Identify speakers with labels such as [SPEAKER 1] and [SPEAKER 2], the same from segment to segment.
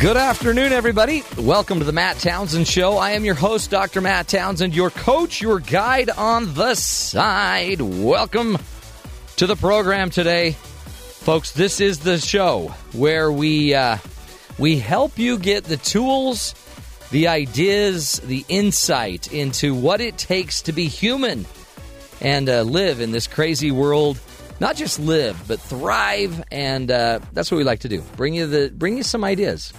[SPEAKER 1] Good afternoon, everybody. Welcome to the Matt Townsend Show. I am your host, Dr. Matt Townsend, your coach, your guide on the side. Welcome to the program today, folks. This is the show where we uh, we help you get the tools, the ideas, the insight into what it takes to be human and uh, live in this crazy world. Not just live, but thrive, and uh, that's what we like to do. Bring you the bring you some ideas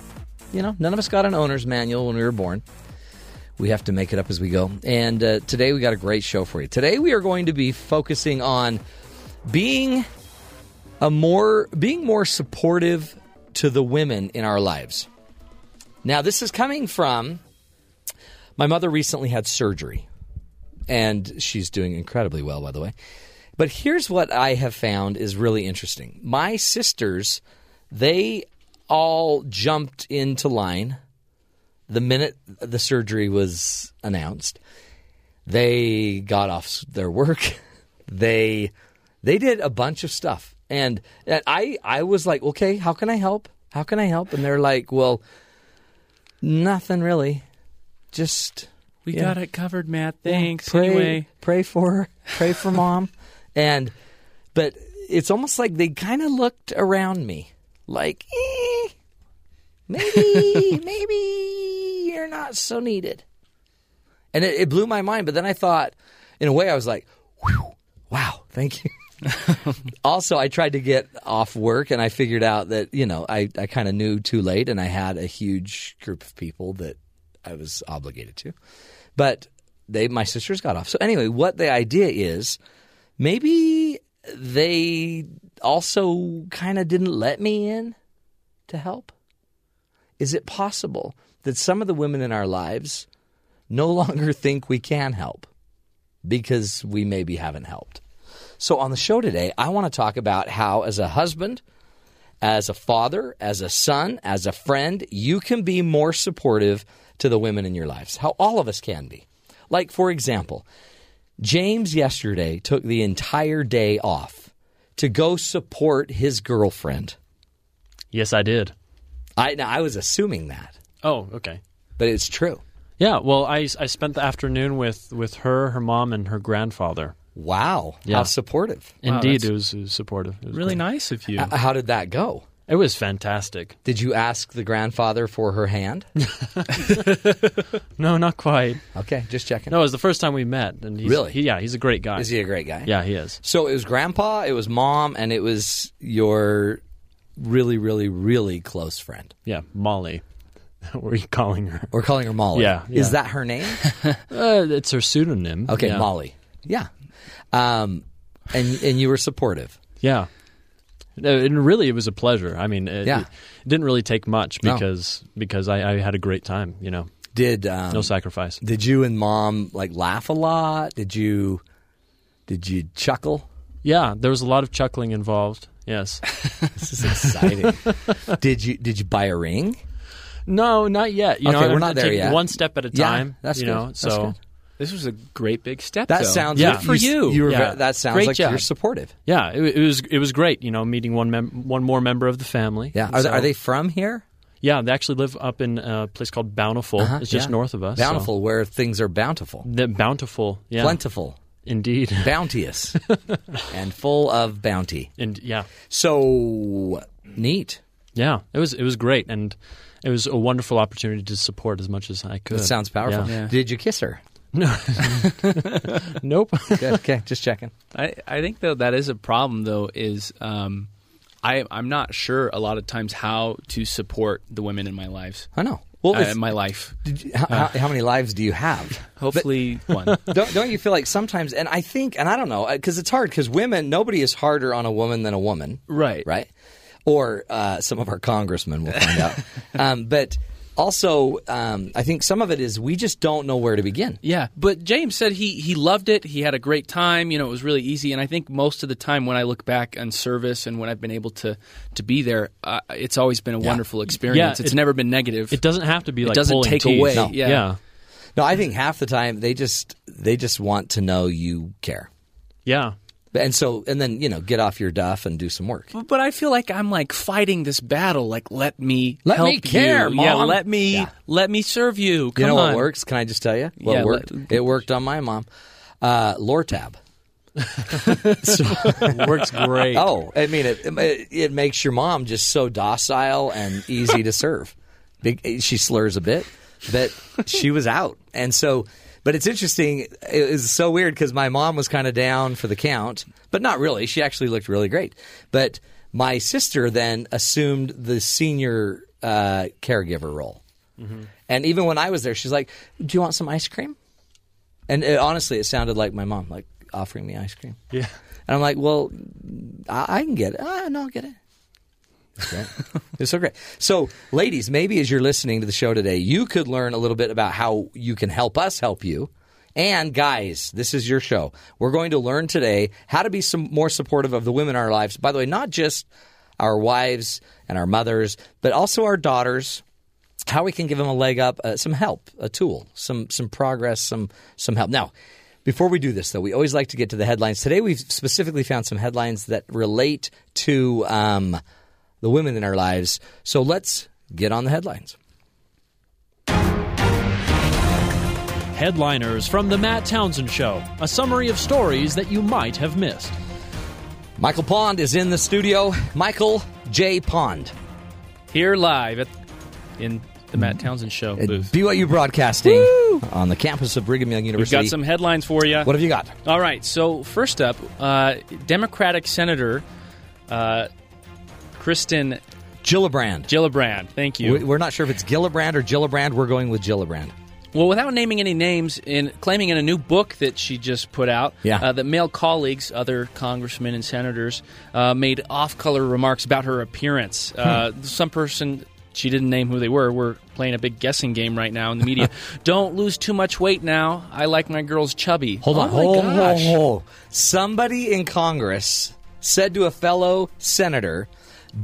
[SPEAKER 1] you know, none of us got an owner's manual when we were born. We have to make it up as we go. And uh, today we got a great show for you. Today we are going to be focusing on being a more being more supportive to the women in our lives. Now this is coming from my mother recently had surgery and she's doing incredibly well by the way. But here's what I have found is really interesting. My sisters, they all jumped into line the minute the surgery was announced. They got off their work. They they did a bunch of stuff. And, and I I was like, "Okay, how can I help? How can I help?" And they're like, "Well, nothing really. Just
[SPEAKER 2] We
[SPEAKER 1] Yeah.
[SPEAKER 2] got it covered, Matt. Thanks.
[SPEAKER 1] Pray,
[SPEAKER 2] Anyway,
[SPEAKER 1] pray for her. Pray for mom. and but it's almost like they kind of looked around me, like eh, maybe, maybe you're not so needed. And it, it blew my mind. But then I thought, in a way, I was like, whew, wow, thank you. also, I tried to get off work and I figured out that, you know, I, I kind of knew too late and I had a huge group of people that I was obligated to. But they my sisters got off. So anyway, what the idea is maybe they also kind of didn't let me in to help. Is it possible that some of the women in our lives no longer think we can help because we maybe haven't helped? So on the show today, I want to talk about how as a husband, as a father, as a son, as a friend, you can be more supportive to the women in your lives. How all of us can be. Like, for example, James yesterday took the entire day off to go support his girlfriend.
[SPEAKER 2] yes, I did.
[SPEAKER 1] I, now, I was assuming that,
[SPEAKER 2] Oh, okay.
[SPEAKER 1] but it's true.
[SPEAKER 2] Yeah. Well, I, I spent the afternoon with with her, her mom, and her grandfather.
[SPEAKER 1] Wow. How
[SPEAKER 2] Yeah.
[SPEAKER 1] supportive.
[SPEAKER 2] Wow, Indeed, it was, it was supportive. It was
[SPEAKER 3] Really
[SPEAKER 2] great.
[SPEAKER 3] nice of you.
[SPEAKER 1] Uh, How did that go?
[SPEAKER 2] It was fantastic.
[SPEAKER 1] Did you ask the grandfather for her hand?
[SPEAKER 2] No, not quite.
[SPEAKER 1] Okay, just checking.
[SPEAKER 2] No, it was the first time we met, and he's,
[SPEAKER 1] Really?
[SPEAKER 2] he, yeah, he's a great guy.
[SPEAKER 1] Is he a great guy?
[SPEAKER 2] Yeah, he is.
[SPEAKER 1] So it was grandpa, it was mom, and it was your really, really, really close friend.
[SPEAKER 2] Yeah, Molly. Were you calling her?
[SPEAKER 1] We're calling her Molly.
[SPEAKER 2] Yeah, yeah.
[SPEAKER 1] Is that her name?
[SPEAKER 2] Uh, it's her pseudonym.
[SPEAKER 1] Okay,
[SPEAKER 2] yeah.
[SPEAKER 1] Molly. Yeah. Um, and and you were supportive.
[SPEAKER 2] Yeah. Uh, And really, it was a pleasure. I mean, it,
[SPEAKER 1] Yeah.
[SPEAKER 2] it didn't really take much
[SPEAKER 1] No.
[SPEAKER 2] because because I, I had a great time. You know,
[SPEAKER 1] Did um,
[SPEAKER 2] no sacrifice.
[SPEAKER 1] did you and mom like laugh a lot? Did you did you chuckle?
[SPEAKER 2] Yeah, there was a lot of chuckling involved. Yes.
[SPEAKER 1] This is exciting. did you did you buy a ring?
[SPEAKER 2] no, not yet. You know,
[SPEAKER 1] Okay,
[SPEAKER 2] I
[SPEAKER 1] we're
[SPEAKER 2] have
[SPEAKER 1] not
[SPEAKER 2] to
[SPEAKER 1] there
[SPEAKER 2] take
[SPEAKER 1] yet.
[SPEAKER 2] One step at a
[SPEAKER 1] Yeah,
[SPEAKER 2] time.
[SPEAKER 1] that's
[SPEAKER 2] you
[SPEAKER 1] good.
[SPEAKER 2] know,
[SPEAKER 1] That's
[SPEAKER 2] so
[SPEAKER 1] good.
[SPEAKER 3] This was a great big step.
[SPEAKER 1] That
[SPEAKER 3] though.
[SPEAKER 1] sounds
[SPEAKER 2] Yeah.
[SPEAKER 1] good
[SPEAKER 2] For
[SPEAKER 3] you.
[SPEAKER 1] were
[SPEAKER 2] Yeah.
[SPEAKER 1] ve- that sounds
[SPEAKER 2] Great
[SPEAKER 1] like
[SPEAKER 2] job.
[SPEAKER 1] you're supportive.
[SPEAKER 2] yeah, it, it was it was great. You know, meeting one mem- one more member of the family.
[SPEAKER 1] Yeah. Are, they,
[SPEAKER 2] So-
[SPEAKER 1] are they from here?
[SPEAKER 2] Yeah, they actually live up in a place called Bountiful. It's just
[SPEAKER 1] Uh-huh, Yeah.
[SPEAKER 2] north of us. so-
[SPEAKER 1] Bountiful, where things are bountiful,
[SPEAKER 2] The bountiful. Yeah.
[SPEAKER 1] plentiful,
[SPEAKER 2] Indeed.
[SPEAKER 1] bounteous, and full of bounty.
[SPEAKER 2] And yeah.
[SPEAKER 1] So neat.
[SPEAKER 2] Yeah, it was it was great, and it was a wonderful opportunity to support as much as I could.
[SPEAKER 1] That sounds powerful.
[SPEAKER 2] Yeah.
[SPEAKER 3] Yeah.
[SPEAKER 1] Did you kiss her?
[SPEAKER 2] Nope.
[SPEAKER 1] Good. Okay, just checking.
[SPEAKER 3] I, I think though that is a problem though is um, I I'm not sure a lot of times how to support the women in my lives.
[SPEAKER 1] I know. Well,
[SPEAKER 3] uh,
[SPEAKER 1] if-
[SPEAKER 3] in my life,
[SPEAKER 1] Did you, how, how, how many lives do you have?
[SPEAKER 3] hopefully one.
[SPEAKER 1] Don't, don't you feel like sometimes, and I think, and I don't know, because it's hard because women, nobody is harder on a woman than a woman,
[SPEAKER 3] Right.
[SPEAKER 1] right? Or uh, some of our congressmen will find out. um, but also, um, I think some of it is we just don't know where to begin.
[SPEAKER 3] Yeah, but James said he he loved it. He had a great time. You know, it was really easy. And I think most of the time when I look back on service and when I've been able to to be there, uh, it's always been a wonderful experience.
[SPEAKER 2] Yeah,
[SPEAKER 3] it's
[SPEAKER 2] it-
[SPEAKER 3] never been negative.
[SPEAKER 2] It doesn't have to be like
[SPEAKER 3] doesn't
[SPEAKER 2] pulling
[SPEAKER 3] take
[SPEAKER 2] teeth.
[SPEAKER 3] away. No. Yeah.
[SPEAKER 2] Yeah. yeah,
[SPEAKER 1] No, I think half the time they just they just want to know you care, and so and then you know get off your duff and do some work.
[SPEAKER 3] but I feel like I'm like fighting this battle. Like, let me
[SPEAKER 1] Let
[SPEAKER 3] help
[SPEAKER 1] me care,
[SPEAKER 3] you. Yeah,
[SPEAKER 1] Mom.
[SPEAKER 3] let me
[SPEAKER 1] Yeah.
[SPEAKER 3] let me serve you. Come
[SPEAKER 1] you know
[SPEAKER 3] on.
[SPEAKER 1] what works? Can I just tell you what
[SPEAKER 3] Yeah,
[SPEAKER 1] worked?
[SPEAKER 3] let-
[SPEAKER 1] it worked on my mom. Uh, Lortab.
[SPEAKER 2] works great.
[SPEAKER 1] Oh, I mean, it, it it makes your mom just so docile and easy to serve. Big, she slurs a bit, but she was out, and so. But it's interesting. It is so weird because my mom was kind of down for the count, but not really. She actually looked really great. But my sister then assumed the senior uh, caregiver role, and even when I was there, she's like, "Do you want some ice cream?" And it, honestly, it sounded like my mom, like offering me ice cream.
[SPEAKER 2] Yeah.
[SPEAKER 1] And I'm like, well, I, I can get it. Ah, no, I'll get it. It's great. it's so great. So, ladies, maybe as you're listening to the show today, you could learn a little bit about how you can help us help you. And guys, this is your show. We're going to learn today how to be some more supportive of the women in our lives. By the way, not just our wives and our mothers, but also our daughters how we can give them a leg up, uh, some help, a tool, some some progress, some some help. Now, before we do this, though, we always like to get to the headlines. Today, we've specifically found some headlines that relate to um, the women in our lives. So let's get on the headlines.
[SPEAKER 2] Headliners from the Matt Townsend Show: a summary of stories that you might have missed.
[SPEAKER 1] Michael Pond is in the studio. Michael J. Pond
[SPEAKER 3] Here live at in the Matt Townsend show
[SPEAKER 1] at
[SPEAKER 3] booth.
[SPEAKER 1] BYU Broadcasting on the campus of Brigham Young
[SPEAKER 3] We've
[SPEAKER 1] University.
[SPEAKER 3] got some headlines for you.
[SPEAKER 1] What have you got?
[SPEAKER 3] All right. So first up, uh, Democratic Senator uh, Kristen
[SPEAKER 1] Gillibrand.
[SPEAKER 3] Gillibrand. Thank you.
[SPEAKER 1] We- We're not sure if it's Gillibrand or Gillibrand. We're going with Gillibrand.
[SPEAKER 3] Well, without naming any names, in claiming in a new book that she just put out,
[SPEAKER 1] Yeah.
[SPEAKER 3] uh, that male colleagues, other congressmen and senators, uh, made off-color remarks about her appearance. Uh,
[SPEAKER 1] Hmm.
[SPEAKER 3] some person she didn't name who they were. We're playing a big guessing game right now in the media. Don't lose too much weight now. I like my girls chubby.
[SPEAKER 1] Hold
[SPEAKER 3] oh
[SPEAKER 1] on.
[SPEAKER 3] my
[SPEAKER 1] hold,
[SPEAKER 3] gosh.
[SPEAKER 1] hold, hold. Somebody in Congress said to a fellow senator,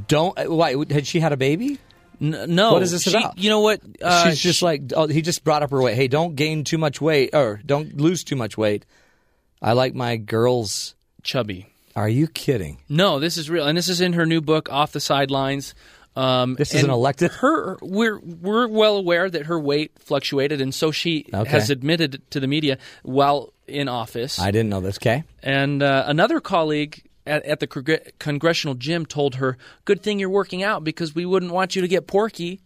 [SPEAKER 1] "Don't." uh, Why had she had a baby?
[SPEAKER 3] N- no,
[SPEAKER 1] What is this
[SPEAKER 3] she-
[SPEAKER 1] about?
[SPEAKER 3] You know what? Uh,
[SPEAKER 1] She's just like oh, he just brought up her weight. Hey, don't gain too much weight or don't lose too much weight. I like my girls.
[SPEAKER 3] chubby.
[SPEAKER 1] Are you kidding?
[SPEAKER 3] No, this is real, and this is in her new book, Off the Sidelines. Um,
[SPEAKER 1] This is
[SPEAKER 3] and
[SPEAKER 1] an elected-
[SPEAKER 3] Her, we're we're well aware that her weight fluctuated, and so she
[SPEAKER 1] Okay.
[SPEAKER 3] has admitted to the media while in office.
[SPEAKER 1] I didn't know this. Okay,
[SPEAKER 3] and uh, another colleague at, at the congre- congressional gym told her, "Good thing you're working out because we wouldn't want you to get porky."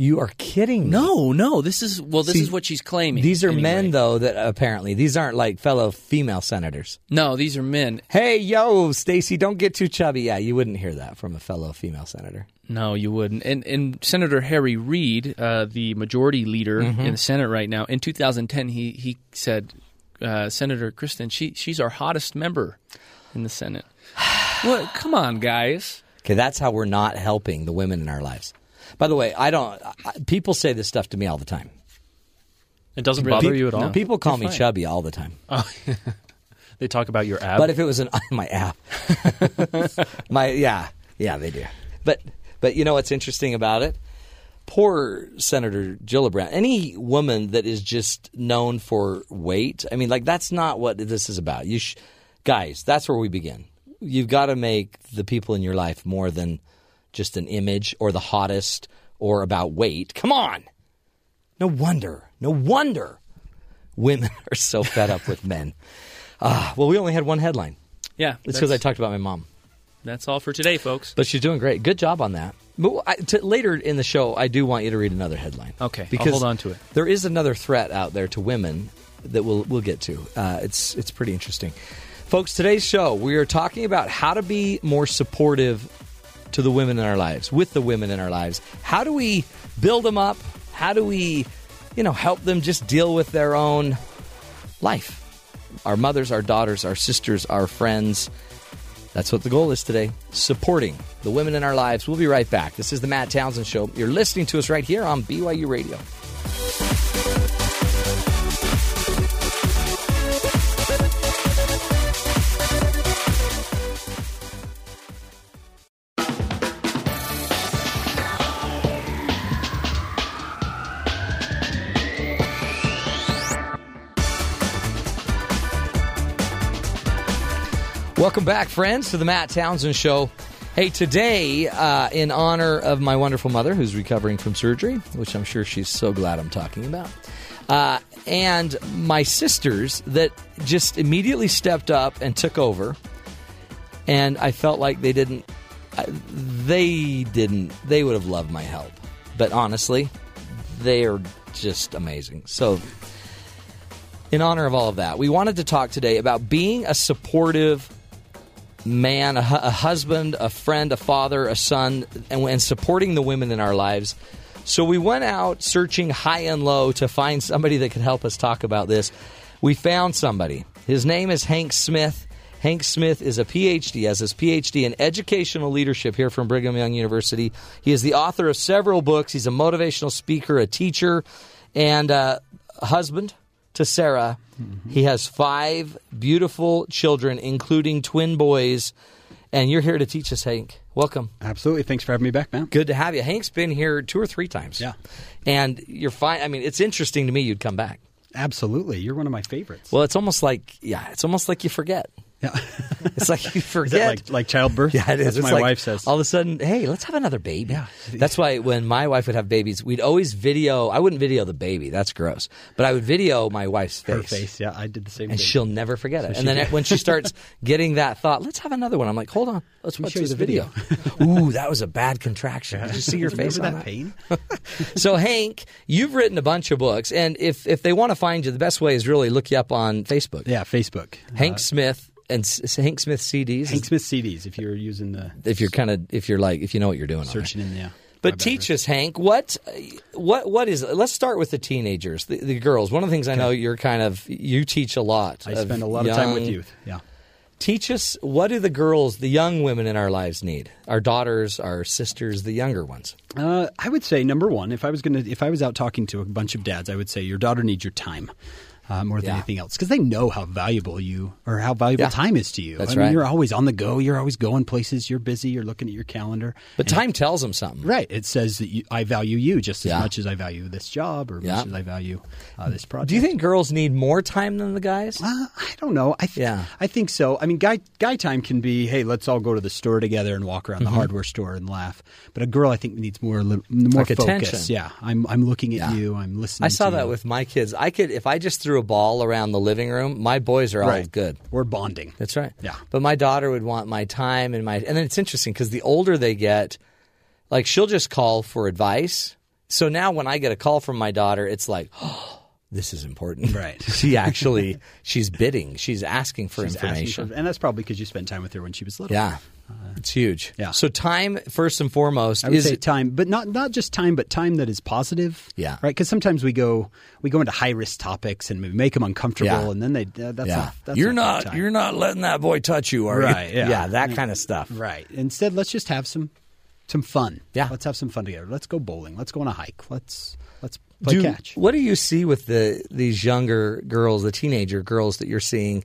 [SPEAKER 1] you are kidding. me.
[SPEAKER 3] No, no, this is well, this
[SPEAKER 1] See,
[SPEAKER 3] is what she's claiming.
[SPEAKER 1] These are
[SPEAKER 3] anyway.
[SPEAKER 1] men, though. That apparently these aren't like fellow female senators.
[SPEAKER 3] No, these are men.
[SPEAKER 1] Hey, yo, Stacy, don't get too chubby. Yeah, you wouldn't hear that from a fellow female senator.
[SPEAKER 3] No, you wouldn't. And, and Senator Harry Reid, uh, the majority leader
[SPEAKER 1] Mm-hmm.
[SPEAKER 3] in the Senate right now, in 2010, he he said, uh, Senator Kristen, she she's our hottest member in the Senate. well, come on, guys.
[SPEAKER 1] Okay, that's how we're not helping the women in our lives. By the way, I don't. I, people say this stuff to me all the time.
[SPEAKER 2] It doesn't bother
[SPEAKER 1] Peop-
[SPEAKER 2] you at all.
[SPEAKER 1] People call me
[SPEAKER 3] fine.
[SPEAKER 1] chubby all the time.
[SPEAKER 2] They talk about your ab.
[SPEAKER 1] but if it was an my app, my yeah, yeah, they do. But but you know what's interesting about it? Poor Senator Gillibrand. Any woman that is just known for weight, I mean, like that's not what this is about. You sh- guys, that's where we begin. You've got to make the people in your life more than just an image or the hottest or about weight. Come on. No wonder. No wonder women are so fed up with men. Ah, well, we only had one headline.
[SPEAKER 3] Yeah,
[SPEAKER 1] It's
[SPEAKER 3] that's-
[SPEAKER 1] because I talked about my mom,
[SPEAKER 3] That's all for today, folks.
[SPEAKER 1] but she's doing great. Good job on that. But I, t- later in the show, I do want you to read another headline.
[SPEAKER 3] Okay, I'll hold on to it.
[SPEAKER 1] There is another threat out there to women that we'll we'll get to. Uh, it's it's pretty interesting, folks. Today's show we are talking about how to be more supportive to the women in our lives, with the women in our lives. How do we build them up? How do we, you know, help them just deal with their own life? Our mothers, our daughters, our sisters, our friends. That's what the goal is today supporting the women in our lives. We'll be right back. This is the Matt Townsend Show. You're listening to us right here on BYU Radio. Welcome back, friends, to the Matt Townsend Show. Hey, today, uh, in honor of my wonderful mother who's recovering from surgery, which I'm sure she's so glad I'm talking about, uh, and my sisters that just immediately stepped up and took over, and I felt like they didn't, I- they didn't, they would have loved my help. But honestly, they are just amazing. So in honor of all of that, we wanted to talk today about being a supportive man, a, hu- a husband, a friend, a father, a son, and, and supporting the women in our lives. So we went out searching high and low to find somebody that could help us talk about this. We found somebody. His name is Hank Smith. Hank Smith is a PhD, has his PhD in educational leadership here from Brigham Young University. He is the author of several books. He's a motivational speaker, a teacher, and uh, a husband to Sarah. He has five beautiful children, including twin boys. And you're here to teach us, Hank. Welcome.
[SPEAKER 4] Absolutely. Thanks for having me back, man.
[SPEAKER 1] Good to have you. Hank's been here two or three times.
[SPEAKER 4] Yeah.
[SPEAKER 1] And you're fine. I mean, it's interesting to me you'd come back.
[SPEAKER 4] Absolutely. You're one of my favorites.
[SPEAKER 1] Well, it's almost like, yeah, it's almost like you forget.
[SPEAKER 4] yeah.
[SPEAKER 1] It's like you
[SPEAKER 4] Is that
[SPEAKER 1] forget.
[SPEAKER 4] like, like childbirth?
[SPEAKER 1] Yeah, it is.
[SPEAKER 4] That's
[SPEAKER 1] It's
[SPEAKER 4] what my
[SPEAKER 1] like,
[SPEAKER 4] wife says.
[SPEAKER 1] All of a sudden, hey, let's have another baby.
[SPEAKER 4] Yeah.
[SPEAKER 1] That's why when my wife would have babies, we'd always video. I wouldn't video the baby. That's gross. But I would video my wife's
[SPEAKER 4] Her face. Yeah, I did the same
[SPEAKER 1] and
[SPEAKER 4] thing.
[SPEAKER 1] she'll never forget it. And then when she starts getting that thought, let's have another one. I'm like, hold on, let's
[SPEAKER 4] me
[SPEAKER 1] watch
[SPEAKER 4] show you
[SPEAKER 1] this
[SPEAKER 4] the
[SPEAKER 1] video.
[SPEAKER 4] video.
[SPEAKER 1] Ooh, that was a bad contraction. Did you see your
[SPEAKER 4] Remember
[SPEAKER 1] face on
[SPEAKER 4] that
[SPEAKER 1] that?
[SPEAKER 4] pain?
[SPEAKER 1] so Hank, you've written a bunch of books, and if if they want to find you, the best way is really look you up on Facebook.
[SPEAKER 4] yeah, Facebook.
[SPEAKER 1] Hank Smith and S- Hank Smith CDs.
[SPEAKER 4] Hank Smith CDs, if you're using the
[SPEAKER 1] if you're kind of if you're like if you know what you're doing. on there.
[SPEAKER 4] searching in there.
[SPEAKER 1] But teach us, Hank. What, what, what is? Let's start with the teenagers, the, the girls. One of the things I know you're kind of you teach a lot.
[SPEAKER 4] I
[SPEAKER 1] of
[SPEAKER 4] spend a lot of time with
[SPEAKER 1] young-
[SPEAKER 4] youth. Yeah.
[SPEAKER 1] teach us what do the girls the young women in our lives need our daughters our sisters the younger ones
[SPEAKER 4] Uh, I would say number one, if I was gonna, if I was out talking to a bunch of dads, I would say your daughter needs your time uh, more than
[SPEAKER 1] Yeah.
[SPEAKER 4] anything else because they know how valuable you or how valuable
[SPEAKER 1] Yeah.
[SPEAKER 4] time is to you.
[SPEAKER 1] That's
[SPEAKER 4] I mean,
[SPEAKER 1] right.
[SPEAKER 4] you're always on the go. You're always going places. You're busy. You're looking at your calendar.
[SPEAKER 1] but time tells them something
[SPEAKER 4] Right. It says that you, I value you just as
[SPEAKER 1] Yeah.
[SPEAKER 4] much as I value this job or
[SPEAKER 1] Yeah.
[SPEAKER 4] much as I value uh, this project.
[SPEAKER 1] do you think girls need more time than the guys
[SPEAKER 4] Uh, I don't know. I th-
[SPEAKER 1] Yeah.
[SPEAKER 4] I think so. I mean, guy guy time can be hey, let's all go to the store together and walk
[SPEAKER 1] Mm-hmm.
[SPEAKER 4] around the hardware store and laugh. But a girl, I think, needs more li- more
[SPEAKER 1] Like
[SPEAKER 4] focus.
[SPEAKER 1] attention.
[SPEAKER 4] Yeah, I'm I'm looking at
[SPEAKER 1] Yeah.
[SPEAKER 4] you. I'm listening.
[SPEAKER 1] i saw
[SPEAKER 4] to
[SPEAKER 1] that
[SPEAKER 4] you.
[SPEAKER 1] with my kids i could if i just threw a ball around the living room my boys are all
[SPEAKER 4] right.
[SPEAKER 1] good
[SPEAKER 4] We're bonding.
[SPEAKER 1] that's right
[SPEAKER 4] Yeah.
[SPEAKER 1] but my daughter would want my time and my and then it's interesting because the older they get like she'll just call for advice so now when i get a call from my daughter it's like this is important
[SPEAKER 4] Right.
[SPEAKER 1] she actually she's bidding she's asking for
[SPEAKER 4] She's asking
[SPEAKER 1] information
[SPEAKER 4] for- and that's probably because you spent time with her when she was little.
[SPEAKER 1] Yeah. It's huge.
[SPEAKER 4] yeah.
[SPEAKER 1] So time first and foremost
[SPEAKER 4] I would
[SPEAKER 1] is
[SPEAKER 4] say
[SPEAKER 1] it-
[SPEAKER 4] time, but not not just time, but time that is positive.
[SPEAKER 1] Yeah.
[SPEAKER 4] right. Because sometimes we go we go into high risk topics and we make them uncomfortable,
[SPEAKER 1] Yeah.
[SPEAKER 4] and then they uh, that's
[SPEAKER 1] yeah.
[SPEAKER 4] not that's
[SPEAKER 1] you're
[SPEAKER 4] not,
[SPEAKER 1] not,
[SPEAKER 4] good time.
[SPEAKER 1] you're not letting that boy touch you, are
[SPEAKER 4] Right,
[SPEAKER 1] you?
[SPEAKER 4] yeah.
[SPEAKER 1] that kind of stuff.
[SPEAKER 4] Right. Instead, let's just have some some fun.
[SPEAKER 1] Yeah.
[SPEAKER 4] Let's have some fun together. Let's go bowling. Let's go on a hike. Let's let's play
[SPEAKER 1] Do-
[SPEAKER 4] catch.
[SPEAKER 1] What do you see with the these younger girls, the teenager girls that you're seeing?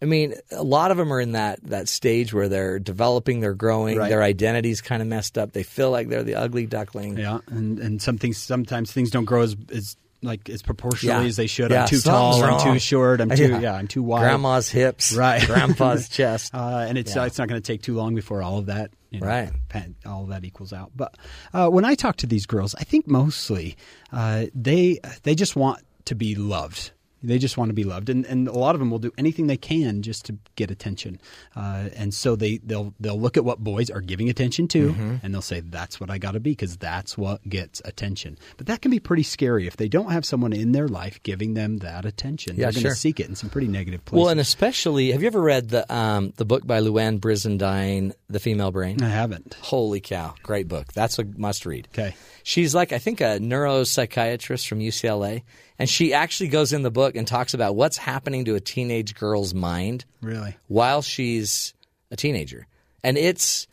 [SPEAKER 1] I mean, a lot of them are in that that stage where they're developing, they're growing,
[SPEAKER 4] Right.
[SPEAKER 1] their identity's kind of messed up. They feel like they're the ugly duckling.
[SPEAKER 4] Yeah. And and some things sometimes things don't grow as as like as proportionally
[SPEAKER 1] Yeah.
[SPEAKER 4] as they should.
[SPEAKER 1] Yeah,
[SPEAKER 4] I'm too
[SPEAKER 1] something's
[SPEAKER 4] tall. I'm
[SPEAKER 1] wrong.
[SPEAKER 4] too short. I'm too yeah. I'm too wide.
[SPEAKER 1] Grandma's hips,
[SPEAKER 4] Right.
[SPEAKER 1] Grandpa's chest.
[SPEAKER 4] Uh, and it's
[SPEAKER 1] Yeah.
[SPEAKER 4] it's not going to take too long before all of that, you know,
[SPEAKER 1] Right.
[SPEAKER 4] pan- All of that equals out. But uh, when I talk to these girls, I think mostly uh, they they just want to be loved. They just want to be loved, and and a lot of them will do anything they can just to get attention. Uh, and so they they'll they'll look at what boys are giving attention to,
[SPEAKER 1] Mm-hmm.
[SPEAKER 4] and they'll say that's what I got to be because that's what gets attention. But that can be pretty scary if they don't have someone in their life giving them that attention.
[SPEAKER 1] Yeah,
[SPEAKER 4] They're going
[SPEAKER 1] sure.
[SPEAKER 4] to seek it in some pretty negative places.
[SPEAKER 1] Well, and especially, have you ever read the um, the book by Luann Brizendine, The Female Brain?
[SPEAKER 4] I haven't.
[SPEAKER 1] Holy cow, great book. That's a must read.
[SPEAKER 4] Okay.
[SPEAKER 1] She's like I think a neuropsychiatrist from UCLA, and she actually goes in the book and talks about what's happening to a teenage girl's mind
[SPEAKER 4] Really?
[SPEAKER 1] while she's a teenager, and it's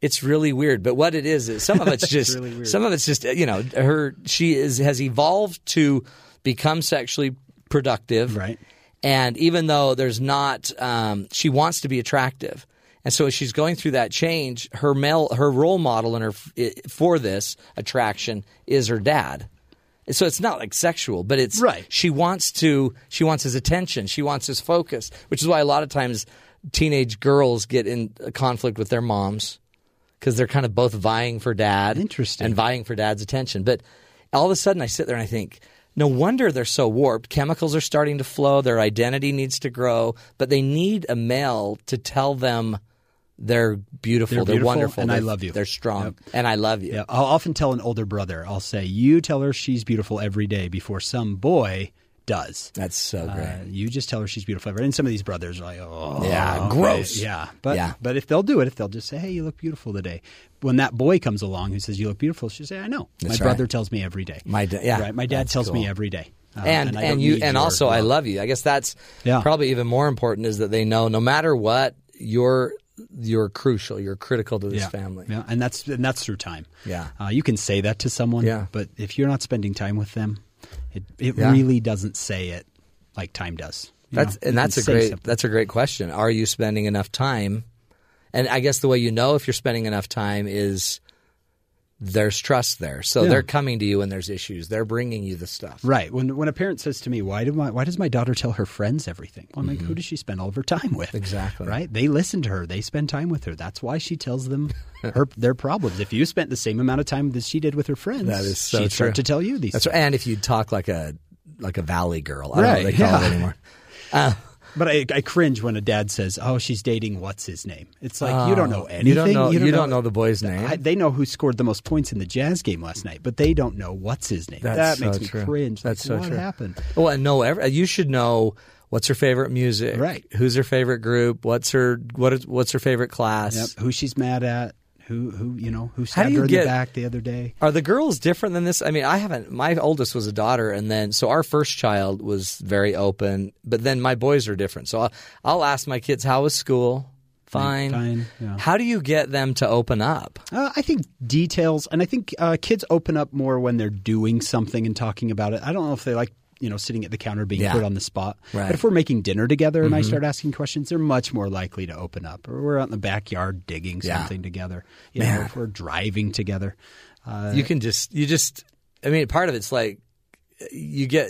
[SPEAKER 1] It's really weird, but what it is is some of it's just
[SPEAKER 4] really weird.
[SPEAKER 1] some of it's just you know her she is has evolved to become sexually productive,
[SPEAKER 4] Right.
[SPEAKER 1] And even though there's not, um, she wants to be attractive, and so as she's going through that change, her male her role model and her f- for this attraction is her dad. So it's not like sexual, but it's
[SPEAKER 4] Right.
[SPEAKER 1] she wants to she wants his attention she wants his focus which is why a lot of times teenage girls get in conflict with their moms because they're kind of both vying for dad
[SPEAKER 4] Interesting.
[SPEAKER 1] and vying for dad's attention but all of a sudden i sit there and i think no wonder they're so warped chemicals are starting to flow their identity needs to grow but they need a male to tell them they're beautiful
[SPEAKER 4] They're
[SPEAKER 1] they're,
[SPEAKER 4] beautiful
[SPEAKER 1] wonderful
[SPEAKER 4] and I
[SPEAKER 1] they're-
[SPEAKER 4] love you.
[SPEAKER 1] they're strong and i love you
[SPEAKER 4] Yeah, I'll often tell an older brother, I'll say, "You tell her she's beautiful every day before some boy does."
[SPEAKER 1] that's so great
[SPEAKER 4] Uh, you just tell her she's beautiful. every day. And some of these brothers are like, oh,
[SPEAKER 1] Yeah,
[SPEAKER 4] okay."
[SPEAKER 1] gross.
[SPEAKER 4] Yeah, but
[SPEAKER 1] Yeah.
[SPEAKER 4] but if they'll do it, if they'll just say, hey, you look beautiful today. When that boy comes along who says you look beautiful, she'll say, I know.
[SPEAKER 1] That's
[SPEAKER 4] my
[SPEAKER 1] right.
[SPEAKER 4] brother tells me every day.
[SPEAKER 1] My da- yeah,
[SPEAKER 4] right. My dad
[SPEAKER 1] that's
[SPEAKER 4] tells me
[SPEAKER 1] cool.
[SPEAKER 4] every day. Uh,
[SPEAKER 1] and and,
[SPEAKER 4] I don't
[SPEAKER 1] you
[SPEAKER 4] need
[SPEAKER 1] and
[SPEAKER 4] your
[SPEAKER 1] also I
[SPEAKER 4] love.
[SPEAKER 1] love you. I guess that's
[SPEAKER 4] Yeah.
[SPEAKER 1] probably even more important is that they know no matter what you're you're crucial, you're critical to this
[SPEAKER 4] yeah.
[SPEAKER 1] family.
[SPEAKER 4] Yeah, and that's and that's through time.
[SPEAKER 1] Yeah.
[SPEAKER 4] uh, you can say that to someone.
[SPEAKER 1] Yeah.
[SPEAKER 4] but if you're not spending time with them, it it
[SPEAKER 1] Yeah.
[SPEAKER 4] really doesn't say it like time does. You
[SPEAKER 1] That's
[SPEAKER 4] know, you
[SPEAKER 1] and that's
[SPEAKER 4] can
[SPEAKER 1] a
[SPEAKER 4] say
[SPEAKER 1] great
[SPEAKER 4] something.
[SPEAKER 1] that's a great question. Are you spending enough time? And I guess the way you know if you're spending enough time is there's trust there. So
[SPEAKER 4] Yeah.
[SPEAKER 1] they're coming to you when there's issues. They're bringing you the stuff.
[SPEAKER 4] Right. When when a parent says to me, "Why do my Why does my daughter tell her friends everything?" Well, I'm like, who does she spend all of her time with?
[SPEAKER 1] Mm-hmm. Exactly.
[SPEAKER 4] Right. They listen to her. They spend time with her. That's why she tells them her their problems. If you spent the same amount of time that she did with her friends,
[SPEAKER 1] That is so
[SPEAKER 4] she'd start
[SPEAKER 1] true.
[SPEAKER 4] to tell you these.
[SPEAKER 1] That's
[SPEAKER 4] things.
[SPEAKER 1] right. And if you talk like a like a valley girl, I don't know what
[SPEAKER 4] Right,
[SPEAKER 1] they call
[SPEAKER 4] yeah.
[SPEAKER 1] it anymore.
[SPEAKER 4] But I, I cringe when a dad says, "Oh, she's dating what's his name." It's like you don't know anything.
[SPEAKER 1] Oh. You don't know you don't, know, the boy's name.
[SPEAKER 4] I, they know who scored the most points in the jazz game last night, but they don't know what's his name.
[SPEAKER 1] That's
[SPEAKER 4] that makes
[SPEAKER 1] so
[SPEAKER 4] me
[SPEAKER 1] true.
[SPEAKER 4] cringe.
[SPEAKER 1] That's
[SPEAKER 4] like,
[SPEAKER 1] so
[SPEAKER 4] what
[SPEAKER 1] true.
[SPEAKER 4] happened?
[SPEAKER 1] Well, and know every, you should know what's her favorite music,
[SPEAKER 4] Right.
[SPEAKER 1] Who's her favorite group? What's her what is what's her favorite class?
[SPEAKER 4] Yep. Who she's mad at? Who who you know? Who stabbed
[SPEAKER 1] you
[SPEAKER 4] her in
[SPEAKER 1] get-
[SPEAKER 4] the back the other day?
[SPEAKER 1] Are the girls different than this? I mean, I haven't. My oldest was a daughter, and then so our first child was very open, but then my boys are different. So I'll, I'll ask my kids, "How was school? Fine.
[SPEAKER 4] Fine, yeah.
[SPEAKER 1] How do you get them to open up?
[SPEAKER 4] Uh, I think details, and I think uh, kids open up more when they're doing something and talking about it. I don't know if they like you know sitting at the counter being
[SPEAKER 1] Yeah.
[SPEAKER 4] put on the spot.
[SPEAKER 1] Right. Mm-hmm.
[SPEAKER 4] But if we're making dinner together and I start asking questions, they're much more likely to open up. Or we're out in the backyard digging
[SPEAKER 1] Yeah.
[SPEAKER 4] something together. You know,
[SPEAKER 1] Man.
[SPEAKER 4] if we're driving together. Uh,
[SPEAKER 1] you can just you just. I mean, part of it's like you get.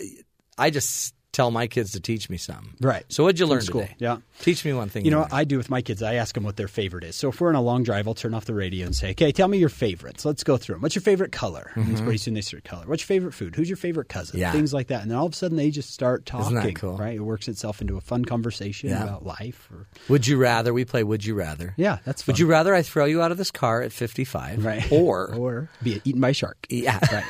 [SPEAKER 1] I just tell my kids to teach me something.
[SPEAKER 4] Right.
[SPEAKER 1] So what'd you learn
[SPEAKER 4] school,
[SPEAKER 1] today?
[SPEAKER 4] yeah.
[SPEAKER 1] Teach me one thing.
[SPEAKER 4] you know,
[SPEAKER 1] learned.
[SPEAKER 4] I do with my kids. I ask them what their favorite is. So if we're on a long drive, I'll turn off the radio and say, "Okay, tell me your favorites. Let's go through them. What's your favorite color?" And pretty soon they start color. What's your favorite food? Who's your favorite cousin?
[SPEAKER 1] Mm-hmm. Yeah.
[SPEAKER 4] Things like that. And then all of a sudden they just start talking.
[SPEAKER 1] that cool?
[SPEAKER 4] Right? It works itself into a fun conversation
[SPEAKER 1] Yeah.
[SPEAKER 4] about life. Or,
[SPEAKER 1] Would you rather? We play Would You Rather.
[SPEAKER 4] yeah, that's fun.
[SPEAKER 1] Would you rather I throw you out of this car at 55?
[SPEAKER 4] right? Oh.
[SPEAKER 1] Or,
[SPEAKER 4] or be eaten by a shark?
[SPEAKER 1] yeah.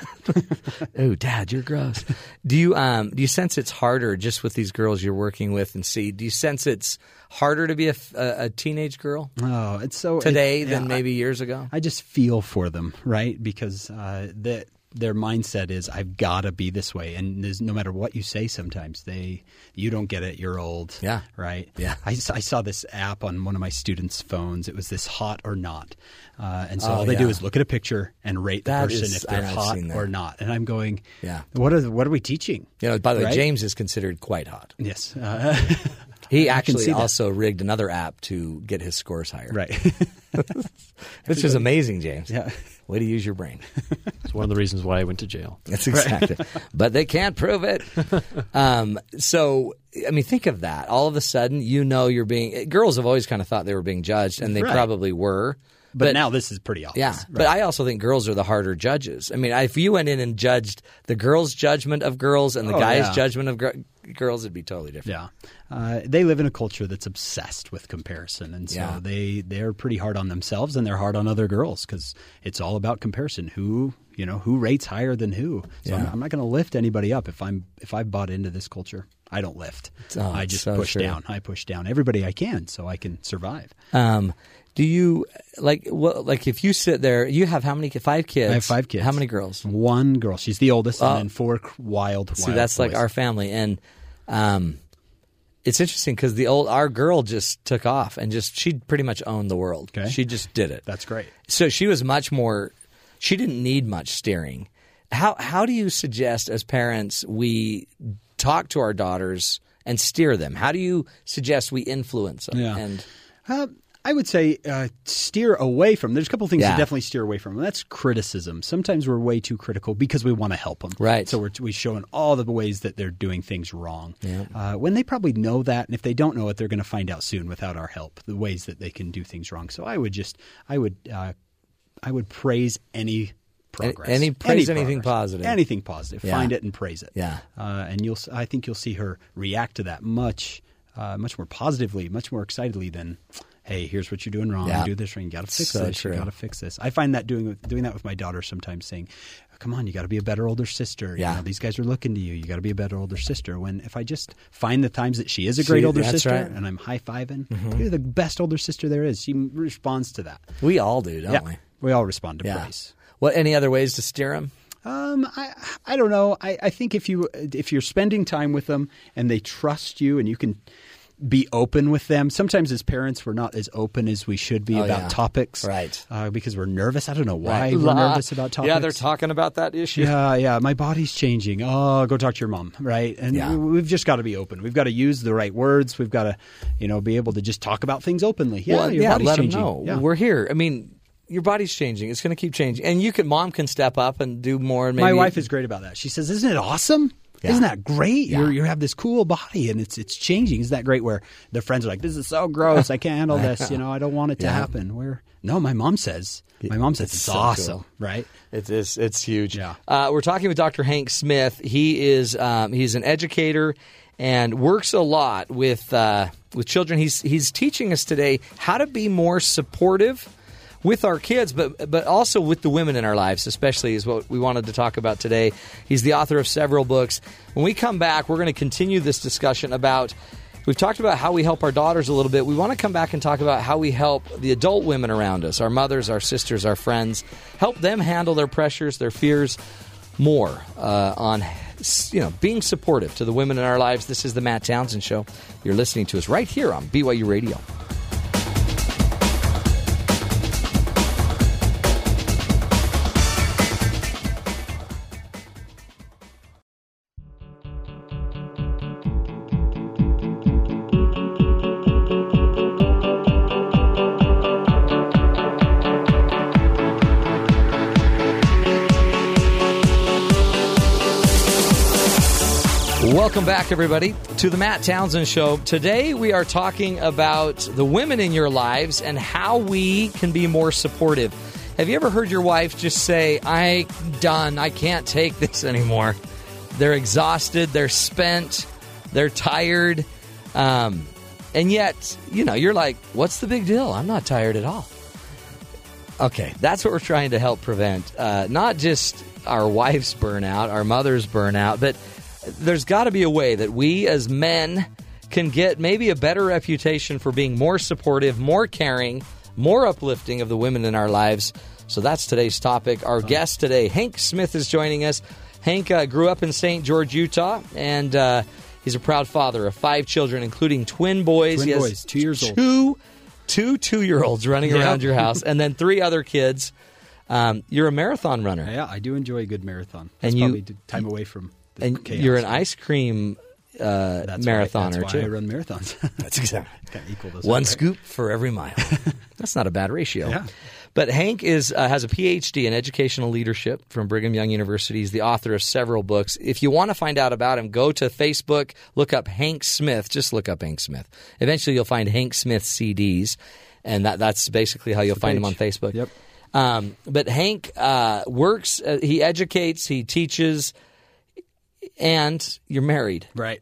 [SPEAKER 1] oh, Dad, you're gross. Do you, um, do you sense it's harder just with these girls you're working with and see? Do you sense it's harder to be a, f- a- a teenage girl
[SPEAKER 4] Oh, it's so it-
[SPEAKER 1] today
[SPEAKER 4] yeah,
[SPEAKER 1] than
[SPEAKER 4] I-
[SPEAKER 1] maybe years ago?
[SPEAKER 4] I just feel for them, right? Because uh, the, their mindset is, I've got to be this way, and there's, no matter what you say, sometimes they, you don't get it, you're old,
[SPEAKER 1] Yeah.
[SPEAKER 4] right,
[SPEAKER 1] Yeah.
[SPEAKER 4] I, s- I saw this app on one of my students' phones. It was this hot or not, uh, and so
[SPEAKER 1] Oh,
[SPEAKER 4] all they do
[SPEAKER 1] yeah.
[SPEAKER 4] is look at a picture and rate the
[SPEAKER 1] That
[SPEAKER 4] person
[SPEAKER 1] is-
[SPEAKER 4] if they're
[SPEAKER 1] I've
[SPEAKER 4] hot
[SPEAKER 1] seen that.
[SPEAKER 4] or not. And I'm going,
[SPEAKER 1] Yeah.
[SPEAKER 4] what are the, what are we teaching?
[SPEAKER 1] You know, by the way,
[SPEAKER 4] Right?
[SPEAKER 1] James is considered quite hot.
[SPEAKER 4] Yes, uh,
[SPEAKER 1] He
[SPEAKER 4] can
[SPEAKER 1] actually
[SPEAKER 4] see that.
[SPEAKER 1] also rigged another app to get his scores higher,
[SPEAKER 4] right.
[SPEAKER 1] which is amazing, James.
[SPEAKER 4] Yeah.
[SPEAKER 1] Way to use your brain.
[SPEAKER 2] It's one of the reasons why I went to jail.
[SPEAKER 1] That's exactly. but they can't prove it. Um, so, I mean, think of that. All of a sudden, you know, you're being. Girls have always kind of thought they were being judged, and they
[SPEAKER 4] Right.
[SPEAKER 1] probably were.
[SPEAKER 4] But, now this is pretty obvious.
[SPEAKER 1] yeah. But I also think girls are the harder judges. I mean, if you went in and judged the girls' judgment of girls and the
[SPEAKER 4] Oh,
[SPEAKER 1] guys'
[SPEAKER 4] yeah.
[SPEAKER 1] judgment of gr- girls, it'd be totally different.
[SPEAKER 4] Yeah, uh, they live in a culture that's obsessed with comparison, and so
[SPEAKER 1] Yeah.
[SPEAKER 4] they they're pretty hard on themselves and they're hard on other girls because it's all about comparison. Who you know who rates higher than who? So I'm, I'm not going to lift anybody up if I'm if I've bought into this culture. I don't lift.
[SPEAKER 1] Oh,
[SPEAKER 4] I
[SPEAKER 1] it's
[SPEAKER 4] just
[SPEAKER 1] so
[SPEAKER 4] push
[SPEAKER 1] true.
[SPEAKER 4] down. I push down everybody I can so I can survive.
[SPEAKER 1] Um, do you like what? Like, if you sit there, you have how many? ki- Five kids.
[SPEAKER 4] I have five kids.
[SPEAKER 1] How many girls?
[SPEAKER 4] One girl. She's the oldest, and then four c- wild.
[SPEAKER 1] See, that's like our family, and um, it's interesting because the old our girl just took off and just she pretty much owned the world.
[SPEAKER 4] Okay.
[SPEAKER 1] She just did it.
[SPEAKER 4] That's great.
[SPEAKER 1] So she was much more. She didn't need much steering. How how do you suggest as parents we talk to our daughters and steer them? How do you suggest we influence them?
[SPEAKER 4] Yeah.
[SPEAKER 1] And
[SPEAKER 4] Uh, I would say uh, steer away from. There's a couple things
[SPEAKER 1] Yeah.
[SPEAKER 4] to definitely steer away from. and That's criticism. Sometimes we're way too critical because we want to help them.
[SPEAKER 1] Right.
[SPEAKER 4] So we're we showing all the ways that they're doing things wrong. Uh, when they probably know that, and if they don't know it, they're going to find out soon without our help. The ways that they can do things wrong. So I would just, I would, uh, I would praise any. Progress.
[SPEAKER 1] any- praise anything
[SPEAKER 4] progress.
[SPEAKER 1] positive.
[SPEAKER 4] Anything positive.
[SPEAKER 1] Yeah.
[SPEAKER 4] Find it and praise it.
[SPEAKER 1] Yeah.
[SPEAKER 4] Uh, and you'll, s- I think you'll see her react to that much, uh, much more positively, much more excitedly than, "Hey, here's what you're doing wrong.
[SPEAKER 1] Yeah.
[SPEAKER 4] Do this wrong. You got to fix
[SPEAKER 1] So
[SPEAKER 4] this.
[SPEAKER 1] true.
[SPEAKER 4] You got to fix this." I find that doing doing that with my daughter sometimes, saying, "Come on, you got to be a better older sister. You
[SPEAKER 1] Yeah.
[SPEAKER 4] know, these guys are looking to you. You got to be a better older sister." When if I just find the times that she is a great older
[SPEAKER 1] that's
[SPEAKER 4] sister
[SPEAKER 1] right. Mm-hmm.
[SPEAKER 4] and I'm high fiving, you're the best older sister there is. She m- responds to that.
[SPEAKER 1] we all do, don't we?
[SPEAKER 4] Yeah, we all respond to praise.
[SPEAKER 1] What any other ways to steer them?
[SPEAKER 4] Um, I I don't know. I, I think if you if you're spending time with them and they trust you and you can be open with them. Sometimes as parents, we're not as open as we should be
[SPEAKER 1] Oh,
[SPEAKER 4] about
[SPEAKER 1] yeah.
[SPEAKER 4] topics,
[SPEAKER 1] Right.
[SPEAKER 4] Uh, because we're nervous. I don't know why we're nervous about topics.
[SPEAKER 1] Yeah, they're talking about that issue.
[SPEAKER 4] Yeah, yeah. My body's changing. Oh, go talk to your mom, right? And
[SPEAKER 1] Yeah.
[SPEAKER 4] we- we've just got to be open. We've got to use the right words. We've got to, you know, be able to just talk about things openly. Yeah,
[SPEAKER 1] well,
[SPEAKER 4] your
[SPEAKER 1] yeah,
[SPEAKER 4] body's
[SPEAKER 1] let
[SPEAKER 4] changing.
[SPEAKER 1] them know
[SPEAKER 4] Yeah.
[SPEAKER 1] we're here. I mean, your body's changing; it's going to keep changing, and you can mom can step up and do more. And maybe,
[SPEAKER 4] My wife is great about that. She says, "Isn't it awesome?
[SPEAKER 1] Yeah.
[SPEAKER 4] Isn't that great?
[SPEAKER 1] Yeah.
[SPEAKER 4] You're, you have this cool body, and it's it's changing. Isn't that great?" Where their friends are like, "This is so gross. I can't handle this. You know, I don't want it to
[SPEAKER 1] Yeah.
[SPEAKER 4] happen." Where no, my mom says, my mom says
[SPEAKER 1] It's
[SPEAKER 4] it's,
[SPEAKER 1] so
[SPEAKER 4] awesome,
[SPEAKER 1] cool.
[SPEAKER 4] right?
[SPEAKER 1] It is. It's huge.
[SPEAKER 4] Yeah.
[SPEAKER 1] Uh, we're talking with Dr. Hank Smith. He is. Um, he's an educator and works a lot with uh, with children. He's he's teaching us today how to be more supportive with our kids, but but also with the women in our lives, especially is what we wanted to talk about today. He's the author of several books. When we come back, we're going to continue this discussion about. We've talked about how we help our daughters a little bit. We want to come back and talk about how we help the adult women around us, our mothers, our sisters, our friends, help them handle their pressures, their fears more uh, on you know being supportive to the women in our lives. This is the Matt Townsend show. You're listening to us right here on BYU Radio. Welcome back, everybody, to the Matt Townsend Show. Today, we are talking about the women in your lives and how we can be more supportive. Have you ever heard your wife just say, I'm done, I can't take this anymore? They're exhausted, they're spent, they're tired. Um, and yet, you know, you're like, what's the big deal? I'm not tired at all. Okay, that's what we're trying to help prevent. Uh, not just our wife's burnout, our mother's burnout, but there's got to be a way that we as men can get maybe a better reputation for being more supportive, more caring, more uplifting of the women in our lives. So that's today's topic.
[SPEAKER 4] Uh-huh.
[SPEAKER 1] Our guest today, Hank Smith, is joining us. Hank uh, grew up in St. George, Utah, and uh, he's a proud father of five children, including twin boys.
[SPEAKER 4] Twin
[SPEAKER 1] He has
[SPEAKER 4] boys, two years old.
[SPEAKER 1] Two, two two-year-olds running around your house, and then three other kids. Um, you're a marathon runner,
[SPEAKER 4] Yeah, I do enjoy a good marathon. That's
[SPEAKER 1] And you-
[SPEAKER 4] probably d- time away from the
[SPEAKER 1] and
[SPEAKER 4] chaos.
[SPEAKER 1] you're an ice cream uh,
[SPEAKER 4] that's why,
[SPEAKER 1] marathoner
[SPEAKER 4] that's why I
[SPEAKER 1] too.
[SPEAKER 4] run marathons.
[SPEAKER 1] That's exactly
[SPEAKER 4] Kinda equal those
[SPEAKER 1] one
[SPEAKER 4] up, right?
[SPEAKER 1] scoop for every mile. That's not a bad ratio.
[SPEAKER 4] Yeah.
[SPEAKER 1] But Hank is uh, has a PhD in educational leadership from Brigham Young University. He's the author of several books. If you want to find out about him, go to Facebook, look up Hank Smith. Just look up Hank Smith. Eventually, you'll find Hank Smith CDs, and that, that's basically how you'll find him on
[SPEAKER 4] page.
[SPEAKER 1] Facebook.
[SPEAKER 4] Yep.
[SPEAKER 1] Um, but Hank uh, works. Uh, he educates. He teaches. And you're married.
[SPEAKER 4] right?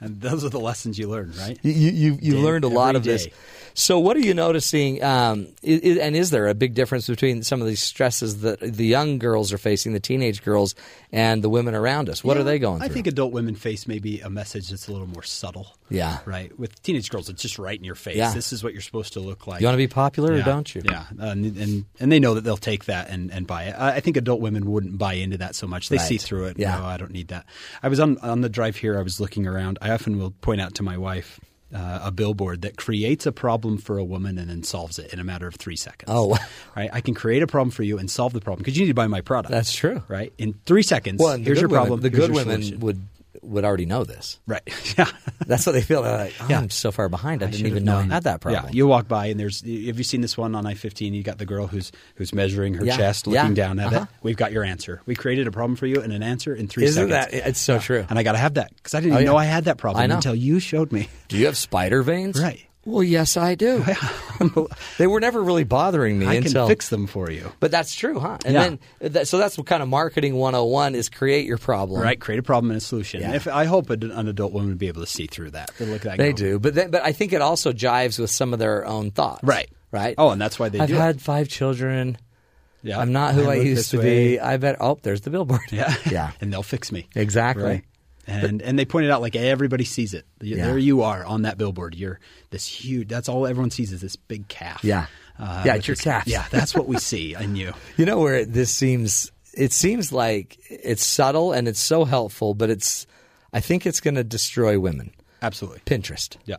[SPEAKER 4] and those are the lessons you learn, right?
[SPEAKER 1] You you you
[SPEAKER 4] Day-
[SPEAKER 1] learned a lot
[SPEAKER 4] every
[SPEAKER 1] of this.
[SPEAKER 4] day.
[SPEAKER 1] So what are you noticing? Um, i i and is there a big difference between some of these stresses that the young girls are facing, the teenage girls, and the women around us? What are they going
[SPEAKER 4] I
[SPEAKER 1] through?
[SPEAKER 4] think adult women face maybe a message that's a little more subtle.
[SPEAKER 1] Yeah.
[SPEAKER 4] Right. With teenage girls, it's just right in your face.
[SPEAKER 1] Yeah.
[SPEAKER 4] This is what you're supposed to look like.
[SPEAKER 1] you want to be popular
[SPEAKER 4] yeah.
[SPEAKER 1] or don't you?
[SPEAKER 4] Yeah. Uh, And, and and they know that they'll take that and, and buy it. I, I think adult women wouldn't buy into that so much. They
[SPEAKER 1] Right.
[SPEAKER 4] see through it. "Oh,
[SPEAKER 1] Yeah.
[SPEAKER 4] No, I don't need that. I was on on the drive here. I was looking around. I often will point out to my wife uh, a billboard that creates a problem for a woman and then solves it in a matter of three seconds.
[SPEAKER 1] Oh, wow.
[SPEAKER 4] right. I can create a problem for you and solve the problem because you need to buy my product.
[SPEAKER 1] That's true.
[SPEAKER 4] Right. In three seconds.
[SPEAKER 1] Well, and the
[SPEAKER 4] here's
[SPEAKER 1] good
[SPEAKER 4] your
[SPEAKER 1] women-
[SPEAKER 4] problem.
[SPEAKER 1] The
[SPEAKER 4] here's
[SPEAKER 1] good
[SPEAKER 4] your
[SPEAKER 1] women
[SPEAKER 4] solution.
[SPEAKER 1] would would already know this.
[SPEAKER 4] Right. Yeah.
[SPEAKER 1] That's what they feel. They're like, oh,
[SPEAKER 4] Yeah.
[SPEAKER 1] I'm so far behind. I, didn't
[SPEAKER 4] should've
[SPEAKER 1] even know I
[SPEAKER 4] known.
[SPEAKER 1] had that problem.
[SPEAKER 4] Yeah, you walk by and there's. Have you seen this one on I fifteen? You got the girl who's who's measuring her
[SPEAKER 1] Yeah,
[SPEAKER 4] chest,
[SPEAKER 1] yeah,
[SPEAKER 4] looking down at
[SPEAKER 1] uh-huh.
[SPEAKER 4] it. We've got your answer. We created a problem for you and an answer in 3
[SPEAKER 1] Isn't that?
[SPEAKER 4] seconds.
[SPEAKER 1] It's so true. Oh,
[SPEAKER 4] and I got to have that because I didn't even
[SPEAKER 1] yeah.
[SPEAKER 4] know I had that
[SPEAKER 1] I
[SPEAKER 4] problem
[SPEAKER 1] know.
[SPEAKER 4] until you showed me.
[SPEAKER 1] Do you have spider veins?
[SPEAKER 4] Right.
[SPEAKER 1] Well, yes, I do. they were never really bothering me
[SPEAKER 4] I can
[SPEAKER 1] until
[SPEAKER 4] fix them for you.
[SPEAKER 1] But that's true, huh? And
[SPEAKER 4] Yeah.
[SPEAKER 1] then that, so that's what kind of marketing 101 is create your problem.
[SPEAKER 4] Right, create a problem and a solution.
[SPEAKER 1] Yeah.
[SPEAKER 4] If I hope an, an adult woman would be able to see through that. They look at that. and
[SPEAKER 1] They
[SPEAKER 4] go,
[SPEAKER 1] do. But then, but I think it also jives with some of their own thoughts.
[SPEAKER 4] Right.
[SPEAKER 1] Right.
[SPEAKER 4] Oh, and that's why they
[SPEAKER 1] I've
[SPEAKER 4] do it.
[SPEAKER 1] had five children.
[SPEAKER 4] Yeah.
[SPEAKER 1] I'm not who I,
[SPEAKER 4] look
[SPEAKER 1] used
[SPEAKER 4] this
[SPEAKER 1] to
[SPEAKER 4] way.
[SPEAKER 1] be. I bet. Oh, there's the billboard.
[SPEAKER 4] Yeah.
[SPEAKER 1] Yeah.
[SPEAKER 4] and they'll fix me.
[SPEAKER 1] Exactly.
[SPEAKER 4] Right. And and they pointed out like everybody sees it. You-
[SPEAKER 1] Yeah.
[SPEAKER 4] There you are on that billboard. You're this huge. That's all everyone sees is this big calf.
[SPEAKER 1] Yeah. Yeah,
[SPEAKER 4] with
[SPEAKER 1] it's your
[SPEAKER 4] this-
[SPEAKER 1] calf.
[SPEAKER 4] Yeah, that's what we see in you.
[SPEAKER 1] You know where this seems it seems like it's subtle and it's so helpful, but it's I think it's going to destroy women.
[SPEAKER 4] Absolutely.
[SPEAKER 1] Pinterest.
[SPEAKER 4] Yeah.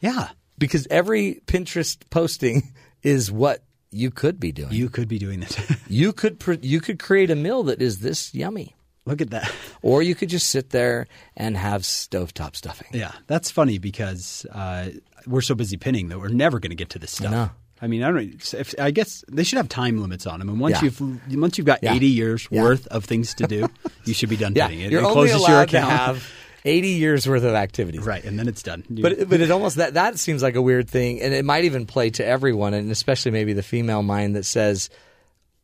[SPEAKER 4] Yeah.
[SPEAKER 1] Because every Pinterest posting is what you could be doing.
[SPEAKER 4] You could be doing this.
[SPEAKER 1] You could pr- you could create a meal that is this yummy.
[SPEAKER 4] look at that.
[SPEAKER 1] Or you could just sit there and have stovetop stuffing.
[SPEAKER 4] Yeah, that's funny because uh, we're so busy pinning that we're never going to get to this stuff.
[SPEAKER 1] know.
[SPEAKER 4] I mean, I don't. If, I guess they should have time limits on them. And once
[SPEAKER 1] Yeah.
[SPEAKER 4] you've once you've got
[SPEAKER 1] Yeah.
[SPEAKER 4] eighty years
[SPEAKER 1] Yeah.
[SPEAKER 4] worth of things to do, you should be done
[SPEAKER 1] Yeah,
[SPEAKER 4] pinning it.
[SPEAKER 1] you're
[SPEAKER 4] it
[SPEAKER 1] only
[SPEAKER 4] closes
[SPEAKER 1] allowed
[SPEAKER 4] your
[SPEAKER 1] to
[SPEAKER 4] account.
[SPEAKER 1] have 80 years worth of activities.
[SPEAKER 4] right, and then it's done. You-
[SPEAKER 1] But but it almost that that seems like a weird thing, and it might even play to everyone, and especially maybe the female mind that says,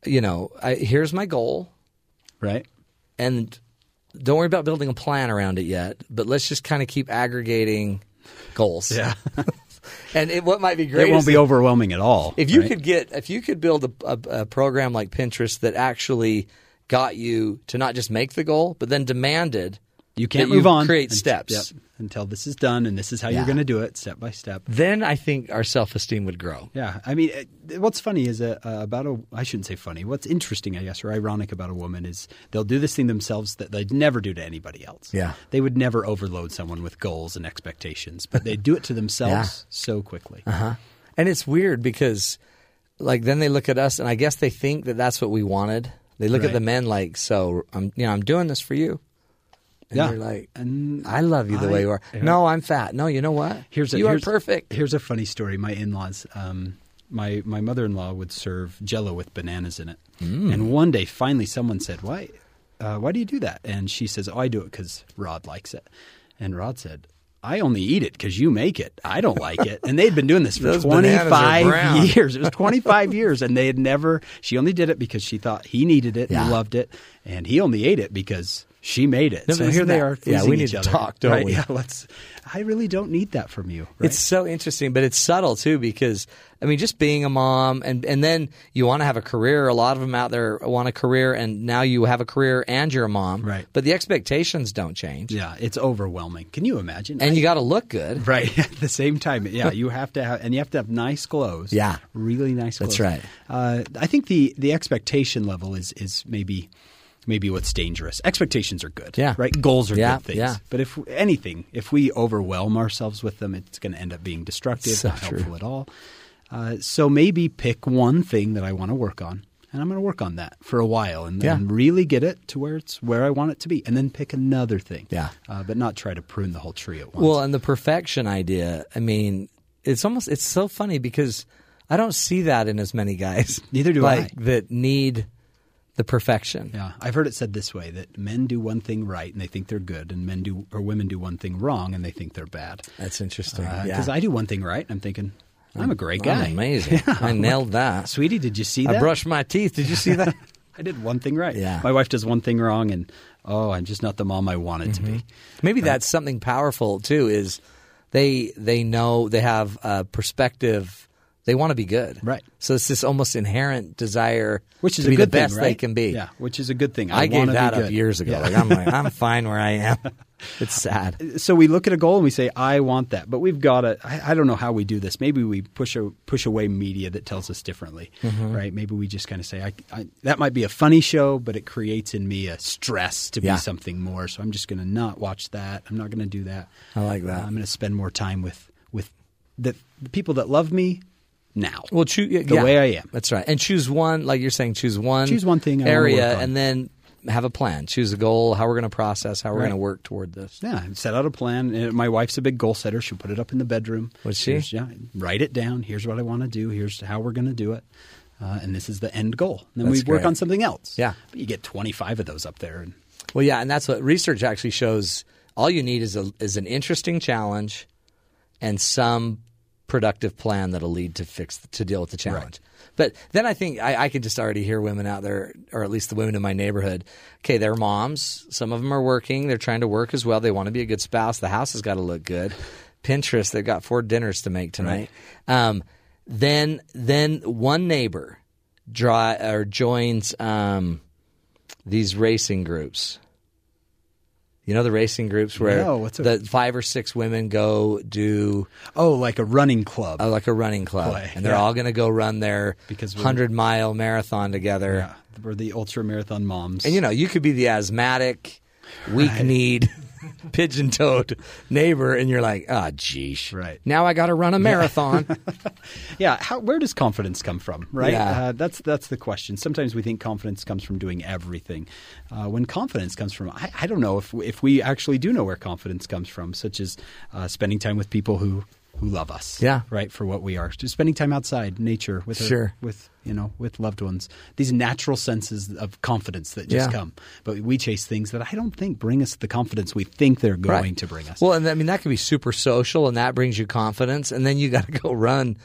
[SPEAKER 1] you know, I, here's my goal,
[SPEAKER 4] right,
[SPEAKER 1] and don't worry about building a plan around it yet. But let's just kind of keep aggregating goals.
[SPEAKER 4] yeah,
[SPEAKER 1] and it, what might be great
[SPEAKER 4] it won't
[SPEAKER 1] is
[SPEAKER 4] be overwhelming at all.
[SPEAKER 1] if you
[SPEAKER 4] right?
[SPEAKER 1] could get if you could build a, a, a program like Pinterest that actually got you to not just make the goal, but then demanded
[SPEAKER 4] you can't
[SPEAKER 1] that
[SPEAKER 4] move on.
[SPEAKER 1] create
[SPEAKER 4] unt-
[SPEAKER 1] steps.
[SPEAKER 4] yep, until this is done, and this is how
[SPEAKER 1] Yeah.
[SPEAKER 4] you're going to do it, step by step.
[SPEAKER 1] Then I think our self esteem would grow.
[SPEAKER 4] Yeah, I mean, uh, what's funny is uh, uh, about a. I shouldn't say funny. What's interesting, I guess, or ironic about a woman is they'll do this thing themselves that they'd never do to anybody else.
[SPEAKER 1] Yeah.
[SPEAKER 4] they would never overload someone with goals and expectations, but they do it to themselves so quickly.
[SPEAKER 1] Huh? And it's weird because, like, then they look at us, and I guess they think that that's what we wanted. They look at
[SPEAKER 4] Right.
[SPEAKER 1] the men like, "So I'm, you know, I'm doing this for you." And
[SPEAKER 4] Yeah.
[SPEAKER 1] they're like,
[SPEAKER 4] And
[SPEAKER 1] "I love you the way
[SPEAKER 4] I-
[SPEAKER 1] you are." No, I'm fat. No, you know what?
[SPEAKER 4] Here's a,
[SPEAKER 1] you
[SPEAKER 4] here's-
[SPEAKER 1] are perfect.
[SPEAKER 4] Here's a funny story. My in-laws, um, my my mother-in-law would serve Jello with bananas in it,
[SPEAKER 1] Mm.
[SPEAKER 4] and one day finally someone said, "Why, uh, why do you do that?" And she says, "Oh, I do it because Rod likes it," and Rod said. I only eat it because you make it. I don't like it. And they'd been doing this for
[SPEAKER 1] Those bananas are
[SPEAKER 4] 25
[SPEAKER 1] brown.
[SPEAKER 4] years. It was 25 years. And they had never, she only did it because she thought he needed it
[SPEAKER 1] Yeah.
[SPEAKER 4] and loved it. And he only ate it because she made it.
[SPEAKER 1] No,
[SPEAKER 4] so
[SPEAKER 1] but
[SPEAKER 4] here
[SPEAKER 1] isn't
[SPEAKER 4] they
[SPEAKER 1] that-
[SPEAKER 4] are.
[SPEAKER 1] yeah, we
[SPEAKER 4] pleasing
[SPEAKER 1] need
[SPEAKER 4] each
[SPEAKER 1] to
[SPEAKER 4] other,
[SPEAKER 1] talk, don't
[SPEAKER 4] right?
[SPEAKER 1] we?
[SPEAKER 4] Yeah, let's, I really don't need that from you. Right?
[SPEAKER 1] It's so interesting, but it's subtle too because I mean, just being a mom, and and then you want to have a career. A lot of them out there want a career, and now you have a career and you're a mom.
[SPEAKER 4] Right.
[SPEAKER 1] But the expectations don't change,
[SPEAKER 4] Yeah, it's overwhelming. Can you imagine?
[SPEAKER 1] and you got to look good.
[SPEAKER 4] right at the same time, yeah, you have to have and you have to have nice clothes.
[SPEAKER 1] Yeah.
[SPEAKER 4] really nice. clothes.
[SPEAKER 1] That's right.
[SPEAKER 4] Uh, I think the the expectation level is is maybe maybe what's dangerous. Expectations are good.
[SPEAKER 1] Yeah.
[SPEAKER 4] right. Goals are
[SPEAKER 1] Yeah,
[SPEAKER 4] good things.
[SPEAKER 1] yeah.
[SPEAKER 4] But if anything, if we overwhelm ourselves with them, it's going to end up being destructive,
[SPEAKER 1] So
[SPEAKER 4] not
[SPEAKER 1] true.
[SPEAKER 4] helpful at all. Uh, so maybe pick one thing that I want to work on. And I'm going to work on that for a while, and then
[SPEAKER 1] Yeah.
[SPEAKER 4] really get it to where it's where I want it to be, and then pick another thing.
[SPEAKER 1] Yeah.
[SPEAKER 4] uh, but not try to prune the whole tree at once.
[SPEAKER 1] Well, and the perfection idea, I mean, it's almost it's so funny because I don't see that in as many guys.
[SPEAKER 4] Neither do I.
[SPEAKER 1] like, that need the perfection.
[SPEAKER 4] Yeah, I've heard it said this way that men do one thing right and they think they're good, and men do or women do one thing wrong and they think they're bad.
[SPEAKER 1] That's interesting.
[SPEAKER 4] Because Uh, I do one thing right, and I'm thinking I'm a great
[SPEAKER 1] I'm
[SPEAKER 4] guy,
[SPEAKER 1] amazing. I nailed that.
[SPEAKER 4] sweetie. Did you see that?
[SPEAKER 1] I brushed my teeth. Did you see that?
[SPEAKER 4] I did one thing right.
[SPEAKER 1] Yeah.
[SPEAKER 4] my wife does one thing wrong, and oh, I'm just not the mom I wanted to be.
[SPEAKER 1] Maybe that's something powerful too. Is they they know they have a perspective They want to be good.
[SPEAKER 4] Right.
[SPEAKER 1] So it's this almost inherent desire
[SPEAKER 4] which is
[SPEAKER 1] to
[SPEAKER 4] a
[SPEAKER 1] be
[SPEAKER 4] good
[SPEAKER 1] the best
[SPEAKER 4] thing,
[SPEAKER 1] they
[SPEAKER 4] right?
[SPEAKER 1] can be.
[SPEAKER 4] Yeah, which is a good thing.
[SPEAKER 1] I, gave
[SPEAKER 4] wanna
[SPEAKER 1] that
[SPEAKER 4] be
[SPEAKER 1] up
[SPEAKER 4] good.
[SPEAKER 1] years ago.
[SPEAKER 4] Yeah.
[SPEAKER 1] Like I'm like, I'm fine where I am. It's sad.
[SPEAKER 4] so we look at a goal and we say, "I want that," but we've got to. I, I don't know how we do this. Maybe we push a, push away media that tells us differently,
[SPEAKER 1] Mm-hmm.
[SPEAKER 4] right? Maybe we just kind of say, I, I, "That might be a funny show, but it creates in me a stress to
[SPEAKER 1] Yeah.
[SPEAKER 4] be something more." So I'm just going to not watch that. I'm not going to do that. Uh,
[SPEAKER 1] I like that.
[SPEAKER 4] I'm going to spend more time with with the, the people that love me now.
[SPEAKER 1] Well, choose
[SPEAKER 4] The way I am.
[SPEAKER 1] That's right. And choose one, like you're saying, choose one.
[SPEAKER 4] Choose one thing I wanna
[SPEAKER 1] area,
[SPEAKER 4] work on.
[SPEAKER 1] and then have a plan. Choose a goal. How we're going to process. How we're
[SPEAKER 4] Right.
[SPEAKER 1] going to work toward this.
[SPEAKER 4] Yeah, I set out a plan. And my wife's a big goal setter. She'll put it up in the bedroom.
[SPEAKER 1] Was she?
[SPEAKER 4] Here's- yeah, write it down. Here's what I want to do. Here's how we're going to do it. Uh, and this is the end goal. And then
[SPEAKER 1] That's
[SPEAKER 4] we work
[SPEAKER 1] great.
[SPEAKER 4] on something else.
[SPEAKER 1] Yeah.
[SPEAKER 4] But you get 25 of those up there. And
[SPEAKER 1] Well, yeah, and that's what research actually shows. All you need is a is an interesting challenge, and some productive plan that'll lead to fix to deal with the challenge. But then I think I, I can just already hear women out there, or at least the women in my neighborhood. Okay, they're moms. Some of them are working. They're trying to work as well. They want to be a good spouse. The house has got to look good. Pinterest, they've got four dinners to make tonight. Um, then, then one neighbor draw or joins. Um, these racing groups. You know the racing groups where
[SPEAKER 4] No, what's a-
[SPEAKER 1] the five or six women go do
[SPEAKER 4] Oh, like a running club.
[SPEAKER 1] uh, like a running club,
[SPEAKER 4] Play,
[SPEAKER 1] and they're
[SPEAKER 4] yeah.
[SPEAKER 1] all going to go run their
[SPEAKER 4] Because we're-
[SPEAKER 1] hundred mile marathon together.
[SPEAKER 4] yeah. We're the ultra marathon moms.
[SPEAKER 1] And you know, you could be the asthmatic, weak kneed, pigeon toed neighbor, and you're like, ah, jeesh,
[SPEAKER 4] Right.
[SPEAKER 1] now I got to run a marathon.
[SPEAKER 4] yeah. How, where does confidence come from, right?
[SPEAKER 1] Yeah.
[SPEAKER 4] Uh, that's, that's the question. Sometimes we think confidence comes from doing everything. Uh, when confidence comes from, I, I don't know if, if we actually do know where confidence comes from, such as uh, spending time with people who, who love us.
[SPEAKER 1] Yeah.
[SPEAKER 4] Right. For what we are. Just spending time outside, nature, with, our-
[SPEAKER 1] Sure.
[SPEAKER 4] with, you know, with loved ones. These natural senses of confidence that just
[SPEAKER 1] Yeah.
[SPEAKER 4] come. But we chase things that I don't think bring us the confidence we think they're going
[SPEAKER 1] Right.
[SPEAKER 4] to bring us.
[SPEAKER 1] Well, and I mean that could be super social, and that brings you confidence, and then you got to go run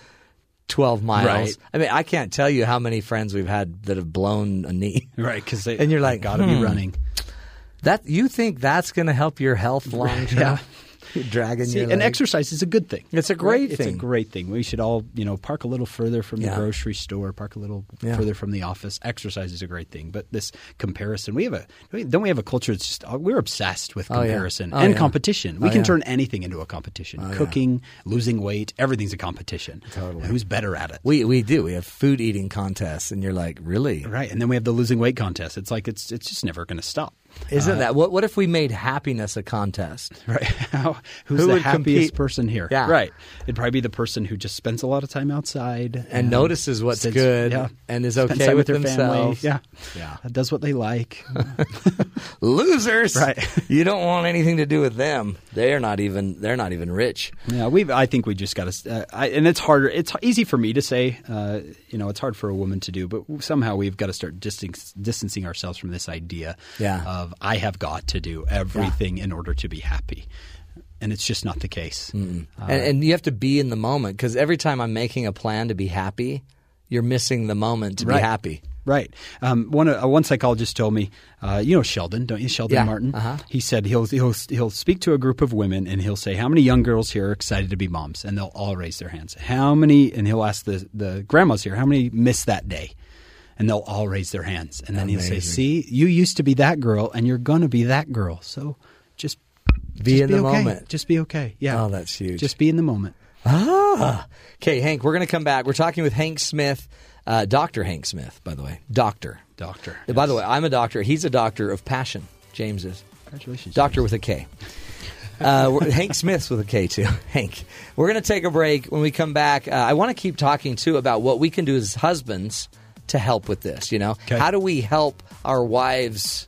[SPEAKER 1] twelve miles.
[SPEAKER 4] Right.
[SPEAKER 1] I mean, I can't tell you how many friends we've had that have blown a knee.
[SPEAKER 4] right. Because
[SPEAKER 1] And you're like, hmm.
[SPEAKER 4] got to be running.
[SPEAKER 1] That you think that's going to help your health long term? You're dragging
[SPEAKER 4] See,
[SPEAKER 1] your
[SPEAKER 4] and
[SPEAKER 1] leg.
[SPEAKER 4] exercise is a good thing.
[SPEAKER 1] It's a great
[SPEAKER 4] It's
[SPEAKER 1] thing.
[SPEAKER 4] a great thing. We should all, you know, park a little further from
[SPEAKER 1] Yeah.
[SPEAKER 4] the grocery store, park a little
[SPEAKER 1] Yeah.
[SPEAKER 4] further from the office. Exercise is a great thing, but this comparison, we have a don't we have a culture that's just we're obsessed with
[SPEAKER 1] Oh, yeah.
[SPEAKER 4] comparison
[SPEAKER 1] Oh,
[SPEAKER 4] and
[SPEAKER 1] yeah.
[SPEAKER 4] competition. We
[SPEAKER 1] Oh,
[SPEAKER 4] can
[SPEAKER 1] yeah. Oh,
[SPEAKER 4] turn anything into a competition. Cooking, losing weight, everything's a competition. Totally. who's better at it?
[SPEAKER 1] We we do. We have food eating contests, and you're like, really?
[SPEAKER 4] right. And then we have the losing weight contest. It's like it's it's just never going to stop. Uh,
[SPEAKER 1] Isn't that what? What if we made happiness a contest?
[SPEAKER 4] Right. How, who's
[SPEAKER 1] Who
[SPEAKER 4] the
[SPEAKER 1] would
[SPEAKER 4] happiest
[SPEAKER 1] compete?
[SPEAKER 4] person here?
[SPEAKER 1] Yeah.
[SPEAKER 4] Right. It'd probably be the person who just spends a lot of time outside and,
[SPEAKER 1] notices what's
[SPEAKER 4] spends-
[SPEAKER 1] good and is
[SPEAKER 4] Spends
[SPEAKER 1] okay
[SPEAKER 4] time
[SPEAKER 1] with
[SPEAKER 4] their
[SPEAKER 1] themselves.
[SPEAKER 4] Family.
[SPEAKER 1] Yeah.
[SPEAKER 4] Yeah. Yeah. Does what they like.
[SPEAKER 1] Losers,
[SPEAKER 4] Right.
[SPEAKER 1] you don't want anything to do with them. They're not even. They're not even rich.
[SPEAKER 4] yeah. We. I think we just got to. Uh, I- and it's harder. It's easy for me to say. Uh, you know, it's hard for a woman to do. But somehow we've got to start distance, distancing ourselves from this idea
[SPEAKER 1] Yeah.
[SPEAKER 4] of I have got to do everything in order to be happy, and it's just not the case.
[SPEAKER 1] and, and you have to be in the moment because every time I'm making a plan to be happy, you're missing the moment to be
[SPEAKER 4] Right.
[SPEAKER 1] happy.
[SPEAKER 4] Right. Um, one uh, one psychologist told me, uh, you know Sheldon, don't you, Sheldon
[SPEAKER 1] Yeah.
[SPEAKER 4] Martin?
[SPEAKER 1] Uh-huh.
[SPEAKER 4] He said he'll he'll he'll speak to a group of women and he'll say, "How many young girls here are excited to be moms?" And they'll all raise their hands. How many? And he'll ask the the grandmas here, "How many missed that day?" And they'll all raise their hands. And then he'll say,
[SPEAKER 1] Amazing.
[SPEAKER 4] "See, you used to be that girl, and you're gonna be that girl. So just."
[SPEAKER 1] Be
[SPEAKER 4] just
[SPEAKER 1] in
[SPEAKER 4] be
[SPEAKER 1] the
[SPEAKER 4] okay.
[SPEAKER 1] moment.
[SPEAKER 4] Just be okay. Yeah.
[SPEAKER 1] Oh, that's huge.
[SPEAKER 4] Just be in the moment.
[SPEAKER 1] Ah. Okay, Hank, we're going to come back. We're talking with Hank Smith, uh, Dr. Hank Smith, by the way. Doctor.
[SPEAKER 4] Doctor.
[SPEAKER 1] By the way, I'm a doctor. He's a doctor of passion. James is.
[SPEAKER 4] Congratulations,
[SPEAKER 1] Doctor with a K. Uh, we're- Hank Smith's with a K too. Hank. We're going to take a break. When we come back, uh, I want to keep talking too about what we can do as husbands to help with this. You know,
[SPEAKER 4] Okay.
[SPEAKER 1] how do we help our wives?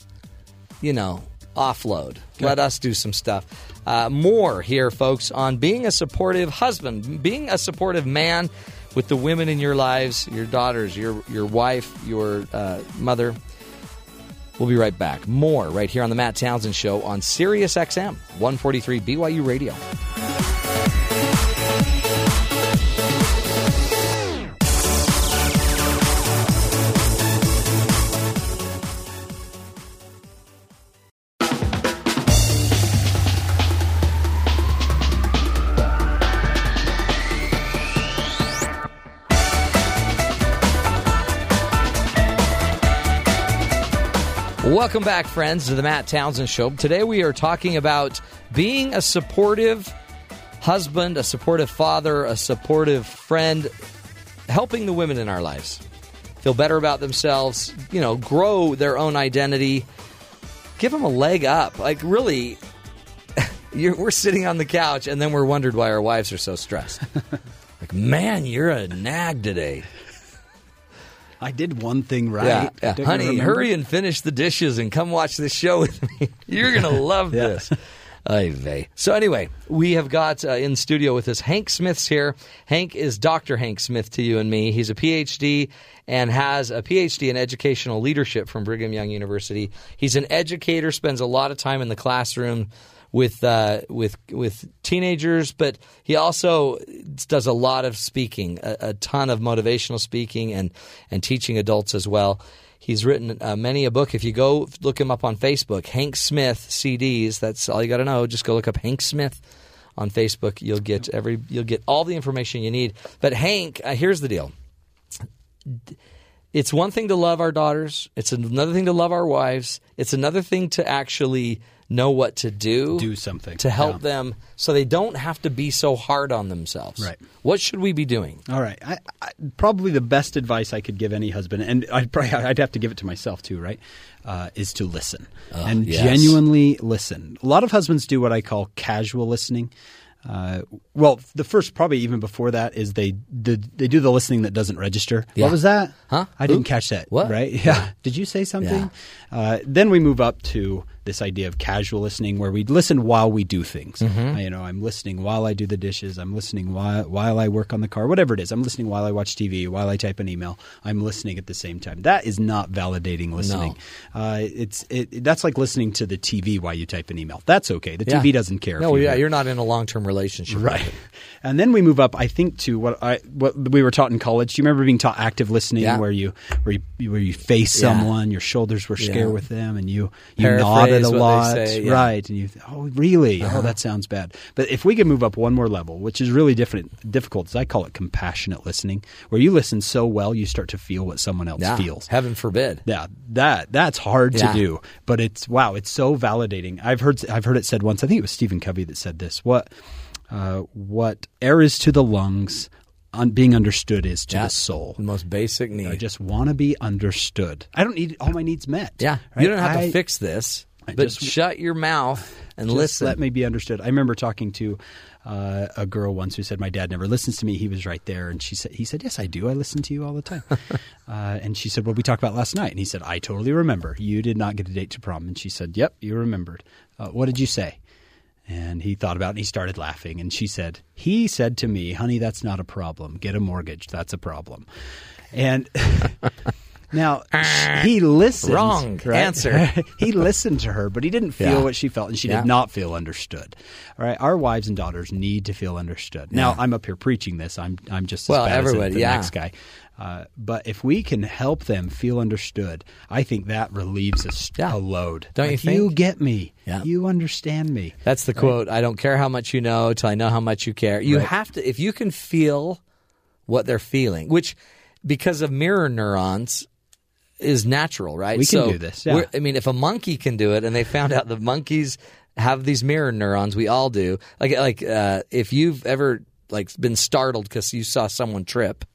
[SPEAKER 1] You know, offload. Let us do some stuff. Uh, more here, folks, on being a supportive husband, being a supportive man with the women in your lives, your daughters, your your wife, your uh, mother. We'll be right back. More right here on the Matt Townsend Show on Sirius XM 143 BYU Radio. Welcome back, friends, to the Matt Townsend Show. Today we are talking about being a supportive husband, a supportive father, a supportive friend, helping the women in our lives feel better about themselves, you know, grow their own identity, give them a leg up. Like, really, you're, we're sitting on the couch and then we're wondered why our wives are so stressed. like, man, you're a nag today.
[SPEAKER 4] I did one thing right.
[SPEAKER 1] Yeah, yeah.
[SPEAKER 4] Don't you
[SPEAKER 1] honey,
[SPEAKER 4] remember?
[SPEAKER 1] hurry and finish the dishes and come watch this show with me. You're gonna love this. Ay vey. So anyway, we have got uh, in studio with us Hank Smith's here. Hank is Dr. Hank Smith to you and me. He's a PhD and has a PhD in educational leadership from Brigham Young University. He's an educator, spends a lot of time in the classroom with uh, with with teenagers, but he also does a lot of speaking, a, a ton of motivational speaking, and and teaching adults as well. He's written uh, many a book. If you go look him up on Facebook, Hank Smith CDs. That's all you got to know. Just go look up Hank Smith on Facebook. You'll get every you'll get all the information you need. But Hank, uh, here's the deal it's one thing to love our daughters. It's another thing to love our wives. It's another thing to actually know what to do,
[SPEAKER 4] Do something.
[SPEAKER 1] to help
[SPEAKER 4] Yeah.
[SPEAKER 1] them, so they don't have to be so hard on themselves.
[SPEAKER 4] Right.
[SPEAKER 1] What should we be doing?
[SPEAKER 4] All right. I, I, probably the best advice I could give any husband, and I'd probably I'd have to give it to myself too, right? Uh, is to listen and
[SPEAKER 1] yes.
[SPEAKER 4] genuinely listen. A lot of husbands do what I call casual listening. Uh, well, the first probably even before that is they the, they do the listening that doesn't register.
[SPEAKER 1] Yeah.
[SPEAKER 4] What was that?
[SPEAKER 1] Huh?
[SPEAKER 4] I didn't
[SPEAKER 1] Oop.
[SPEAKER 4] catch that.
[SPEAKER 1] What?
[SPEAKER 4] Right? Yeah. Did you say something? Uh, then we move up to this idea of casual listening, where we listen while we do things.
[SPEAKER 1] Mm-hmm.
[SPEAKER 4] I- you know, I'm listening while I do the dishes. I'm listening while while I work on the car, whatever it is. I'm listening while I watch TV, while I type an email. I'm listening at the same time. That is not validating listening. Uh, it's it, that's like listening to the TV while you type an email. That's okay. The TV doesn't care.
[SPEAKER 1] No,
[SPEAKER 4] if you
[SPEAKER 1] yeah,
[SPEAKER 4] hear-
[SPEAKER 1] you're not in a long term relationship,
[SPEAKER 4] Right. And then we move up, I think, to what I what we were taught in college. Do you remember being taught active listening,
[SPEAKER 1] Yeah.
[SPEAKER 4] where you where you, where you face
[SPEAKER 1] Yeah.
[SPEAKER 4] someone, your shoulders were square
[SPEAKER 1] Yeah.
[SPEAKER 4] with them, and you you nodded a
[SPEAKER 1] Paraphrase what they
[SPEAKER 4] lot,
[SPEAKER 1] say, yeah. Uh-huh.
[SPEAKER 4] right? And you oh really? Oh, that sounds bad. But if we could move up one more level, which is really different difficult, is I call it compassionate listening, where you listen so well you start to feel what someone else
[SPEAKER 1] Yeah.
[SPEAKER 4] feels.
[SPEAKER 1] Heaven forbid.
[SPEAKER 4] Yeah, that that's hard
[SPEAKER 1] Yeah.
[SPEAKER 4] to do, but it's wow, it's so validating. I've heard I've heard it said once. I think it was Stephen Covey that said this. What uh, what air is to the lungs, un- being understood is to
[SPEAKER 1] Yeah.
[SPEAKER 4] the soul.
[SPEAKER 1] The most basic need.
[SPEAKER 4] I just want to be understood. I don't need all my needs met.
[SPEAKER 1] yeah.
[SPEAKER 4] right?
[SPEAKER 1] You don't have
[SPEAKER 4] I-
[SPEAKER 1] to fix this,
[SPEAKER 4] I
[SPEAKER 1] but
[SPEAKER 4] just-
[SPEAKER 1] shut your mouth and
[SPEAKER 4] just
[SPEAKER 1] listen.
[SPEAKER 4] Let me be understood. I remember talking to uh, a girl once who said, "My dad never listens to me. He was right there." And she said, "He said, yes, I do. I listen to you all the time." uh, and she said, "Well, we talked about last night." And he said, "I totally remember. You did not get a date to prom." And she said, "Yep, you remembered. Uh, what did you say?" And he thought about it and he started laughing. And she said, He said to me, Honey, that's not a problem. Get a mortgage. That's a problem. And now sh- he listened.
[SPEAKER 1] Wrong answer.
[SPEAKER 4] he listened to her, but he didn't feel
[SPEAKER 1] Yeah.
[SPEAKER 4] what she felt, and she
[SPEAKER 1] Yeah.
[SPEAKER 4] did not feel understood. All right, our wives and daughters need to feel understood. Now I'm up here preaching this. I'm I'm just as
[SPEAKER 1] Well,
[SPEAKER 4] bad
[SPEAKER 1] everybody,
[SPEAKER 4] as the
[SPEAKER 1] yeah.
[SPEAKER 4] next guy. Uh, but if we can help them feel understood, I think that relieves a, st-
[SPEAKER 1] Yeah.
[SPEAKER 4] a load.
[SPEAKER 1] Don't you
[SPEAKER 4] Like,
[SPEAKER 1] think?
[SPEAKER 4] get me.
[SPEAKER 1] Yeah.
[SPEAKER 4] You understand me.
[SPEAKER 1] That's the quote. I don't care how much you know till I know how much you care. You have to if you can feel what they're feeling, which because of mirror neurons is natural, right?
[SPEAKER 4] We can
[SPEAKER 1] So
[SPEAKER 4] do this, yeah.
[SPEAKER 1] we're- I mean, if a monkey can do it, and they found out the monkeys have these mirror neurons, we all do. Like like uh, if you've ever like been startled because you saw someone trip,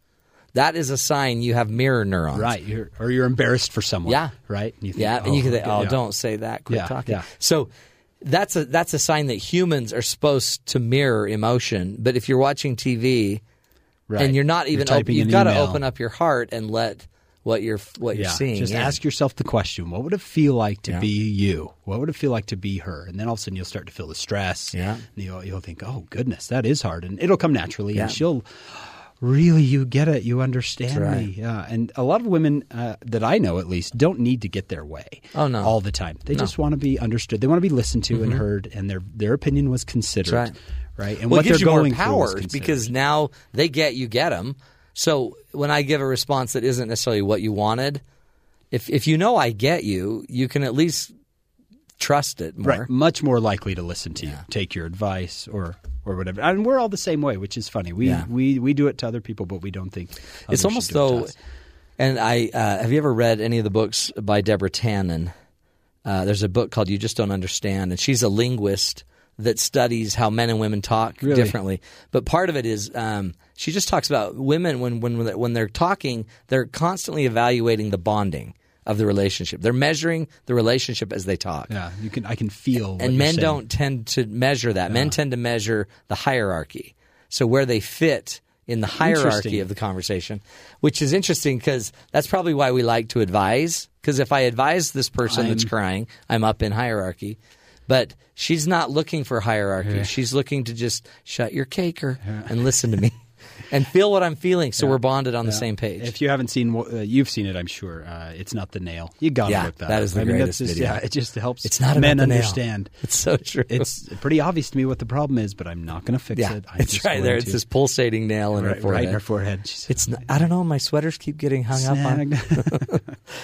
[SPEAKER 1] that is a sign you have mirror neurons,
[SPEAKER 4] Right. You're, or you're embarrassed for someone.
[SPEAKER 1] Yeah.
[SPEAKER 4] Right. And you think,
[SPEAKER 1] yeah, and you can say,
[SPEAKER 4] okay,
[SPEAKER 1] "Oh,
[SPEAKER 4] yeah."
[SPEAKER 1] don't say that. Quit
[SPEAKER 4] Yeah,
[SPEAKER 1] talking."
[SPEAKER 4] yeah.
[SPEAKER 1] So that's a that's a sign that humans are supposed to mirror emotion. But if you're watching TV
[SPEAKER 4] Right.
[SPEAKER 1] and you're not even, op-
[SPEAKER 4] typing
[SPEAKER 1] you've
[SPEAKER 4] an
[SPEAKER 1] got to
[SPEAKER 4] email.
[SPEAKER 1] open up your heart and let what you're what you're seeing.
[SPEAKER 4] Just
[SPEAKER 1] in.
[SPEAKER 4] ask yourself the question: What would it feel like to
[SPEAKER 1] Yeah.
[SPEAKER 4] be you? What would it feel like to be her? And then all of a sudden, you'll start to feel the stress.
[SPEAKER 1] Yeah.
[SPEAKER 4] And you'll you'll think, "Oh goodness, that is hard," and it'll come naturally.
[SPEAKER 1] Yeah.
[SPEAKER 4] And she'll really, you get it, you understand
[SPEAKER 1] right.
[SPEAKER 4] me. Yeah. And a lot of women uh, that I know, at least, don't need to get their way.
[SPEAKER 1] Oh, no. Mm-hmm.
[SPEAKER 4] all the time. They just want to be understood. They want to be listened to and heard, and their their opinion was considered.
[SPEAKER 1] right.
[SPEAKER 4] Right? And
[SPEAKER 1] well,
[SPEAKER 4] what
[SPEAKER 1] it gives
[SPEAKER 4] they're
[SPEAKER 1] you
[SPEAKER 4] going
[SPEAKER 1] more
[SPEAKER 4] through was
[SPEAKER 1] power
[SPEAKER 4] considered.
[SPEAKER 1] because now they get you get them. So when I give a response that isn't necessarily what you wanted, if if you know I get you, you can at least trust it more.
[SPEAKER 4] Right, much more likely to listen to you, take your advice, or or whatever. And we're all the same way, which is funny. We
[SPEAKER 1] Yeah.
[SPEAKER 4] we, we do it to other people, but we don't think others
[SPEAKER 1] it's almost
[SPEAKER 4] should do it to
[SPEAKER 1] though
[SPEAKER 4] us.
[SPEAKER 1] and i uh, have you ever read any of the books by deborah tannen Uh, there's a book called You Just Don't Understand, and she's a linguist that studies how men and women talk
[SPEAKER 4] Really?
[SPEAKER 1] differently. But part of it is um, she just talks about women when when when they're talking, they're constantly evaluating the bonding of the relationship. They're measuring the relationship as they talk.
[SPEAKER 4] Yeah, you can. I can feel. what
[SPEAKER 1] And
[SPEAKER 4] you're
[SPEAKER 1] men
[SPEAKER 4] saying. Ah.
[SPEAKER 1] don't tend to measure that. Men tend to measure the hierarchy. So where they fit in the hierarchy
[SPEAKER 4] Interesting.
[SPEAKER 1] of the conversation, which is interesting because that's probably why we like to advise. Because if I advise this person that's crying, I'm up in hierarchy. But she's not looking for hierarchy. She's looking to just shut your caker and listen to me and feel what I'm feeling. So we're bonded on the
[SPEAKER 4] Yeah.
[SPEAKER 1] same page.
[SPEAKER 4] If you haven't seen, what- uh, you've seen it, I'm sure. Uh, it's not the nail. You got to
[SPEAKER 1] Yeah,
[SPEAKER 4] look that.
[SPEAKER 1] that
[SPEAKER 4] up.
[SPEAKER 1] is the
[SPEAKER 4] I mean,
[SPEAKER 1] greatest
[SPEAKER 4] that's just,
[SPEAKER 1] video.
[SPEAKER 4] Yeah, it just helps.
[SPEAKER 1] it's not
[SPEAKER 4] men
[SPEAKER 1] about the nail.
[SPEAKER 4] understand.
[SPEAKER 1] It's so true.
[SPEAKER 4] It's pretty obvious to me what the problem is, but I'm not going to fix
[SPEAKER 1] yeah,
[SPEAKER 4] it. I'm
[SPEAKER 1] it's
[SPEAKER 4] just
[SPEAKER 1] right
[SPEAKER 4] going
[SPEAKER 1] there. It's
[SPEAKER 4] to-
[SPEAKER 1] this pulsating nail in her
[SPEAKER 4] right,
[SPEAKER 1] forehead.
[SPEAKER 4] right in her forehead. She's
[SPEAKER 1] It's n I don't know. My sweaters keep getting hung up
[SPEAKER 4] snagged.
[SPEAKER 1] on.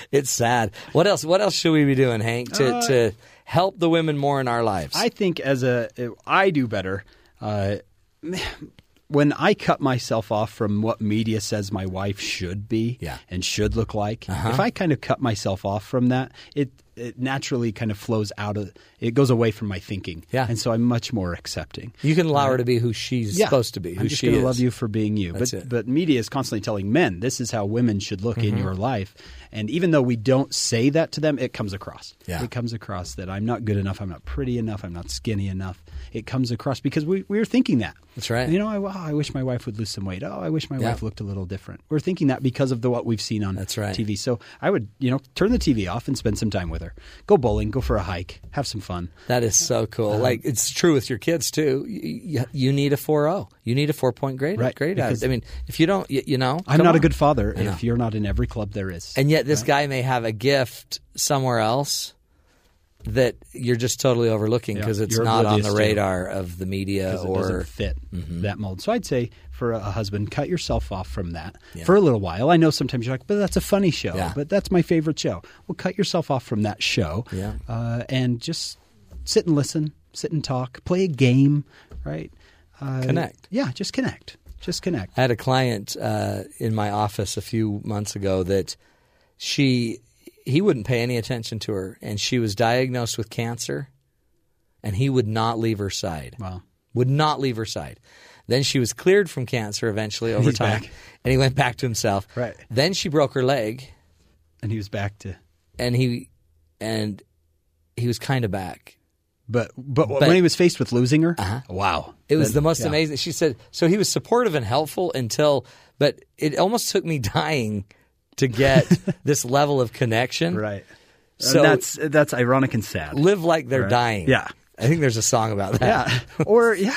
[SPEAKER 1] it's sad. What else? What else should we be doing, Hank, to,
[SPEAKER 4] Uh,
[SPEAKER 1] to help the women more in our lives?
[SPEAKER 4] I think as a I do better. Uh, when I cut myself off from what media says my wife should be
[SPEAKER 1] Yeah. Uh-huh.
[SPEAKER 4] and should look like, if I kind of cut myself off from that, it it naturally kind of flows out of it goes away from my thinking.
[SPEAKER 1] Yeah.
[SPEAKER 4] And so I'm much more accepting.
[SPEAKER 1] you can allow her to be who she's
[SPEAKER 4] Yeah.
[SPEAKER 1] supposed to be. Who
[SPEAKER 4] I'm just
[SPEAKER 1] she
[SPEAKER 4] gonna
[SPEAKER 1] is.
[SPEAKER 4] love you for being you.
[SPEAKER 1] That's
[SPEAKER 4] but
[SPEAKER 1] it. Mm-hmm.
[SPEAKER 4] but media is constantly telling men this is how women should look in your life, and even though we don't say that to them, it comes across.
[SPEAKER 1] Yeah.
[SPEAKER 4] It comes across that I'm not good enough, I'm not pretty enough, I'm not skinny enough. It comes across because we we are thinking that.
[SPEAKER 1] That's right.
[SPEAKER 4] You know, I, oh, I wish my wife would lose some weight. Oh, I wish my
[SPEAKER 1] Yeah.
[SPEAKER 4] wife looked a little different. We're thinking that because of the what we've seen on
[SPEAKER 1] That's right.
[SPEAKER 4] TV. So I would you know turn the TV off and spend some time with her. Go bowling, go for a hike, have some fun.
[SPEAKER 1] That is so cool.
[SPEAKER 4] Uh-huh.
[SPEAKER 1] like it's true with your kids too. You, you need a 4.0. You need a four point grade.
[SPEAKER 4] Right,
[SPEAKER 1] Grade. average.
[SPEAKER 4] because-
[SPEAKER 1] I mean, if you don't, you, you know,
[SPEAKER 4] I'm
[SPEAKER 1] come
[SPEAKER 4] not a
[SPEAKER 1] on.
[SPEAKER 4] good father
[SPEAKER 1] know.
[SPEAKER 4] if you're not in every club there is.
[SPEAKER 1] And yet, this guy may have a gift somewhere else that you're just totally overlooking
[SPEAKER 4] Yeah,
[SPEAKER 1] because it's
[SPEAKER 4] you're
[SPEAKER 1] not on the
[SPEAKER 4] oblivious to it.
[SPEAKER 1] radar of the media
[SPEAKER 4] because it
[SPEAKER 1] or Mm-hmm.
[SPEAKER 4] doesn't fit that mold. So I'd say for a husband, cut yourself off from that
[SPEAKER 1] Yeah.
[SPEAKER 4] for a little while. I know sometimes you're like, but that's a funny show,
[SPEAKER 1] Yeah.
[SPEAKER 4] but that's my favorite show. Well, cut yourself off from that show
[SPEAKER 1] Yeah.
[SPEAKER 4] uh, and just sit and listen, sit and talk, play a game, right? Uh,
[SPEAKER 1] Connect.
[SPEAKER 4] Yeah, just connect. Just connect.
[SPEAKER 1] I had a client uh, in my office a few months ago that she he wouldn't pay any attention to her, and she was diagnosed with cancer, and he would not leave her side.
[SPEAKER 4] Wow.
[SPEAKER 1] Would not leave her side. Then she was cleared from cancer eventually over
[SPEAKER 4] He's
[SPEAKER 1] time,
[SPEAKER 4] back.
[SPEAKER 1] and he went back to himself.
[SPEAKER 4] Right.
[SPEAKER 1] Then she broke her leg,
[SPEAKER 4] And he was back to.
[SPEAKER 1] and he and he was kind of back.
[SPEAKER 4] But, but
[SPEAKER 1] But- Uh-huh.
[SPEAKER 4] when he was faced with losing her, wow,
[SPEAKER 1] It was
[SPEAKER 4] Then-
[SPEAKER 1] the most
[SPEAKER 4] yeah.
[SPEAKER 1] amazing. She said, so he was supportive and helpful until, but it almost took me dying to get this level of connection.
[SPEAKER 4] Right.
[SPEAKER 1] So-
[SPEAKER 4] So that's that's ironic and sad.
[SPEAKER 1] Live like they're dying.
[SPEAKER 4] Yeah.
[SPEAKER 1] I think there's a song about that.
[SPEAKER 4] yeah. Or yeah,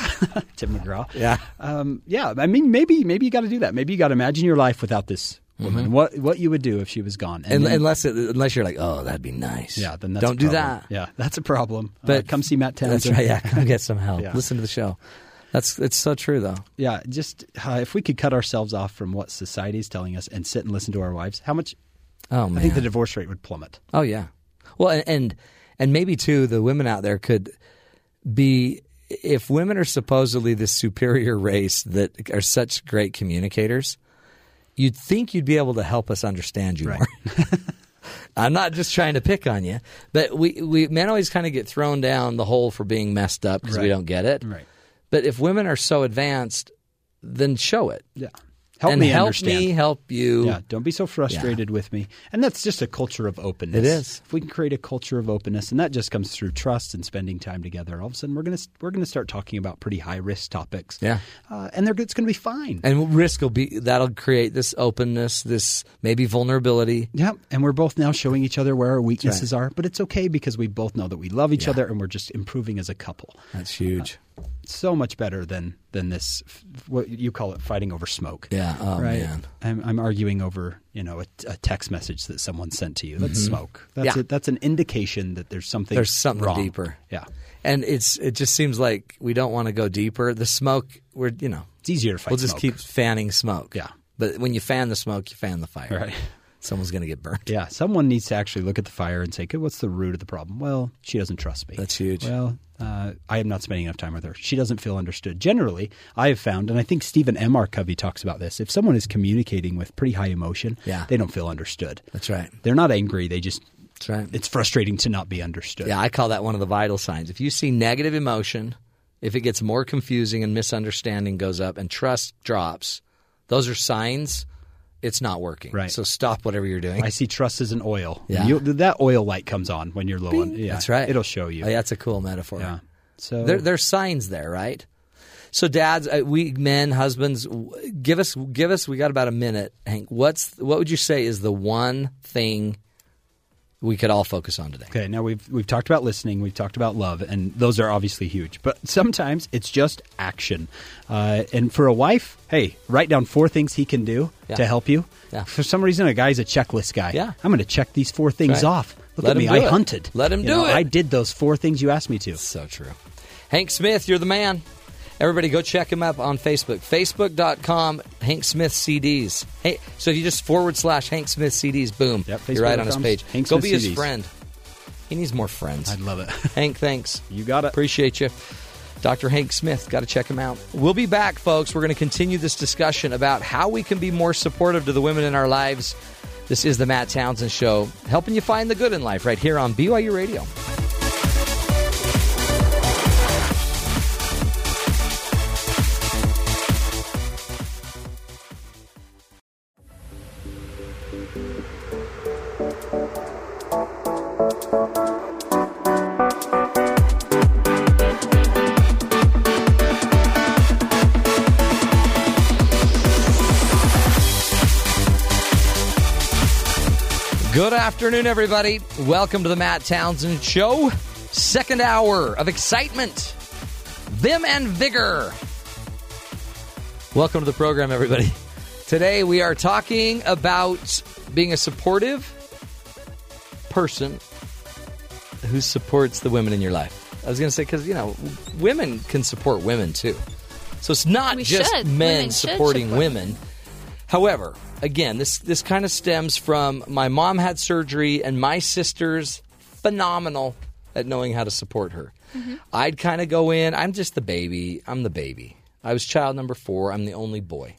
[SPEAKER 4] Tim McGraw.
[SPEAKER 1] Yeah.
[SPEAKER 4] Um, yeah. I mean, maybe maybe you got to do that. Maybe you got to imagine your life without this woman.
[SPEAKER 1] Mm-hmm.
[SPEAKER 4] What what you would do if she was gone? And
[SPEAKER 1] Un-
[SPEAKER 4] then-
[SPEAKER 1] unless it, unless you're like, oh, that'd be nice.
[SPEAKER 4] yeah, then that's a
[SPEAKER 1] don't do
[SPEAKER 4] problem.
[SPEAKER 1] that.
[SPEAKER 4] Yeah, that's a problem. Uh,
[SPEAKER 1] But-
[SPEAKER 4] come see Matt
[SPEAKER 1] That's
[SPEAKER 4] Townsend.
[SPEAKER 1] right. Yeah, come get some help.
[SPEAKER 4] Yeah.
[SPEAKER 1] Listen to the show. That's it's so true though.
[SPEAKER 4] Yeah, just uh, if we could cut ourselves off from what society is telling us and sit and listen to our wives, how much?
[SPEAKER 1] Oh
[SPEAKER 4] I
[SPEAKER 1] man.
[SPEAKER 4] think the divorce rate would plummet.
[SPEAKER 1] Oh yeah. Well, and, and and maybe too, the women out there could be if women are supposedly this superior race that are such great communicators. You'd think you'd be able to help us understand you more. I'm not just trying to pick on you, but we, we men always kind of get thrown down the hole for being messed up because we
[SPEAKER 4] Right.
[SPEAKER 1] don't get it.
[SPEAKER 4] Right.
[SPEAKER 1] But if women are so advanced, then show it.
[SPEAKER 4] Yeah. Help
[SPEAKER 1] and
[SPEAKER 4] me
[SPEAKER 1] help
[SPEAKER 4] understand.
[SPEAKER 1] me help you.
[SPEAKER 4] Yeah, don't be so frustrated with me. And that's just a culture of openness.
[SPEAKER 1] It is.
[SPEAKER 4] If we can create a culture of openness, and that just comes through trust and spending time together, all of a sudden we're gonna we're gonna start talking about pretty high risk topics.
[SPEAKER 1] Yeah.
[SPEAKER 4] uh, and they're, it's gonna be fine.
[SPEAKER 1] and risk will be that'll create this openness, this maybe vulnerability.
[SPEAKER 4] yeah, and we're both now showing each other where our weaknesses are, but it's okay because we both know that we love each other and we're just improving as a couple.
[SPEAKER 1] That's huge.
[SPEAKER 4] So much better than than this f- what you call it fighting over smoke.
[SPEAKER 1] yeah. Oh
[SPEAKER 4] right.
[SPEAKER 1] man.
[SPEAKER 4] I'm, I'm arguing over you know a, a text message that someone sent to you. That's smoke. That's
[SPEAKER 1] Mm-hmm. Yeah.
[SPEAKER 4] a, that's an indication that there's something.
[SPEAKER 1] There's something
[SPEAKER 4] wrong.
[SPEAKER 1] deeper.
[SPEAKER 4] Yeah,
[SPEAKER 1] And it's it just seems like we don't want to go deeper. The smoke, we're you know,
[SPEAKER 4] it's easier to fight.
[SPEAKER 1] we'll just
[SPEAKER 4] smoke.
[SPEAKER 1] keep fanning smoke.
[SPEAKER 4] Yeah.
[SPEAKER 1] But when you fan the smoke, you fan the fire.
[SPEAKER 4] Right.
[SPEAKER 1] Someone's gonna get burned.
[SPEAKER 4] Yeah, someone needs to actually look at the fire and say, "Good, what's the root of the problem?" Well, she doesn't trust me.
[SPEAKER 1] That's huge.
[SPEAKER 4] Well, uh, I am not spending enough time with her. She doesn't feel understood. Generally, I have found, and I think Stephen M. R. Covey talks about this. If someone is communicating with pretty high emotion,
[SPEAKER 1] Yeah.
[SPEAKER 4] they don't feel understood.
[SPEAKER 1] That's right.
[SPEAKER 4] They're not angry. They just That's right. It's frustrating to not be understood.
[SPEAKER 1] Yeah, I call that one of the vital signs. If you see negative emotion, if it gets more confusing and misunderstanding goes up and trust drops, those are signs it's not working.
[SPEAKER 4] Right.
[SPEAKER 1] So stop whatever you're doing.
[SPEAKER 4] I see trust as an oil.
[SPEAKER 1] Yeah.
[SPEAKER 4] You- that oil light comes on when you're low on. Yeah,
[SPEAKER 1] That's right.
[SPEAKER 4] It'll show you.
[SPEAKER 1] Oh, that's a cool metaphor.
[SPEAKER 4] Yeah. So
[SPEAKER 1] There, there's signs there, right? So, dads, uh, we men, husbands, w- give us, give us. We got about a minute, Hank. What's what would you say is the one thing we could all focus on today?
[SPEAKER 4] Okay, now we've we've talked about listening, we've talked about love, and those are obviously huge. But sometimes it's just action. Uh, and for a wife, hey, write down four things he can do
[SPEAKER 1] Yeah.
[SPEAKER 4] to help you.
[SPEAKER 1] Yeah.
[SPEAKER 4] For some reason, a guy's a checklist guy.
[SPEAKER 1] Yeah.
[SPEAKER 4] I'm going to check these four
[SPEAKER 1] right.
[SPEAKER 4] things off. Look
[SPEAKER 1] Let
[SPEAKER 4] at
[SPEAKER 1] him
[SPEAKER 4] me,
[SPEAKER 1] do
[SPEAKER 4] I
[SPEAKER 1] it.
[SPEAKER 4] hunted.
[SPEAKER 1] Let him
[SPEAKER 4] You
[SPEAKER 1] do
[SPEAKER 4] know,
[SPEAKER 1] it.
[SPEAKER 4] I did those four things you asked me to.
[SPEAKER 1] So true. Hank Smith, you're the man. Everybody go check him up on Facebook. Facebook.com, Hank Smith CDs. Hey, so if you just forward slash Hank Smith CDs, boom,
[SPEAKER 4] Yep,
[SPEAKER 1] you're right on his
[SPEAKER 4] Facebook.com,
[SPEAKER 1] page.
[SPEAKER 4] Hank
[SPEAKER 1] go
[SPEAKER 4] Smith
[SPEAKER 1] be his
[SPEAKER 4] CDs.
[SPEAKER 1] friend. He needs more friends.
[SPEAKER 4] I'd love it.
[SPEAKER 1] Hank, thanks.
[SPEAKER 4] You got it.
[SPEAKER 1] Appreciate you. Dr. Hank Smith, got to check him out. We'll be back, folks. We're going to continue this discussion about how we can be more supportive to the women in our lives. This is the Matt Townsend Show, helping you find the good in life right here on BYU Radio. Good afternoon, everybody. Welcome to the Matt Townsend Show. Second hour of excitement, vim, and vigor. Welcome to the program, everybody. Today we are talking about being a supportive person who supports the women in your life. I was going to say, because, you know, women can support women too. So it's not
[SPEAKER 5] We
[SPEAKER 1] just
[SPEAKER 5] should.
[SPEAKER 1] men
[SPEAKER 5] Women should
[SPEAKER 1] supporting
[SPEAKER 5] support
[SPEAKER 1] women. However, again, this this kind of stems from my mom had surgery and my sister's phenomenal at knowing how to support her.
[SPEAKER 5] Mm-hmm.
[SPEAKER 1] I'd kind of go in, I'm just the baby, I'm the baby. I was child number 4, I'm the only boy.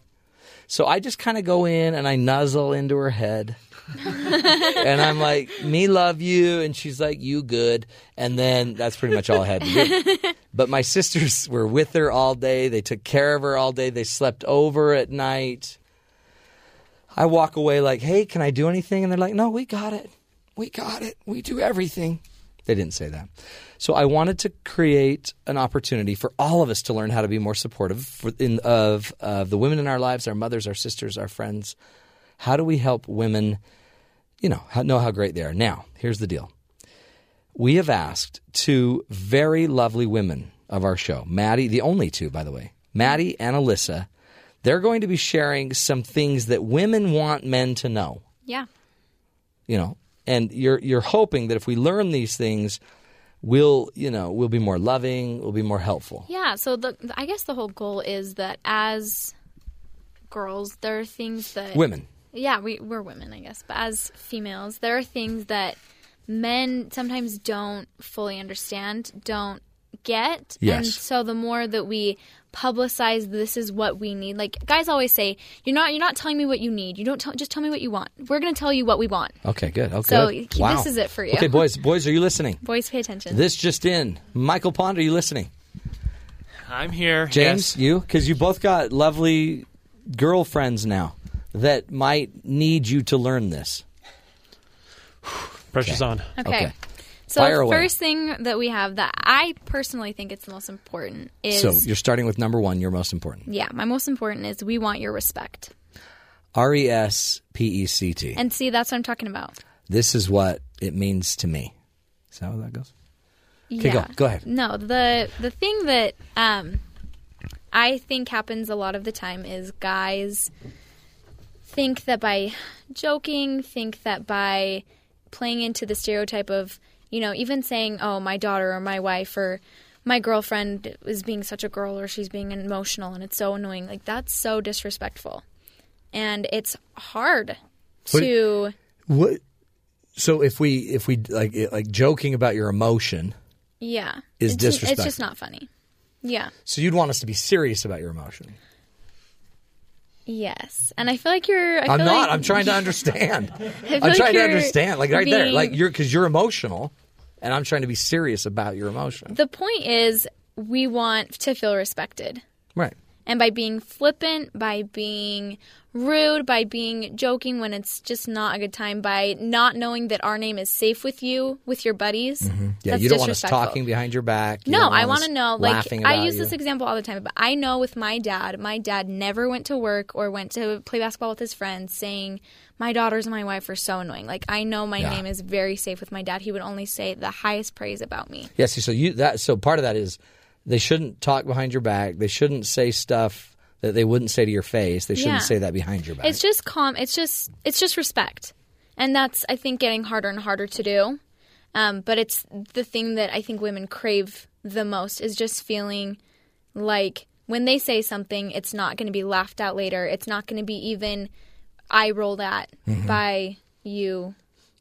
[SPEAKER 1] So I just kind of go in and I nuzzle into her head. and I'm like, "Me love you," and she's like, "You good." And then that's pretty much all I had to do. But my sisters were with her all day. They took care of her all day. They slept over at night. I walk away like, "Hey, can I do anything?" And they're like, "No, we got it. We got it. We do everything." They didn't say that. So I wanted to create an opportunity for all of us to learn how to be more supportive for, in, of of the women in our lives, our mothers, our sisters, our friends. How do we help women? you know, how- know how great they are. Now, here's the deal. We have asked two very lovely women of our show, Maddie, the only two, by the way, Maddie and Alyssa. They're going to be sharing some things that women want men to know,
[SPEAKER 5] Yeah.
[SPEAKER 1] you know, and you're, you're hoping that if we learn these things, we'll, you know, we'll be more loving, we'll be more helpful.
[SPEAKER 5] Yeah. So the I guess the whole goal is that as girls, there are things that
[SPEAKER 1] Women.
[SPEAKER 5] Yeah, we we're women, I guess. But as females, there are things that men sometimes don't fully understand, don't get. And
[SPEAKER 1] Yes.
[SPEAKER 5] so the more that we publicize this is what we need. Like guys always say, you're not you're not telling me what you need. You don't tell just tell me what you want. We're going to tell you what we want.
[SPEAKER 1] Okay, good. Okay.
[SPEAKER 5] So
[SPEAKER 1] good.
[SPEAKER 5] this is it for you.
[SPEAKER 1] Okay, boys, boys, are you listening?
[SPEAKER 5] Boys pay attention.
[SPEAKER 1] This just in. Michael Pond, are you listening?
[SPEAKER 3] I'm here,
[SPEAKER 1] James, you? Because you both got lovely girlfriends now that might need you to learn this.
[SPEAKER 2] Pressure's on.
[SPEAKER 5] Okay.
[SPEAKER 1] Okay.
[SPEAKER 5] So
[SPEAKER 1] Fire
[SPEAKER 5] the
[SPEAKER 1] away.
[SPEAKER 5] first thing that we have that I personally think it's the most important is
[SPEAKER 1] So you're starting with number one, your most important
[SPEAKER 5] yeah, my most important is we want your respect.
[SPEAKER 1] R E S P E C T.
[SPEAKER 5] And see, that's what I'm talking about.
[SPEAKER 1] This is what it means to me. Is that how that goes?
[SPEAKER 5] yeah.
[SPEAKER 1] go. Go ahead.
[SPEAKER 5] No, the the thing that um, I think happens a lot of the time is guys think that by joking, think that by playing into the stereotype of, you know, even saying, "Oh, my daughter or my wife or my girlfriend is being such a girl or she's being emotional and it's so annoying." Like that's so disrespectful. And it's hard
[SPEAKER 1] What-
[SPEAKER 5] to
[SPEAKER 1] What? So if we if we like like joking about your emotion, Is
[SPEAKER 5] yeah. it's just- It's
[SPEAKER 1] disrespectful.
[SPEAKER 5] just not funny. Yeah.
[SPEAKER 1] so you'd want us to be serious about your emotion.
[SPEAKER 5] Yes, and I feel like you're. I
[SPEAKER 1] I'm
[SPEAKER 5] feel
[SPEAKER 1] not.
[SPEAKER 5] Like,
[SPEAKER 1] I'm trying to understand.
[SPEAKER 5] I
[SPEAKER 1] I'm
[SPEAKER 5] feel like
[SPEAKER 1] trying to
[SPEAKER 5] you're
[SPEAKER 1] understand. Like right there,
[SPEAKER 5] being-
[SPEAKER 1] like you're because you're emotional, and I'm trying to be serious about your emotion.
[SPEAKER 5] The point is, we want to feel respected.
[SPEAKER 1] Right.
[SPEAKER 5] And by being flippant, by being rude, by being joking when it's just not a good time, by not knowing that our name is safe with you, with your buddies.
[SPEAKER 1] Mm-hmm. Yeah.
[SPEAKER 5] that's
[SPEAKER 1] you don't want us
[SPEAKER 5] disrespectful.
[SPEAKER 1] talking behind your back. You
[SPEAKER 5] No,
[SPEAKER 1] don't
[SPEAKER 5] I
[SPEAKER 1] want
[SPEAKER 5] want
[SPEAKER 1] us
[SPEAKER 5] to know.
[SPEAKER 1] laughing
[SPEAKER 5] Like, I
[SPEAKER 1] about
[SPEAKER 5] use
[SPEAKER 1] you.
[SPEAKER 5] this example all the time, but I know with my dad, my dad never went to work or went to play basketball with his friends saying, My daughters and my wife are so annoying. Like, I know my
[SPEAKER 1] Yeah.
[SPEAKER 5] name is very safe with my dad. He would only say the highest praise about me.
[SPEAKER 1] Yeah, see, so you that so part of that is they shouldn't talk behind your back. They shouldn't say stuff that they wouldn't say to your face. They shouldn't
[SPEAKER 5] Yeah.
[SPEAKER 1] say that behind your back.
[SPEAKER 5] It's just calm. It's just it's just respect, and that's I think getting harder and harder to do. Um, but it's the thing that I think women crave the most is just feeling like when they say something, it's not going to be laughed at later. It's not going to be even eye rolled at by you.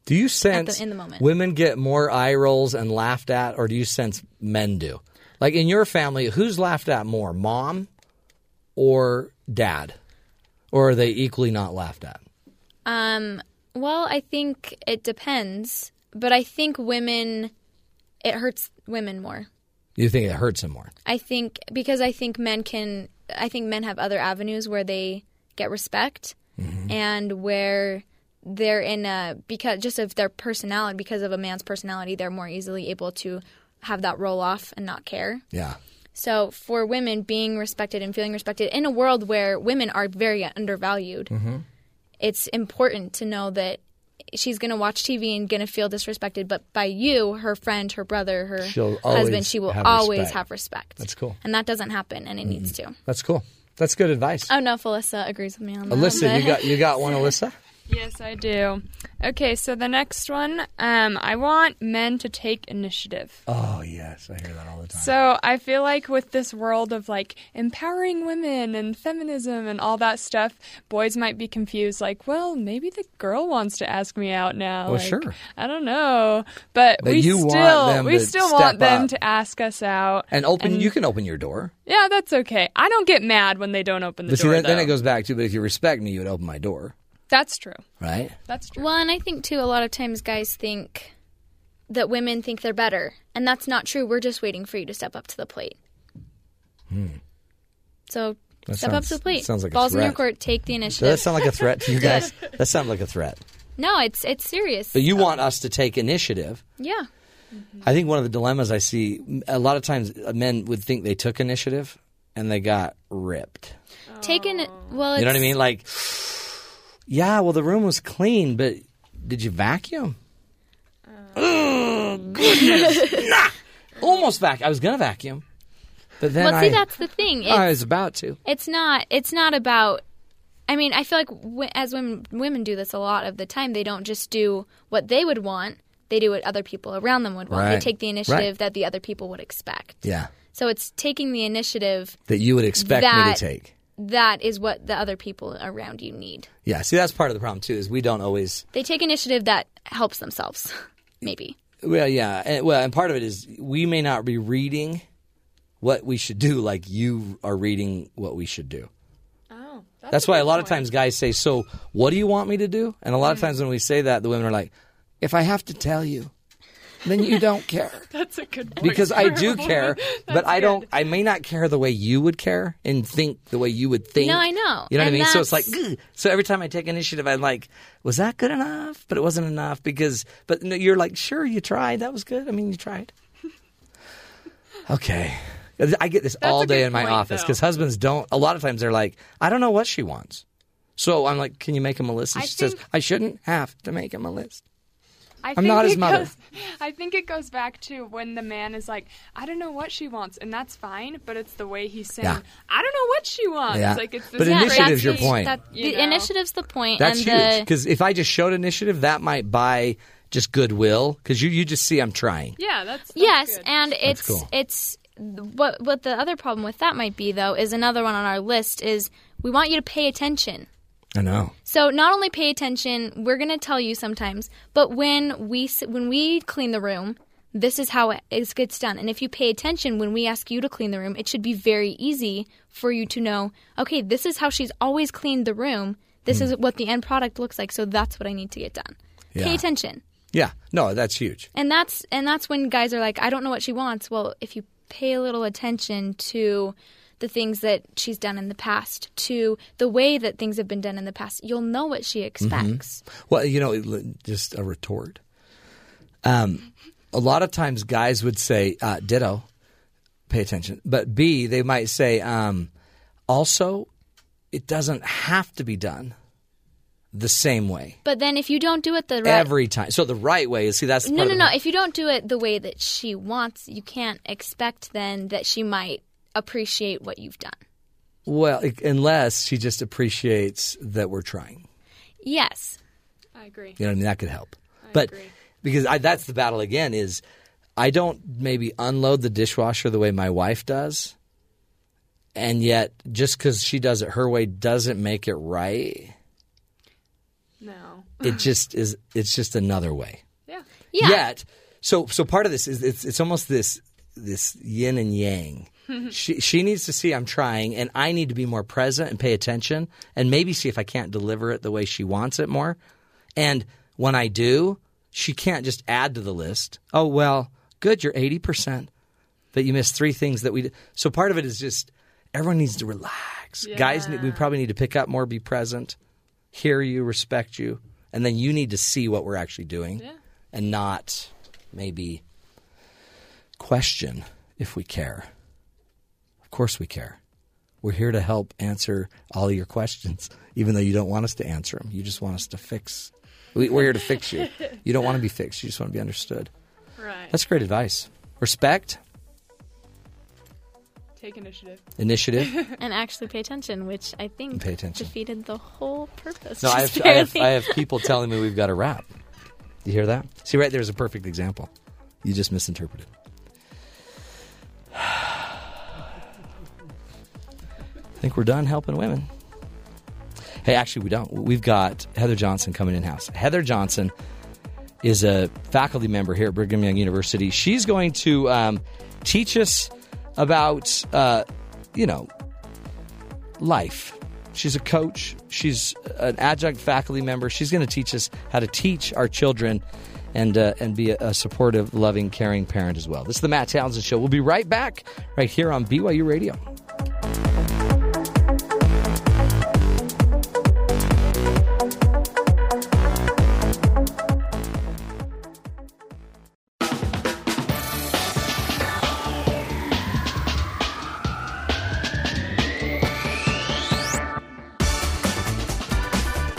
[SPEAKER 1] do you sense
[SPEAKER 5] in the moment.
[SPEAKER 1] women get more eye rolls and laughed at, or do you sense men do? Like in your family, who's laughed at more, mom or dad, or are they equally not laughed at?
[SPEAKER 5] Um, Well, I think it depends, but I think women it hurts women more.
[SPEAKER 1] You think it hurts them more?
[SPEAKER 5] I think because I think men can I think men have other avenues where they get respect and where they're in a because just of their personality because of a man's personality they're more easily able to have that roll off and not care.
[SPEAKER 1] Yeah.
[SPEAKER 5] So for women being respected and feeling respected in a world where women are very undervalued,
[SPEAKER 1] Mm-hmm.
[SPEAKER 5] it's important to know that she's going to watch TV and going to feel disrespected, but by you, her friend, her brother, her
[SPEAKER 1] She'll
[SPEAKER 5] husband,
[SPEAKER 1] always
[SPEAKER 5] she will
[SPEAKER 1] have
[SPEAKER 5] always
[SPEAKER 1] respect.
[SPEAKER 5] have respect.
[SPEAKER 1] That's cool. Mm-hmm.
[SPEAKER 5] And that doesn't happen, and it needs to.
[SPEAKER 1] That's cool. That's good advice.
[SPEAKER 5] Oh no, Felissa agrees with me on that.
[SPEAKER 1] Alyssa, you
[SPEAKER 5] but-
[SPEAKER 1] got you got one, Alyssa.
[SPEAKER 6] Yes, I do. Okay, so the next one, um, I want men to take initiative.
[SPEAKER 1] Oh yes, I hear that all the time.
[SPEAKER 6] So I feel like with this world of like empowering women and feminism and all that stuff, boys might be confused. Like, well, maybe the girl wants to ask me out now.
[SPEAKER 1] Well,
[SPEAKER 6] like,
[SPEAKER 1] sure.
[SPEAKER 6] I don't know, but,
[SPEAKER 1] But
[SPEAKER 6] we
[SPEAKER 1] you
[SPEAKER 6] still
[SPEAKER 1] want them
[SPEAKER 6] we
[SPEAKER 1] to
[SPEAKER 6] still
[SPEAKER 1] step
[SPEAKER 6] want them
[SPEAKER 1] up.
[SPEAKER 6] to ask us out.
[SPEAKER 1] and open. you can open your door.
[SPEAKER 6] yeah, that's okay. I don't get mad when they don't open the
[SPEAKER 1] But see,
[SPEAKER 6] door.
[SPEAKER 1] then, then it
[SPEAKER 6] though.
[SPEAKER 1] goes back to, but if you respect me, you would open my door,
[SPEAKER 6] That's true.
[SPEAKER 1] right?
[SPEAKER 6] That's true.
[SPEAKER 5] Well, and I think too, a lot of times guys think that women think they're better, and that's not true. We're just waiting for you to step up to the plate. So
[SPEAKER 1] Hmm. That
[SPEAKER 5] step up
[SPEAKER 1] sounds-
[SPEAKER 5] to the plate.
[SPEAKER 1] sounds like a
[SPEAKER 5] Balls in your
[SPEAKER 1] threat.
[SPEAKER 5] court. Take the
[SPEAKER 1] Does that
[SPEAKER 5] initiative.
[SPEAKER 1] sound like a threat to you guys? that sounds like a threat.
[SPEAKER 5] no, it's it's serious.
[SPEAKER 1] But you want us to take initiative.
[SPEAKER 5] yeah,
[SPEAKER 1] I think one of the dilemmas I see a lot of times uh, men would think they took initiative and they got ripped.
[SPEAKER 5] taking it. Well, it's,
[SPEAKER 1] You know what I mean? Like, yeah, well, the room was clean, but did you vacuum? Oh, goodness. nah, almost vacuum. I was going to vacuum, but then
[SPEAKER 5] Well, see,
[SPEAKER 1] I,
[SPEAKER 5] that's the thing. It's,
[SPEAKER 1] Oh, I was about to.
[SPEAKER 5] it's not. It's not about. I mean, I feel like w- as women, women do this a lot of the time. They don't just do what they would want. They do what other people around them would want. They
[SPEAKER 1] Right.
[SPEAKER 5] take the
[SPEAKER 1] Right.
[SPEAKER 5] initiative that the other people would expect.
[SPEAKER 1] Yeah.
[SPEAKER 5] So it's taking the initiative
[SPEAKER 1] That you would expect me
[SPEAKER 5] That-
[SPEAKER 1] to take.
[SPEAKER 5] that is what the other people around you need.
[SPEAKER 1] Yeah. See, that's part of the problem, too, is we don't always
[SPEAKER 5] They take initiative that helps themselves, maybe.
[SPEAKER 1] Well, yeah. And, well, and part of it is we may not be reading what we should do like you are reading what we should do.
[SPEAKER 6] Oh,
[SPEAKER 1] That's why a lot of times guys say, So, what do you want me to do? And a lot of times when we say that, the women are like, If I have to tell you, then you don't care.
[SPEAKER 6] that's a good point.
[SPEAKER 1] because I do
[SPEAKER 6] Carol.
[SPEAKER 1] care, but
[SPEAKER 6] That's
[SPEAKER 1] I don't.
[SPEAKER 6] good.
[SPEAKER 1] I may not care the way you would care and think the way you would think.
[SPEAKER 5] No, I know.
[SPEAKER 1] You know what I
[SPEAKER 5] And
[SPEAKER 1] mean? So it's like,
[SPEAKER 5] that's-
[SPEAKER 1] "Ugh." so every time I take initiative, I'm like, was that good enough? But it wasn't enough because. But no, you're like, sure, you tried. That was good. I mean, you tried. okay. I get this all
[SPEAKER 6] a
[SPEAKER 1] day
[SPEAKER 6] good
[SPEAKER 1] in my
[SPEAKER 6] point,
[SPEAKER 1] office
[SPEAKER 6] though.
[SPEAKER 1] because husbands don't. A lot of times they're like, I don't know what she wants. So I'm like, can you make him a list? And
[SPEAKER 6] I
[SPEAKER 1] she says,
[SPEAKER 6] think-
[SPEAKER 1] I shouldn't have to make him a list.
[SPEAKER 6] I
[SPEAKER 1] I'm not
[SPEAKER 6] think
[SPEAKER 1] his
[SPEAKER 6] it
[SPEAKER 1] mother.
[SPEAKER 6] Goes, I think it goes back to when the man is like, I don't know what she wants, and that's fine, but it's the way he's saying,
[SPEAKER 1] Yeah.
[SPEAKER 6] I don't know what she wants.
[SPEAKER 1] Yeah.
[SPEAKER 6] Like it's this
[SPEAKER 1] But
[SPEAKER 6] great-
[SPEAKER 1] initiative's your
[SPEAKER 5] the-
[SPEAKER 1] point.
[SPEAKER 5] that-
[SPEAKER 6] You
[SPEAKER 5] the
[SPEAKER 6] know.
[SPEAKER 5] initiative's the point,
[SPEAKER 1] That's huge.
[SPEAKER 5] and
[SPEAKER 1] 'Cause huge.
[SPEAKER 5] the
[SPEAKER 1] Because if I just showed initiative, that might buy just goodwill. Because you, you just see I'm trying.
[SPEAKER 6] Yeah, that's, that's
[SPEAKER 5] yes,
[SPEAKER 6] good.
[SPEAKER 5] and it's
[SPEAKER 1] cool.
[SPEAKER 5] it's what what the other problem with that might be though is another one on our list is we want you to pay attention.
[SPEAKER 1] I know.
[SPEAKER 5] So not only pay attention, we're going to tell you sometimes, but when we s- when we clean the room, this is how it is gets done. And if you pay attention when we ask you to clean the room, it should be very easy for you to know, okay, this is how she's always cleaned the room. This is what the end product looks like, so that's what I need to get done.
[SPEAKER 1] Yeah.
[SPEAKER 5] Pay attention.
[SPEAKER 1] Yeah. No, that's huge.
[SPEAKER 5] And that's and that's when guys are like, I don't know what she wants. Well, if you pay a little attention to the things that she's done in the past, to the way that things have been done in the past, you'll know what
[SPEAKER 1] Mm-hmm.
[SPEAKER 5] she expects.
[SPEAKER 1] Well, you know, it- just a retort. Um, a lot of times, guys would say uh, "ditto," pay attention. But B, they might say, um, also, it doesn't have to be done the same way
[SPEAKER 5] But then if you don't do it the right
[SPEAKER 1] every time. So the right way is see that's
[SPEAKER 5] No,
[SPEAKER 1] part
[SPEAKER 5] no,
[SPEAKER 1] of
[SPEAKER 5] no.
[SPEAKER 1] the-
[SPEAKER 5] If you don't do it the way that she wants, you can't expect then that she might appreciate what you've done.
[SPEAKER 1] Well, i- unless she just appreciates that we're trying.
[SPEAKER 5] Yes.
[SPEAKER 6] I agree.
[SPEAKER 1] You know, what I mean, that could help. but
[SPEAKER 6] agree.
[SPEAKER 1] because I, that's the battle again is I don't maybe unload the dishwasher the way my wife does, and yet just because she does it her way doesn't make it right.
[SPEAKER 6] No.
[SPEAKER 1] It just is. It's just another way.
[SPEAKER 6] Yeah.
[SPEAKER 5] Yeah.
[SPEAKER 1] Yet, so so part of this is it's it's almost this this yin and yang. she she needs to see I'm trying, and I need to be more present and pay attention, and maybe see if I can't deliver it the way she wants it more. And when I do, she can't just add to the list. Oh well, good, you're eighty percent, but you missed three things that we. Did. So part of it is just everyone needs to relax. Guys, need- we probably need to pick up more, be present hear you, respect you, and then you need to see what we're actually doing and not maybe question if we care. Of course we care. We're here to help answer all your questions, even though you don't want us to answer them. You just want us to fix. We, we're here to fix you. You don't want to be fixed. You just want to be understood.
[SPEAKER 6] Right.
[SPEAKER 1] That's great advice. Respect,
[SPEAKER 6] Take initiative.
[SPEAKER 1] initiative.
[SPEAKER 5] And actually pay attention, which I think
[SPEAKER 1] Pay attention.
[SPEAKER 5] defeated the whole purpose.
[SPEAKER 1] No, I
[SPEAKER 5] just
[SPEAKER 1] have, I, have,
[SPEAKER 5] barely.
[SPEAKER 1] I have people telling me we've got a wrap. You hear that? See, right there's a perfect example. You just misinterpreted. I think we're done helping women. Hey, actually, we don't. We've got Heather Johnson coming in house. Heather Johnson is a faculty member here at Brigham Young University. She's going to um, teach us about, uh, you know, life. She's a coach, she's an adjunct faculty member. She's going to teach us how to teach our children and, uh, and be a, a supportive, loving, caring parent as well. This is the Matt Townsend Show. We'll be right back right here on BYU Radio.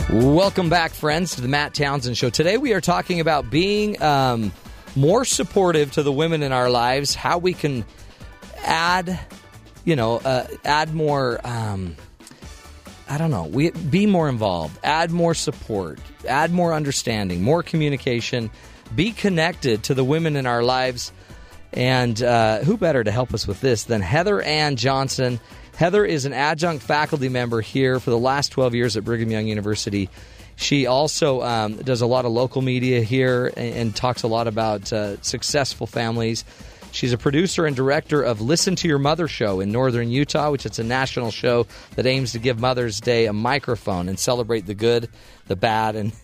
[SPEAKER 1] Welcome back, friends, to the Matt Townsend Show. Today we are talking about being um, more supportive to the women in our lives, how we can add, you know, uh, add more. Um, I don't know. We be more involved, add more support, add more understanding, more communication, be connected to the women in our lives. And uh, who better to help us with this than Heather Ann Johnson? Heather is an adjunct faculty member here for the last 12 years at Brigham Young University. She also um, does a lot of local media here and, and talks a lot about uh, successful families. She's a producer and director of Listen to Your Mother show in Northern Utah, which is a national show that aims to give Mother's Day a microphone and celebrate the good, the bad, and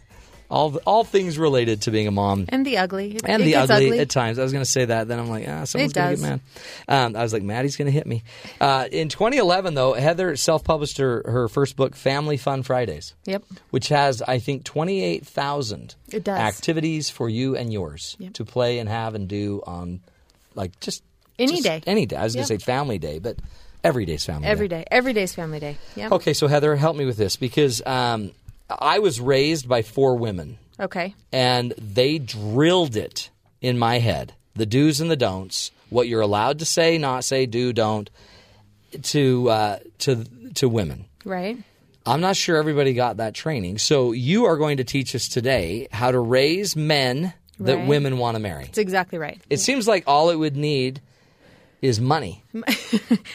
[SPEAKER 1] all all things related to being a mom
[SPEAKER 7] And the ugly. It-
[SPEAKER 1] and
[SPEAKER 7] it
[SPEAKER 1] the
[SPEAKER 7] gets
[SPEAKER 1] ugly, at times. I was going to say that. Then I'm like, ah, someone's
[SPEAKER 7] It
[SPEAKER 1] going to
[SPEAKER 7] does.
[SPEAKER 1] get mad. Um, I was like, Maddie's going to hit me. Uh, in 2011, though, Heather self-published her, her first book, Family Fun Fridays.
[SPEAKER 7] Yep.
[SPEAKER 1] Which has, I think, 28,000
[SPEAKER 7] It does.
[SPEAKER 1] activities for you and yours
[SPEAKER 7] Yep.
[SPEAKER 1] to play and have and do on, like, just
[SPEAKER 7] Any
[SPEAKER 1] just
[SPEAKER 7] day.
[SPEAKER 1] Any day. I was
[SPEAKER 7] Yep.
[SPEAKER 1] going to say family day, but every day's family
[SPEAKER 7] Every
[SPEAKER 1] day.
[SPEAKER 7] day. Every day's family day. Yep.
[SPEAKER 1] Okay, so Heather, help me with this because um, I was raised by four women
[SPEAKER 7] Okay.
[SPEAKER 1] and they drilled it in my head the do's and the don'ts what you're allowed to say not say do don't to uh, to to women
[SPEAKER 7] Right.
[SPEAKER 1] i'm not sure everybody got that training so you are going to teach us today how to raise men that
[SPEAKER 7] Right.
[SPEAKER 1] women want to marry
[SPEAKER 7] That's exactly right.
[SPEAKER 1] it seems like all it would need is money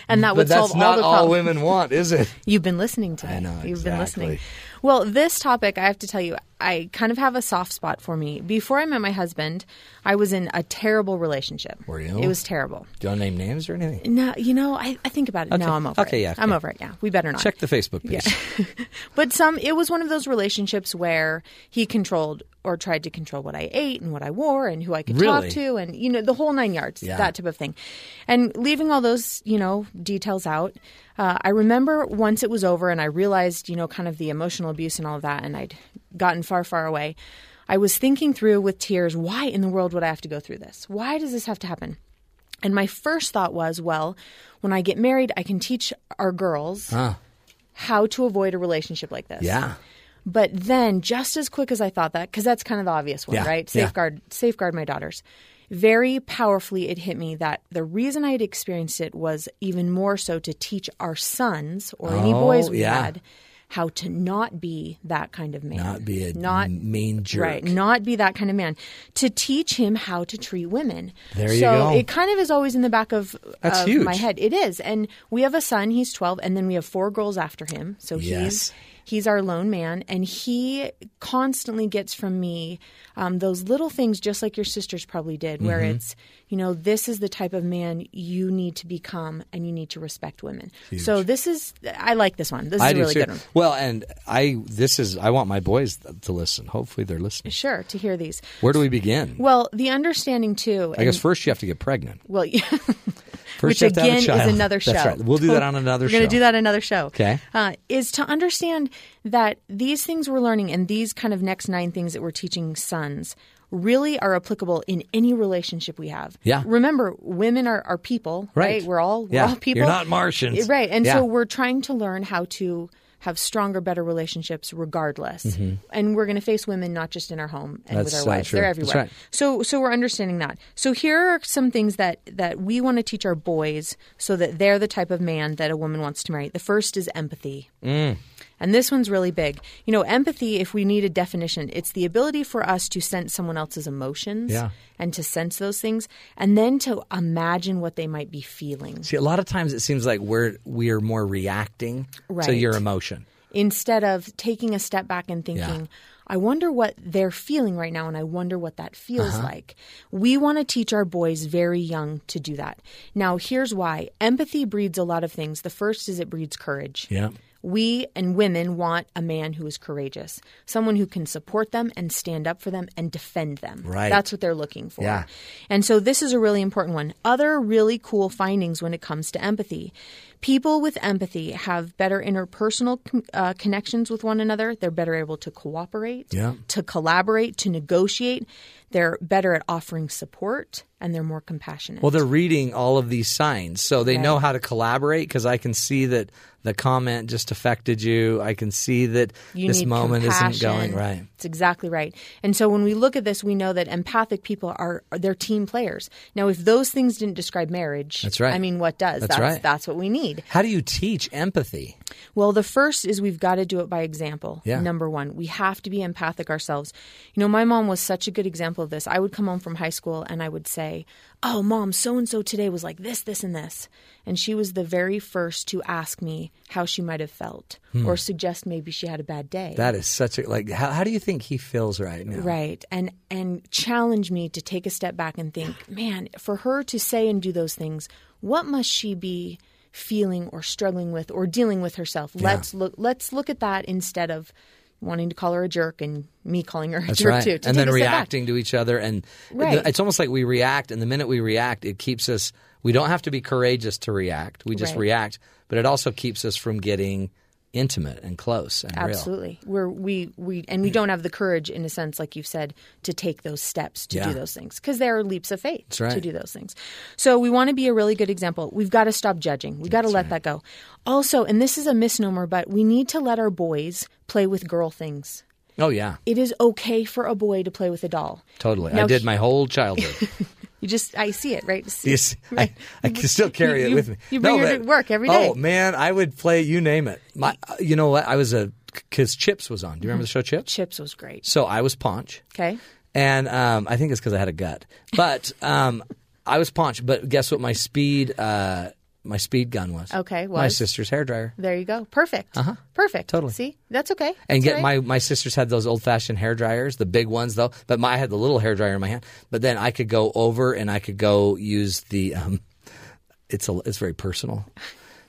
[SPEAKER 7] And that
[SPEAKER 1] but
[SPEAKER 7] would
[SPEAKER 1] that's
[SPEAKER 7] solve
[SPEAKER 1] not
[SPEAKER 7] all the
[SPEAKER 1] all,
[SPEAKER 7] problems.
[SPEAKER 1] women want is it
[SPEAKER 7] You've been listening to me.
[SPEAKER 1] know,
[SPEAKER 7] You've been listening.
[SPEAKER 1] exactly.
[SPEAKER 7] Well, this topic, I have to tell you, I kind of have a soft spot for me. Before I met my husband, I was in a terrible relationship.
[SPEAKER 1] Were you?
[SPEAKER 7] It was terrible.
[SPEAKER 1] Do you want to name names or anything?
[SPEAKER 7] No, you know, I, I think about it
[SPEAKER 1] Okay.
[SPEAKER 7] now. I'm over
[SPEAKER 1] Okay,
[SPEAKER 7] it.
[SPEAKER 1] yeah,
[SPEAKER 7] I'm
[SPEAKER 1] okay.
[SPEAKER 7] over it. Yeah, we better not.
[SPEAKER 1] Check the Facebook page.
[SPEAKER 7] But some, it was one of those relationships where he controlled or tried to control what I ate and what I wore and who I could
[SPEAKER 1] Really?
[SPEAKER 7] talk to and, you know, the whole nine yards,
[SPEAKER 1] Yeah.
[SPEAKER 7] that type of thing. And leaving all those, you know, details out, uh, I remember once it was over and I realized, you know, kind of the emotional abuse and all of that, and I'd gotten far, far away. I was thinking through with tears, why in the world would I have to go through this? Why does this have to happen? And my first thought was, well, when I get married, I can teach our girls how to avoid a relationship like this.
[SPEAKER 1] Yeah.
[SPEAKER 7] But then, just as quick as I thought that, because that's kind of the obvious one,
[SPEAKER 1] Yeah,
[SPEAKER 7] right?
[SPEAKER 1] yeah.
[SPEAKER 7] Safeguard, safeguard my daughters. Very powerfully, it hit me that the reason I had experienced it was even more so to teach our sons or any
[SPEAKER 1] Oh,
[SPEAKER 7] boys we
[SPEAKER 1] yeah.
[SPEAKER 7] had how to not be that kind of man,
[SPEAKER 1] Not be a
[SPEAKER 7] not
[SPEAKER 1] mean jerk.
[SPEAKER 7] Right, not be that kind of man. To teach him how to treat women.
[SPEAKER 1] There
[SPEAKER 7] so
[SPEAKER 1] you go.
[SPEAKER 7] it kind of is always in the back of,
[SPEAKER 1] That's
[SPEAKER 7] of
[SPEAKER 1] huge.
[SPEAKER 7] my head. It is. And we have a son, he's 12, and then we have four girls after him. So
[SPEAKER 1] Yes.
[SPEAKER 7] he's he's our lone man, and he constantly gets from me um, those little things, just like your sisters probably did, where
[SPEAKER 1] Mm-hmm.
[SPEAKER 7] it's you know this is the type of man you need to become, and you need to respect women. So this is I like this one. This is
[SPEAKER 1] I
[SPEAKER 7] a
[SPEAKER 1] do
[SPEAKER 7] really
[SPEAKER 1] too.
[SPEAKER 7] good one.
[SPEAKER 1] Well, and I this is I want my boys to listen. Hopefully, they're listening.
[SPEAKER 7] Sure, to hear these.
[SPEAKER 1] Where do we begin?
[SPEAKER 7] Well, the understanding too.
[SPEAKER 1] I guess
[SPEAKER 7] and-
[SPEAKER 1] first you have to get pregnant.
[SPEAKER 7] Well, yeah.
[SPEAKER 1] First
[SPEAKER 7] which
[SPEAKER 1] you have to have a
[SPEAKER 7] again
[SPEAKER 1] child.
[SPEAKER 7] is another show.
[SPEAKER 1] That's right. We'll do that on another
[SPEAKER 7] We're going
[SPEAKER 1] show.
[SPEAKER 7] to do that another show.
[SPEAKER 1] Okay.
[SPEAKER 7] Uh, is to understand that these things we're learning and these kind of next nine things that we're teaching sons really are applicable in any relationship we have.
[SPEAKER 1] Yeah.
[SPEAKER 7] Remember, women are, are people,
[SPEAKER 1] Right.
[SPEAKER 7] right? We're all
[SPEAKER 1] Yeah.
[SPEAKER 7] we're all people.
[SPEAKER 1] You're not Martians.
[SPEAKER 7] right? And
[SPEAKER 1] Yeah.
[SPEAKER 7] so we're trying to learn how to. Have stronger, better relationships, regardless, and we're going to face women not just in our home and with
[SPEAKER 1] Mm-hmm. That's
[SPEAKER 7] our
[SPEAKER 1] so
[SPEAKER 7] wives;
[SPEAKER 1] true.
[SPEAKER 7] they're
[SPEAKER 1] That's
[SPEAKER 7] everywhere.
[SPEAKER 1] right.
[SPEAKER 7] So, so we're understanding that. So here are some things that that we want to teach our boys so that they're the type of man that a woman wants to marry. The first is empathy.
[SPEAKER 1] Mm.
[SPEAKER 7] And this one's really big. You know, empathy, if we need a definition, it's the ability for us to sense someone else's emotions
[SPEAKER 1] Yeah.
[SPEAKER 7] and to sense those things and then to imagine what they might be feeling
[SPEAKER 1] See, a lot of times it seems like we're we are more reacting to
[SPEAKER 7] Right.
[SPEAKER 1] your emotion.
[SPEAKER 7] instead of taking a step back and thinking, I wonder what they're feeling right now, and I wonder what that feels like. We want to teach our boys very young to do that. Now, here's why empathy breeds a lot of things. The first is it breeds courage.
[SPEAKER 1] Yeah.
[SPEAKER 7] We and women want a man who is courageous, someone who can support them and stand up for them and defend them.
[SPEAKER 1] Right.
[SPEAKER 7] That's what they're looking for.
[SPEAKER 1] Yeah.
[SPEAKER 7] And so this is a really important one. Other really cool findings when it comes to empathy. People with empathy have better interpersonal uh, connections with one another. They're better able to cooperate,
[SPEAKER 1] Yeah.
[SPEAKER 7] to collaborate, to negotiate. They're better at offering support and they're more compassionate.
[SPEAKER 1] Well, they're reading all of these signs, so they know how to collaborate because I can see that the comment just affected you. I can see that
[SPEAKER 7] you
[SPEAKER 1] this
[SPEAKER 7] need
[SPEAKER 1] moment isn't going
[SPEAKER 7] compassion.
[SPEAKER 1] right.
[SPEAKER 7] It's exactly right. And so when we look at this, we know that empathic people are they're team players. Now, if those things didn't describe marriage,
[SPEAKER 1] That's right.
[SPEAKER 7] I mean, what does?
[SPEAKER 1] That's right.
[SPEAKER 7] That's what we need.
[SPEAKER 1] How do you teach empathy?
[SPEAKER 7] Well, the first is we've got to do it by example.
[SPEAKER 1] Yeah.
[SPEAKER 7] Number one, we have to be empathic ourselves. You know, my mom was such a good example of this. I would come home from high school and I would say, Oh, mom, so and so today was like this, this, and this. And she was the very first to ask me how she might have felt or suggest maybe she had a bad day.
[SPEAKER 1] Hmm. That is such a like. How, how do you think he feels right now?
[SPEAKER 7] Right. And and challenge me to take a step back and think, man, for her to say and do those things, what must she be feeling or struggling with or dealing with herself? Let's look let's look at that instead of wanting to call her a jerk and me calling her a
[SPEAKER 1] That's
[SPEAKER 7] jerk
[SPEAKER 1] right.
[SPEAKER 7] too. to
[SPEAKER 1] and
[SPEAKER 7] take
[SPEAKER 1] then
[SPEAKER 7] a step back.
[SPEAKER 1] reacting to each other, and
[SPEAKER 7] Right.
[SPEAKER 1] it's almost like we react, and the minute we react, it keeps us. We don't have to be courageous to react. We just
[SPEAKER 7] Right.
[SPEAKER 1] react, but it also keeps us from getting intimate and close and real.
[SPEAKER 7] Absolutely. We're, we we and we don't have the courage, in a sense, like you've said, to take those steps to
[SPEAKER 1] Yeah.
[SPEAKER 7] do those things because there are leaps of faith
[SPEAKER 1] right.
[SPEAKER 7] to do those things. So we want to be a really good example. We've got to stop judging. We got to let that go. Also, and this is a misnomer, but we need to let our boys play with girl things.
[SPEAKER 1] Oh yeah,
[SPEAKER 7] It is okay for a boy to play with a doll.
[SPEAKER 1] totally. I
[SPEAKER 7] Now
[SPEAKER 1] did
[SPEAKER 7] he-
[SPEAKER 1] my whole childhood.
[SPEAKER 7] You just I see it right.
[SPEAKER 1] Yes, I, I can still carry
[SPEAKER 7] You-
[SPEAKER 1] it
[SPEAKER 7] you-
[SPEAKER 1] with me.
[SPEAKER 7] you bring it
[SPEAKER 1] but-
[SPEAKER 7] to work every day.
[SPEAKER 1] Oh man, I would play. You name it. My, you know what? I was a because Chips was on. Do you remember the show Chips?
[SPEAKER 7] Chips was great.
[SPEAKER 1] So I was Paunch.
[SPEAKER 7] Okay.
[SPEAKER 1] and um, I think it's because I had a gut. But um, I was paunched. But guess what? My speed uh, my speed gun was.
[SPEAKER 7] Okay,
[SPEAKER 1] my
[SPEAKER 7] was.
[SPEAKER 1] sister's hair dryer.
[SPEAKER 7] There you go. Perfect. Uh-huh. Perfect.
[SPEAKER 1] Totally.
[SPEAKER 7] See, that's okay.
[SPEAKER 1] And
[SPEAKER 7] That's
[SPEAKER 1] yet
[SPEAKER 7] all right.
[SPEAKER 1] my, my sisters had those old fashioned hair dryers, the big ones though. But my, I had the little hair dryer in my hand. But then I could go over and I could go use the. Um, it's a, it's very personal.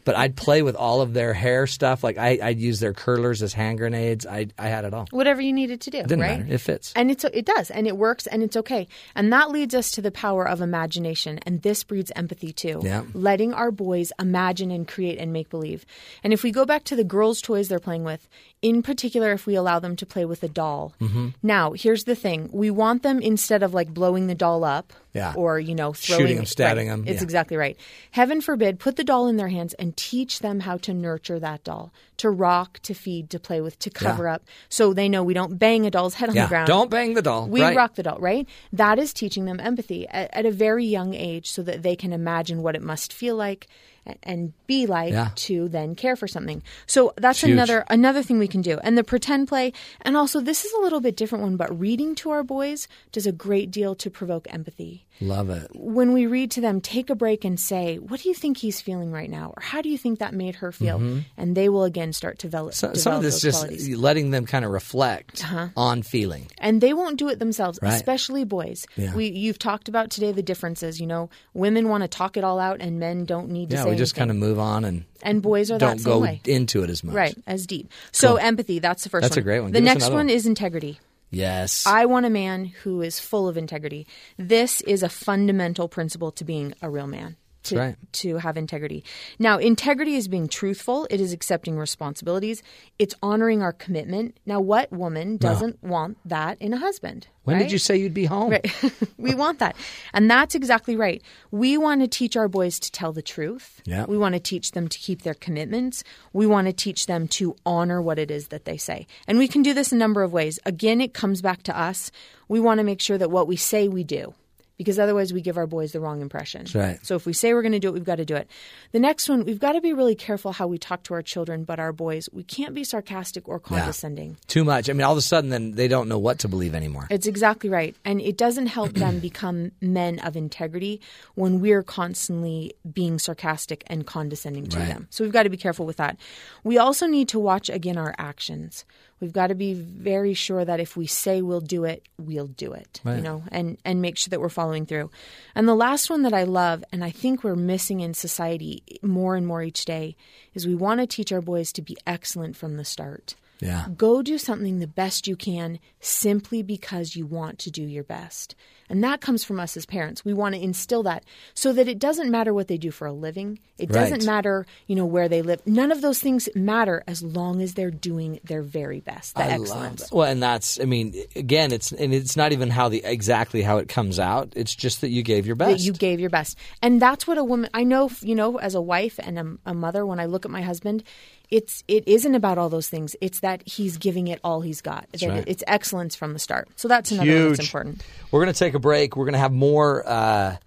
[SPEAKER 1] But I'd play with all of their hair stuff. Like I, I'd use their curlers as hand grenades. I, I had it all.
[SPEAKER 7] whatever you needed to do.
[SPEAKER 1] It didn't
[SPEAKER 7] right?
[SPEAKER 1] matter. It fits.
[SPEAKER 7] And it's it does, and it works, and it's okay. And that leads us to the power of imagination, and this breeds empathy too.
[SPEAKER 1] Yeah.
[SPEAKER 7] Letting our boys imagine and create and make believe. And if we go back to the girls' toys they're playing with, in particular, if we allow them to play with a doll.
[SPEAKER 1] Mm-hmm.
[SPEAKER 7] Now, here's the thing: we want them instead of like blowing the doll up,
[SPEAKER 1] Yeah.
[SPEAKER 7] or you know,
[SPEAKER 1] Shooting
[SPEAKER 7] throwing-
[SPEAKER 1] them, stabbing
[SPEAKER 7] right.
[SPEAKER 1] them,
[SPEAKER 7] It's
[SPEAKER 1] yeah.
[SPEAKER 7] exactly right. Heaven forbid, put the doll in their hands and teach them how to nurture that doll, to rock, to feed, to play with, to cover up, so they know we don't bang a doll's head on
[SPEAKER 1] yeah.
[SPEAKER 7] the ground.
[SPEAKER 1] Don't bang the doll.
[SPEAKER 7] We
[SPEAKER 1] right.
[SPEAKER 7] rock the doll, right? That is teaching them empathy at, at a very young age so that they can imagine what it must feel like and, and be like
[SPEAKER 1] Yeah.
[SPEAKER 7] to then care for something. So that's
[SPEAKER 1] huge.
[SPEAKER 7] another another thing we can do. And the pretend play and also this is a little bit different one, but reading to our boys does a great deal to provoke empathy
[SPEAKER 1] Love it.
[SPEAKER 7] when we read to them, take a break and say, What do you think he's feeling right now? Or how do you think that made her feel? And they will again start to develop,
[SPEAKER 1] Mm-hmm. So, some
[SPEAKER 7] develop
[SPEAKER 1] of this
[SPEAKER 7] those
[SPEAKER 1] just
[SPEAKER 7] qualities. Uh-huh.
[SPEAKER 1] letting them kind of reflect on feeling.
[SPEAKER 7] And they won't do it themselves,
[SPEAKER 1] Right.
[SPEAKER 7] especially boys.
[SPEAKER 1] Yeah.
[SPEAKER 7] We, you've talked about today the differences. You know, women want to talk it all out and men don't need to
[SPEAKER 1] Yeah,
[SPEAKER 7] say
[SPEAKER 1] we just kind of move on and
[SPEAKER 7] And boys are that
[SPEAKER 1] don't
[SPEAKER 7] same
[SPEAKER 1] go
[SPEAKER 7] way.
[SPEAKER 1] into it as much.
[SPEAKER 7] Right, as deep. So empathy, that's the first
[SPEAKER 1] That's
[SPEAKER 7] one.
[SPEAKER 1] a great one.
[SPEAKER 7] The
[SPEAKER 1] Give us
[SPEAKER 7] next
[SPEAKER 1] another
[SPEAKER 7] one
[SPEAKER 1] one.
[SPEAKER 7] is integrity.
[SPEAKER 1] Yes.
[SPEAKER 7] I want a man who is full of integrity. This is a fundamental principle to being a real man. To,
[SPEAKER 1] right.
[SPEAKER 7] to have integrity. Now, integrity is being truthful. It is accepting responsibilities. It's honoring our commitment. Now, what woman doesn't want that in a husband?
[SPEAKER 1] when
[SPEAKER 7] right?
[SPEAKER 1] did you say you'd be home?
[SPEAKER 7] we want that. And that's exactly right. We want to teach our boys to tell the truth.
[SPEAKER 1] Yeah.
[SPEAKER 7] We want to teach them to keep their commitments. We want to teach them to honor what it is that they say. And we can do this a number of ways. Again, it comes back to us. We want to make sure that what we say we do. Because otherwise, we give our boys the wrong impression.
[SPEAKER 1] right.
[SPEAKER 7] So, if we say we're going to do it, we've got to do it. The next one, we've got to be really careful how we talk to our children, but our boys, we can't be sarcastic or
[SPEAKER 1] Yeah.
[SPEAKER 7] condescending.
[SPEAKER 1] Too much. I mean, all of a sudden, then they don't know what to believe anymore.
[SPEAKER 7] It's exactly right. And it doesn't help them become men of integrity when we're constantly being sarcastic and condescending to
[SPEAKER 1] Right.
[SPEAKER 7] them. So we've got to be careful with that. We also need to watch again our actions. We've got to be very sure that if we say we'll do it, we'll do it. You know, and and make sure that we're following through. And the last one that I love and I think we're missing in society more and more each day is we want to teach our boys to be excellent from the start.
[SPEAKER 1] yeah.
[SPEAKER 7] Go do something the best you can simply because you want to do your best. And that comes from us as parents. We want to instill that so that it doesn't matter what they do for a living. It
[SPEAKER 1] Right.
[SPEAKER 7] doesn't matter, you know, where they live. None of those things matter as long as they're doing their very best, the
[SPEAKER 1] I love
[SPEAKER 7] excellence.
[SPEAKER 1] that. Well, and that's. I mean, again, it's and it's not even how the exactly how it comes out. It's just that you gave your best.
[SPEAKER 7] That you gave your best. And that's what a woman I know, you know, as a wife and a, a mother when I look at my husband, it's it isn't about all those things. It's that he's giving it all he's got. That
[SPEAKER 1] right.
[SPEAKER 7] It's excellence from the start. So that's another one that's important.
[SPEAKER 1] We're going to take a break. We're going to have more uh,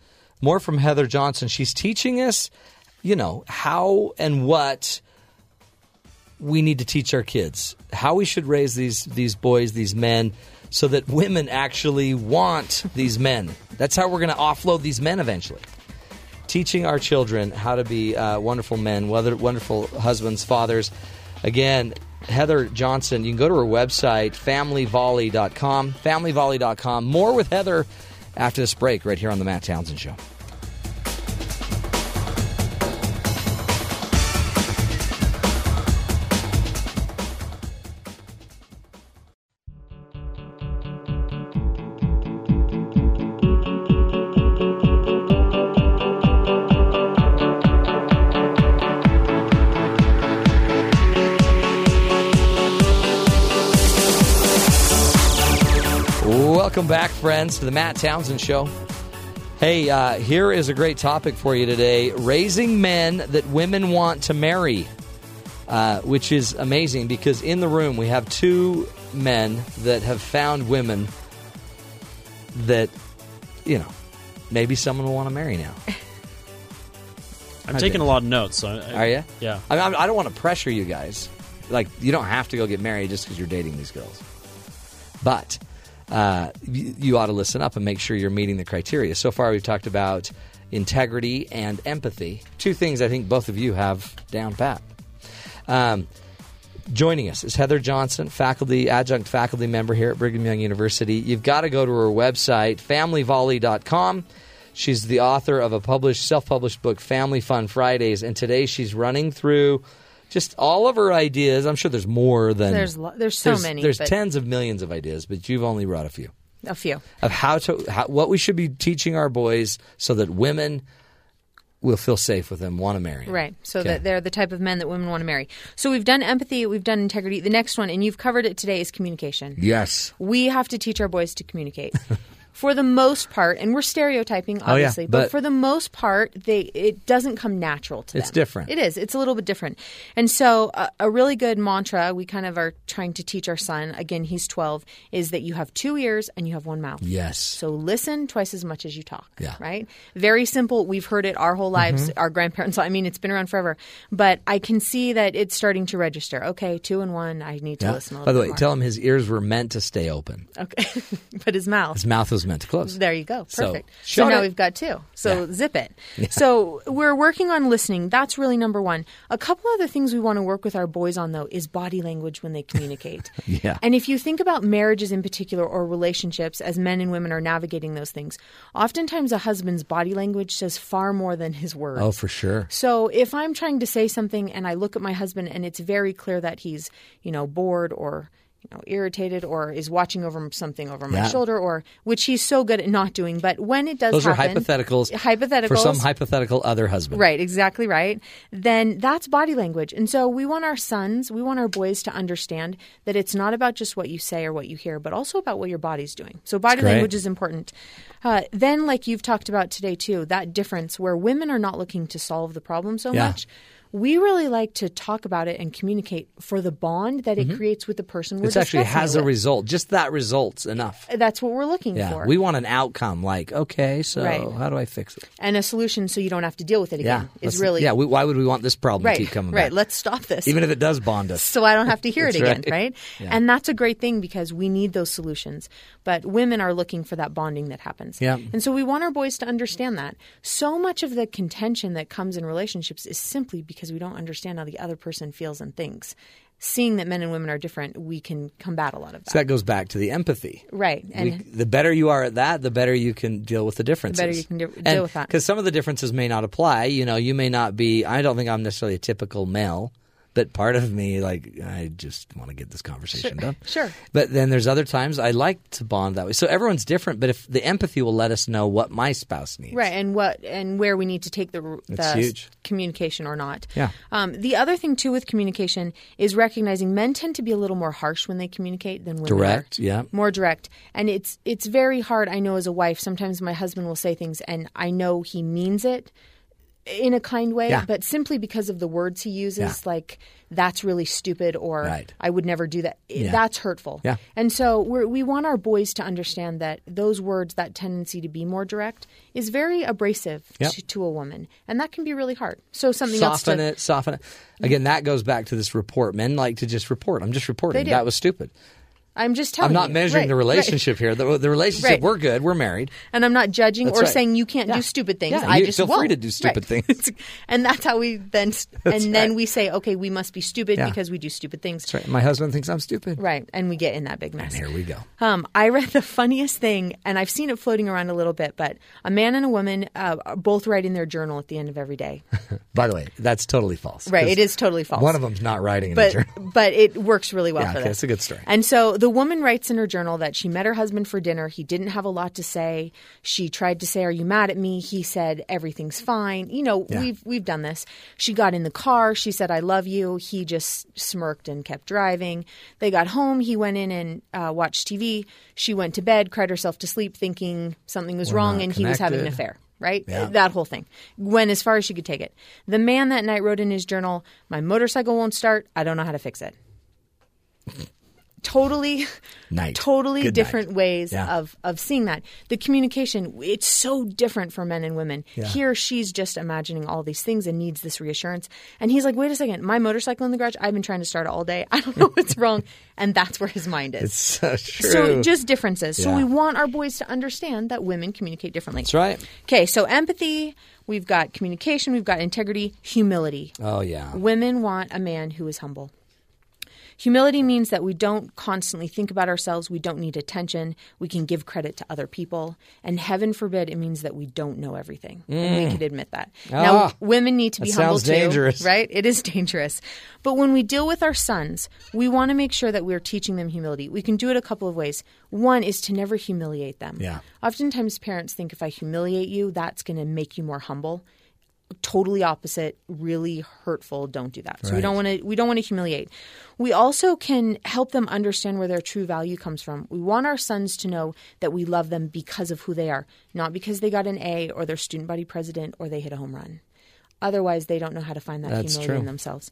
[SPEAKER 1] more from Heather Johnson. She's teaching us, you know, how and what we need to teach our kids, how we should raise these these boys, these men, so that women actually want these men. That's how we're going to offload these men eventually. Teaching our children how to be uh, wonderful men, whether wonderful husbands, fathers. Again, Heather Johnson, you can go to her website, familyvolley.com, familyvolley.com. More with Heather after this break, right here on The Matt Townsend Show. Welcome back, friends, to the Matt Townsend Show. Hey, uh, here is a great topic for you today raising men that women want to marry, uh, which is amazing because in the room we have two men that have found women that, you know, maybe someone will want to marry now.
[SPEAKER 2] I'm
[SPEAKER 1] I
[SPEAKER 2] taking
[SPEAKER 1] do.
[SPEAKER 2] a lot of notes. So I,
[SPEAKER 1] Are you?
[SPEAKER 2] Yeah.
[SPEAKER 1] I, mean, I don't want to pressure you guys. Like, you don't have to go get married just because you're dating these girls. But uh, you, you ought to listen up and make sure you're meeting the criteria. So far, we've talked about integrity and empathy. Two things I think both of you have down pat. Um, joining us is Heather Johnson, faculty adjunct faculty member here at Brigham Young University. You've got to go to her website, familyvolley.com. She's the author of a published self-published book, Family Fun Fridays, and today she's running through just all of her ideas. I'm sure there's more than
[SPEAKER 7] There's lo- there's so many,
[SPEAKER 1] There's
[SPEAKER 7] but-
[SPEAKER 1] tens of millions of ideas, but you've only brought a few
[SPEAKER 7] A few.
[SPEAKER 1] of how to how, what we should be teaching our boys so that women will feel safe with them, want to marry. 'em.
[SPEAKER 7] Right. So
[SPEAKER 1] Okay.
[SPEAKER 7] that they're the type of men that women want to marry. So we've done empathy, we've done integrity. The next one, and you've covered it today, is communication.
[SPEAKER 1] Yes.
[SPEAKER 7] We have to teach our boys to communicate. for the most part, and we're stereotyping
[SPEAKER 1] Oh, yeah,
[SPEAKER 7] obviously, but,
[SPEAKER 1] but-
[SPEAKER 7] for the most part, they it doesn't come natural to
[SPEAKER 1] It's
[SPEAKER 7] them.
[SPEAKER 1] different.
[SPEAKER 7] It is. It's a little bit different. And so a, a really good mantra we kind of are trying to teach our son, again, he's 12, is that you have two ears and you have one mouth.
[SPEAKER 1] Yes.
[SPEAKER 7] So listen twice as much as you talk.
[SPEAKER 1] Yeah. Mm-hmm.
[SPEAKER 7] Right? Very simple. We've heard it our whole lives, our grandparents. I mean, it's been around forever. But I can see that it's starting to register. Okay, two and one. I need to
[SPEAKER 1] Yeah.
[SPEAKER 7] listen a little
[SPEAKER 1] By the
[SPEAKER 7] bit
[SPEAKER 1] way,
[SPEAKER 7] more.
[SPEAKER 1] tell him his ears were meant to stay open.
[SPEAKER 7] Okay. but his mouth.
[SPEAKER 1] His mouth was meant to close.
[SPEAKER 7] There you go.
[SPEAKER 1] So,
[SPEAKER 7] Perfect. So,
[SPEAKER 1] shot
[SPEAKER 7] now
[SPEAKER 1] it.
[SPEAKER 7] we've got two. So
[SPEAKER 1] Yeah.
[SPEAKER 7] zip it. So we're working on listening. That's really number one. A couple other things we want to work with our boys on, though, is body language when they communicate.
[SPEAKER 1] Yeah.
[SPEAKER 7] And if you think about marriages in particular or relationships as men and women are navigating those things, oftentimes a husband's body language says far more than his words.
[SPEAKER 1] Oh, for sure.
[SPEAKER 7] So if I'm trying to say something and I look at my husband and it's very clear that he's, you know, bored or you know, irritated or is watching over something over my
[SPEAKER 1] Yeah.
[SPEAKER 7] shoulder or which he's so good at not doing, but when it does
[SPEAKER 1] Those
[SPEAKER 7] happen,
[SPEAKER 1] are hypotheticals.
[SPEAKER 7] Hypotheticals.
[SPEAKER 1] for some hypothetical other husband.
[SPEAKER 7] Right, exactly right. Then that's body language. And so we want our sons, we want our boys to understand that it's not about just what you say or what you hear, but also about what your body's doing. So body
[SPEAKER 1] great.
[SPEAKER 7] language is important. Uh, then, like you've talked about today, too, that difference where women are not looking to solve the problem so
[SPEAKER 1] Yeah.
[SPEAKER 7] much. We really like to talk about it and communicate for the bond that it creates with the person we're
[SPEAKER 1] Mm-hmm. It's actually
[SPEAKER 7] discussing it
[SPEAKER 1] has a
[SPEAKER 7] with.
[SPEAKER 1] result. Just that result's enough.
[SPEAKER 7] That's what we're looking
[SPEAKER 1] Yeah.
[SPEAKER 7] for.
[SPEAKER 1] We want an outcome. Like, okay, so
[SPEAKER 7] Right.
[SPEAKER 1] how do I fix it?
[SPEAKER 7] and a solution so you don't have to deal with it
[SPEAKER 1] Yeah.
[SPEAKER 7] again
[SPEAKER 1] Let's-
[SPEAKER 7] is really
[SPEAKER 1] Yeah. We, why would we want this problem
[SPEAKER 7] right.
[SPEAKER 1] to keep coming
[SPEAKER 7] right.
[SPEAKER 1] back?
[SPEAKER 7] Let's stop this.
[SPEAKER 1] Even if it does bond us.
[SPEAKER 7] so I don't have to hear it
[SPEAKER 1] That's
[SPEAKER 7] again,
[SPEAKER 1] right.
[SPEAKER 7] right? And that's a great thing because we need those solutions. But women are looking for that bonding that happens.
[SPEAKER 1] Yeah.
[SPEAKER 7] And so we want our boys to understand that. So much of the contention that comes in relationships is simply because we don't understand how the other person feels and thinks. Seeing that men and women are different, we can combat a lot of that.
[SPEAKER 1] So that goes back to the empathy.
[SPEAKER 7] right. And
[SPEAKER 1] we, the better you are at that, the better you can deal with the differences.
[SPEAKER 7] better you can de- deal with that.
[SPEAKER 1] Because some of the differences may not apply. You know, you may not be. I don't think I'm necessarily a typical male, but part of me, like, I just want to get this conversation done.
[SPEAKER 7] sure.
[SPEAKER 1] But then there's other times I like to bond that way. So everyone's different, but if the empathy will let us know what my spouse needs,
[SPEAKER 7] Right, and what and where we need to take the,
[SPEAKER 1] It's
[SPEAKER 7] the
[SPEAKER 1] huge.
[SPEAKER 7] communication or not.
[SPEAKER 1] Yeah.
[SPEAKER 7] Um, the other thing too with communication is recognizing men tend to be a little more harsh when they communicate than women.
[SPEAKER 1] Direct,
[SPEAKER 7] are.
[SPEAKER 1] yeah.
[SPEAKER 7] More direct, and it's it's very hard. I know as a wife, sometimes my husband will say things, and I know he means it in a kind way,
[SPEAKER 1] Yeah.
[SPEAKER 7] but simply because of the words he uses,
[SPEAKER 1] Yeah.
[SPEAKER 7] like that's really stupid or
[SPEAKER 1] Right.
[SPEAKER 7] I would never do that.
[SPEAKER 1] Yeah.
[SPEAKER 7] That's hurtful.
[SPEAKER 1] Yeah.
[SPEAKER 7] And so we're, we want our boys to understand that those words, that tendency to be more direct, is very abrasive
[SPEAKER 1] Yep.
[SPEAKER 7] to, to a woman, and that can be really hard. So something else
[SPEAKER 1] Soften
[SPEAKER 7] to
[SPEAKER 1] it, soften it. Again, that goes back to this report. Men like to just report. I'm just reporting.
[SPEAKER 7] do.
[SPEAKER 1] That was stupid.
[SPEAKER 7] I'm just telling.
[SPEAKER 1] I'm not
[SPEAKER 7] you.
[SPEAKER 1] measuring
[SPEAKER 7] Right,
[SPEAKER 1] the
[SPEAKER 7] right.
[SPEAKER 1] relationship here. The, the relationship,
[SPEAKER 7] Right.
[SPEAKER 1] we're good. We're married.
[SPEAKER 7] and I'm not judging
[SPEAKER 1] That's
[SPEAKER 7] or
[SPEAKER 1] right.
[SPEAKER 7] saying you can't
[SPEAKER 1] Yeah.
[SPEAKER 7] do stupid things.
[SPEAKER 1] Yeah,
[SPEAKER 7] I
[SPEAKER 1] you
[SPEAKER 7] just
[SPEAKER 1] feel free
[SPEAKER 7] won't.
[SPEAKER 1] to do stupid
[SPEAKER 7] Right.
[SPEAKER 1] things.
[SPEAKER 7] and that's how we then
[SPEAKER 1] That's
[SPEAKER 7] and then
[SPEAKER 1] right.
[SPEAKER 7] we say, okay, we must be stupid
[SPEAKER 1] Yeah.
[SPEAKER 7] because we do stupid things.
[SPEAKER 1] That's right. My husband thinks I'm stupid.
[SPEAKER 7] Right, and we get in that big mess.
[SPEAKER 1] Here we go.
[SPEAKER 7] Um, I read the funniest thing, and I've seen it floating around a little bit, but a man and a woman uh, are both write in their journal at the end of every day.
[SPEAKER 1] By the way, that's totally false.
[SPEAKER 7] Right,
[SPEAKER 1] 'Cause
[SPEAKER 7] it is totally false.
[SPEAKER 1] One of them's not writing in the
[SPEAKER 7] but
[SPEAKER 1] journal.
[SPEAKER 7] but it works really well
[SPEAKER 1] Yeah,
[SPEAKER 7] for
[SPEAKER 1] okay,
[SPEAKER 7] this.
[SPEAKER 1] it's a good story.
[SPEAKER 7] And so the woman writes in her journal that she met her husband for dinner. He didn't have a lot to say. She tried to say, "Are you mad at me?" He said, "Everything's fine." You know,
[SPEAKER 1] Yeah.
[SPEAKER 7] we've we've done this. She got in the car. She said, "I love you." He just smirked and kept driving. They got home. He went in and uh, watched TV. She went to bed, cried herself to sleep, thinking something was wrong,
[SPEAKER 1] not
[SPEAKER 7] and he was having an
[SPEAKER 1] connected.
[SPEAKER 7] affair right?
[SPEAKER 1] Yeah.
[SPEAKER 7] That whole thing went as far as she could take it. The man that night wrote in his journal, My motorcycle won't start. I don't know how to fix it. totally
[SPEAKER 1] Night.
[SPEAKER 7] totally
[SPEAKER 1] Good night.
[SPEAKER 7] different ways
[SPEAKER 1] Yeah.
[SPEAKER 7] of of seeing that the communication it's so different for men and women here she's just imagining all these things and needs this reassurance and he's like wait a second my motorcycle in the garage i've been trying to start it all day i don't know what's wrong and that's where his mind is
[SPEAKER 1] It's so true.
[SPEAKER 7] so just differences so
[SPEAKER 1] Yeah.
[SPEAKER 7] we want our boys to understand that women communicate differently
[SPEAKER 1] That's right.
[SPEAKER 7] okay so empathy we've got communication we've got integrity humility
[SPEAKER 1] Oh yeah.
[SPEAKER 7] Women want a man who is humble. Humility means that we don't constantly think about ourselves, we don't need attention, we can give credit to other people, and heaven forbid it means that we don't know everything. And we could admit that.
[SPEAKER 1] Ah.
[SPEAKER 7] now, women need to be
[SPEAKER 1] That
[SPEAKER 7] humble
[SPEAKER 1] sounds
[SPEAKER 7] too,
[SPEAKER 1] dangerous.
[SPEAKER 7] right? It is dangerous. But when we deal with our sons, we want to make sure that we're teaching them humility. We can do it a couple of ways. One is to never humiliate them.
[SPEAKER 1] Yeah.
[SPEAKER 7] Oftentimes parents think if I humiliate you, that's going to make you more humble totally opposite, really hurtful. Don't do that. So we don't want to we don't want to humiliate. We also can help them understand where their true value comes from. We want our sons to know that we love them because of who they are, not because they got an A or their student body president or they hit a home run. Otherwise, they don't know how to find that
[SPEAKER 1] That's
[SPEAKER 7] humility
[SPEAKER 1] true.
[SPEAKER 7] in themselves.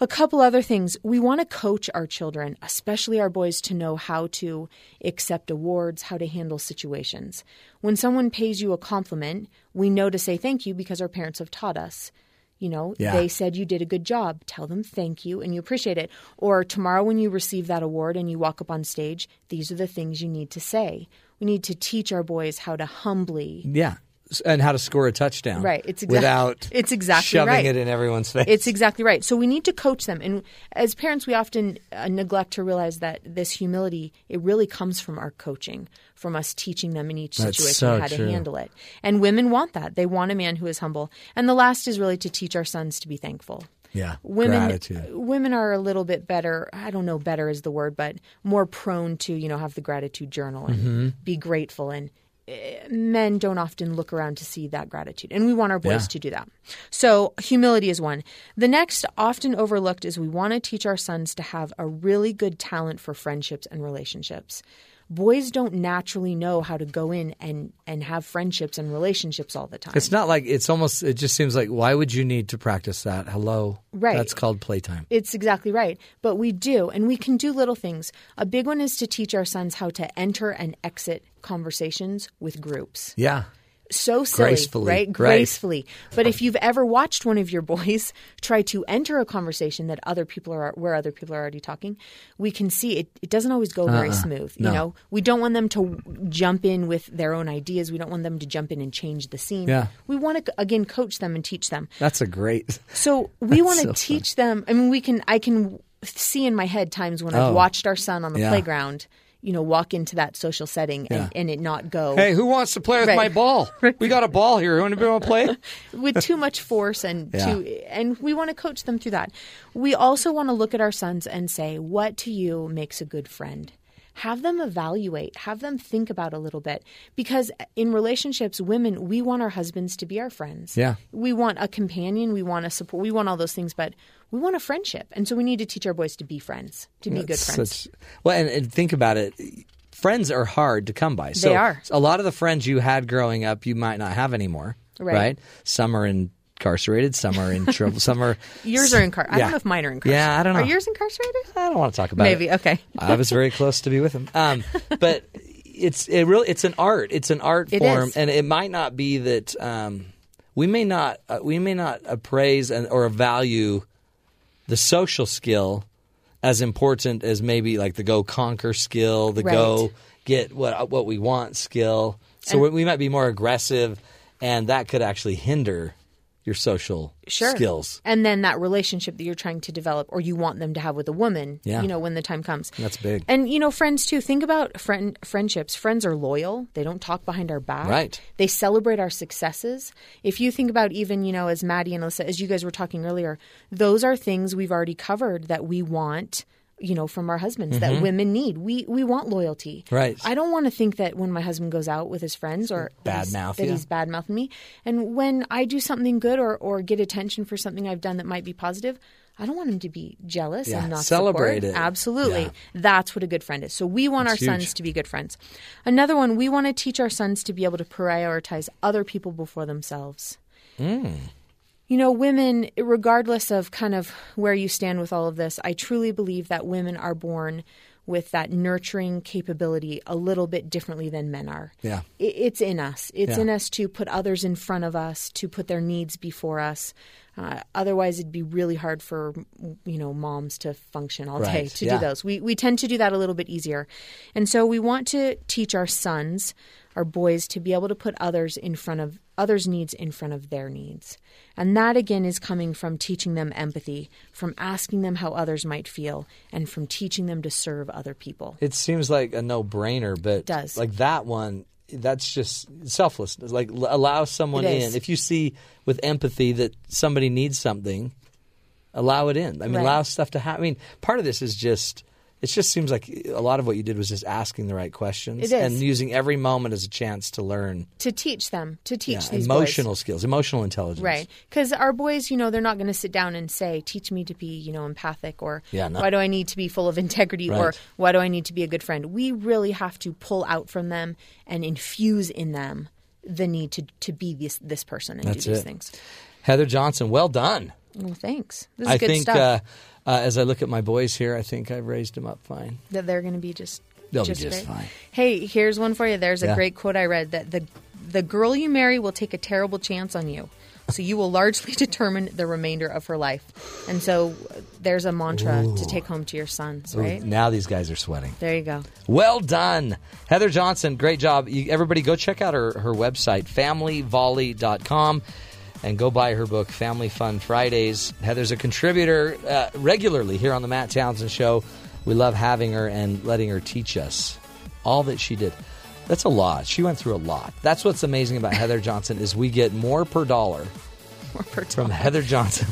[SPEAKER 7] A couple other things. We want to coach our children, especially our boys, to know how to accept awards, how to handle situations. When someone pays you a compliment, we know to say thank you because our parents have taught us. You know,
[SPEAKER 1] Yeah.
[SPEAKER 7] they said you did a good job. Tell them thank you and you appreciate it. Or tomorrow when you receive that award and you walk up on stage, these are the things you need to say. We need to teach our boys how to humbly
[SPEAKER 1] yeah. S- And how to score a touchdown.
[SPEAKER 7] Right. It's exact-
[SPEAKER 1] without
[SPEAKER 7] it's exactly
[SPEAKER 1] shoving
[SPEAKER 7] right.
[SPEAKER 1] it in everyone's face.
[SPEAKER 7] It's exactly right. So we need to coach them, and as parents, we often uh, neglect to realize that this humility it really comes from our coaching, from us teaching them in each
[SPEAKER 1] That's
[SPEAKER 7] situation
[SPEAKER 1] so
[SPEAKER 7] how
[SPEAKER 1] true.
[SPEAKER 7] to handle it. And women want that; they want a man who is humble. And the last is really to teach our sons to be thankful.
[SPEAKER 1] Yeah.
[SPEAKER 7] Women,
[SPEAKER 1] Gratitude.
[SPEAKER 7] women are a little bit better. I don't know, better is the word, but more prone to you know have the gratitude journal and
[SPEAKER 1] Mm-hmm.
[SPEAKER 7] be grateful and eh, men don't often look around to see that gratitude. And we want our boys
[SPEAKER 1] Yeah.
[SPEAKER 7] to do that. So, humility is one. The next, often overlooked, is we want to teach our sons to have a really good talent for friendships and relationships. Boys don't naturally know how to go in and, and have friendships and relationships all the time.
[SPEAKER 1] It's not like it's almost. It just seems like why would you need to practice that? Hello,
[SPEAKER 7] Right.
[SPEAKER 1] That's called playtime.
[SPEAKER 7] It's exactly right. But we do, and we can do little things. A big one is to teach our sons how to enter and exit conversations with groups.
[SPEAKER 1] Yeah,
[SPEAKER 7] so silly,
[SPEAKER 1] Gracefully,
[SPEAKER 7] right?
[SPEAKER 1] right.
[SPEAKER 7] Gracefully. But if you've ever watched one of your boys try to enter a conversation that other people are where other people are already talking, we can see it, it doesn't always go very smooth.
[SPEAKER 1] Uh-uh. No.
[SPEAKER 7] You know, we don't want them to jump in with their own ideas. We don't want them to jump in and change the scene.
[SPEAKER 1] Yeah.
[SPEAKER 7] We want to again coach them and teach them.
[SPEAKER 1] that's a great.
[SPEAKER 7] So we want
[SPEAKER 1] so
[SPEAKER 7] to
[SPEAKER 1] fun.
[SPEAKER 7] teach them. I mean, we can. I can see in my head times when
[SPEAKER 1] Oh.
[SPEAKER 7] I've watched our son on the
[SPEAKER 1] Yeah.
[SPEAKER 7] playground. You know, walk into that social setting and,
[SPEAKER 1] Yeah.
[SPEAKER 7] and it not go.
[SPEAKER 1] Hey, who wants to play with
[SPEAKER 7] Right.
[SPEAKER 1] my ball? We got a ball here. Want to want to play?
[SPEAKER 7] with too much force and
[SPEAKER 1] Yeah.
[SPEAKER 7] too, and we want to coach them through that. We also want to look at our sons and say, what to you makes a good friend? Have them evaluate, have them think about a little bit because in relationships women we want our husbands to be our friends.
[SPEAKER 1] Yeah.
[SPEAKER 7] We want a companion, we want a support, we want all those things but we want a friendship. And so we need to teach our boys to be friends, to be good friends.
[SPEAKER 1] Such- well, and, and think about it. Friends are hard to come by. So
[SPEAKER 7] are.
[SPEAKER 1] A lot of the friends you had growing up, you might not have anymore.
[SPEAKER 7] Right.
[SPEAKER 1] Some are incarcerated. Some are in trouble. some are.
[SPEAKER 7] yours are incarcerated. I
[SPEAKER 1] Yeah.
[SPEAKER 7] don't know if mine are incarcerated.
[SPEAKER 1] Yeah, I don't know.
[SPEAKER 7] Are yours incarcerated?
[SPEAKER 1] I don't want to talk about it.
[SPEAKER 7] Maybe. Okay.
[SPEAKER 1] I was very close to be with him. Um, but it's it really it's an art. It's an art
[SPEAKER 7] It
[SPEAKER 1] form,
[SPEAKER 7] is.
[SPEAKER 1] and it might not be that um, we may not uh, we may not appraise and or value the social skill as important as maybe like the go conquer skill, the go
[SPEAKER 7] Right.
[SPEAKER 1] get what what we want skill. So we we might be more aggressive, and that could actually hinder your social
[SPEAKER 7] sure.
[SPEAKER 1] skills.
[SPEAKER 7] And then that relationship that you're trying to develop or you want them to have with a woman,
[SPEAKER 1] Yeah.
[SPEAKER 7] you know, when the time comes.
[SPEAKER 1] That's big.
[SPEAKER 7] And you know, friends too. Think about friend friendships. Friends are loyal. They don't talk behind our back.
[SPEAKER 1] Right.
[SPEAKER 7] They celebrate our successes. If you think about even, you know, as Maddie and Alyssa, as you guys were talking earlier, those are things we've already covered that we want you know from our husbands that women need we we want loyalty
[SPEAKER 1] Mm-hmm. Right.
[SPEAKER 7] i don't want to think that when my husband goes out with his friends or that he's-
[SPEAKER 1] Badmouth
[SPEAKER 7] that
[SPEAKER 1] you.
[SPEAKER 7] he's bad mouthing me. And when I do something good or, or get attention for something I've done that might be positive, I don't want him to be jealous
[SPEAKER 1] Yeah,
[SPEAKER 7] and not
[SPEAKER 1] celebrate
[SPEAKER 7] support.
[SPEAKER 1] it.
[SPEAKER 7] Absolutely.
[SPEAKER 1] Yeah.
[SPEAKER 7] That's what a good friend is. So we want
[SPEAKER 1] It's
[SPEAKER 7] our
[SPEAKER 1] huge.
[SPEAKER 7] sons to be good friends. Another one, we want to teach our sons to be able to prioritize other people before themselves
[SPEAKER 1] Hmm.
[SPEAKER 7] you know, women, regardless of kind of where you stand with all of this, I truly believe that women are born with that nurturing capability a little bit differently than men are.
[SPEAKER 1] Yeah.
[SPEAKER 7] I- it's in us. It's
[SPEAKER 1] Yeah.
[SPEAKER 7] in us to put others in front of us, to put their needs before us. Uh, otherwise, it'd be really hard for you know moms to function all day
[SPEAKER 1] Right.
[SPEAKER 7] to
[SPEAKER 1] Yeah.
[SPEAKER 7] do those. We we tend to do that a little bit easier, and so we want to teach our sons, our boys, to be able to put others in front of others' needs in front of their needs, and that again is coming from teaching them empathy, from asking them how others might feel, and from teaching them to serve other people.
[SPEAKER 1] It seems like a no-brainer, but
[SPEAKER 7] does.
[SPEAKER 1] like that one. That's just selflessness. Like l- allow someone
[SPEAKER 7] It is.
[SPEAKER 1] in. If you see with empathy that somebody needs something, allow it in. I mean,
[SPEAKER 7] Right.
[SPEAKER 1] allow stuff to happen. I mean, part of this is just. It just seems like a lot of what you did was just asking the right questions
[SPEAKER 7] It is.
[SPEAKER 1] and using every moment as a chance to learn
[SPEAKER 7] To teach them, to teach
[SPEAKER 1] yeah,
[SPEAKER 7] these boys.
[SPEAKER 1] emotional skills, emotional intelligence.
[SPEAKER 7] Right. Because our boys, you know, they're not going to sit down and say, teach me to be, you know, empathic or
[SPEAKER 1] Yeah, no.
[SPEAKER 7] why do I need to be full of integrity or
[SPEAKER 1] Right.
[SPEAKER 7] why do I need to be a good friend? We really have to pull out from them and infuse in them the need to, to be this, this person and
[SPEAKER 1] That's
[SPEAKER 7] do these
[SPEAKER 1] it.
[SPEAKER 7] things.
[SPEAKER 1] Heather Johnson, well done.
[SPEAKER 7] Well, thanks. This is
[SPEAKER 1] I
[SPEAKER 7] good
[SPEAKER 1] think
[SPEAKER 7] stuff.
[SPEAKER 1] uh, uh, as I look at my boys here, I think I've raised them up fine.
[SPEAKER 7] that they're going to be just
[SPEAKER 1] They'll be
[SPEAKER 7] just
[SPEAKER 1] just
[SPEAKER 7] great.
[SPEAKER 1] fine.
[SPEAKER 7] Hey, here's one for you. There's a
[SPEAKER 1] Yeah.
[SPEAKER 7] great quote I read that the the girl you marry will take a terrible chance on you. So you will largely determine the remainder of her life. And so uh, there's a mantra to take home to your sons,
[SPEAKER 1] Ooh,
[SPEAKER 7] right?
[SPEAKER 1] Now these guys are sweating.
[SPEAKER 7] There you go.
[SPEAKER 1] Well done. Heather Johnson, great job. You, everybody, go check out her, her website, familyvolley.com, and go buy her book, Family Fun Fridays. Heather's a contributor uh, regularly here on The Matt Townsend Show. We love having her and letting her teach us all that she did. That's a lot. She went through a lot. That's what's amazing about Heather Johnson is we get more per dollar from Heather Johnson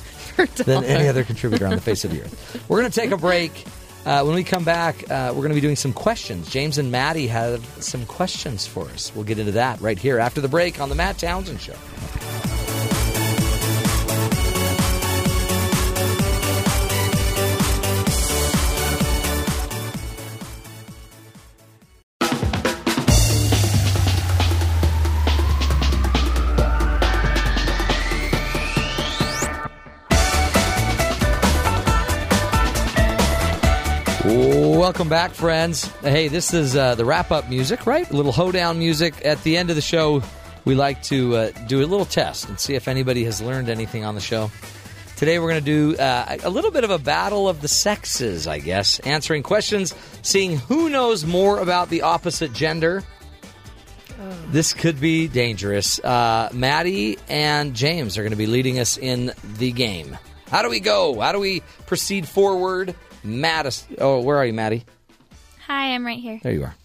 [SPEAKER 1] than any other contributor on the face of the earth. We're going to take a break. Uh, when we come back, uh, we're going to be doing some questions. James and Maddie have some questions for us. We'll get into that right here after the break on the Matt Townsend Show. Welcome back, friends. Hey, this is uh, the wrap up music, right? A little hoedown music. At the end of the show, we like to uh, do a little test and see if anybody has learned anything on the show. Today, we're going to do uh, a little bit of a battle of the sexes, I guess, answering questions, seeing who knows more about the opposite gender. This could be dangerous. Uh, Maddie and James are going to be leading us in the game. How do we go? How do we proceed forward? Mattis. Oh, where are you, Maddie?
[SPEAKER 5] Hi, I'm right here.
[SPEAKER 1] There you are.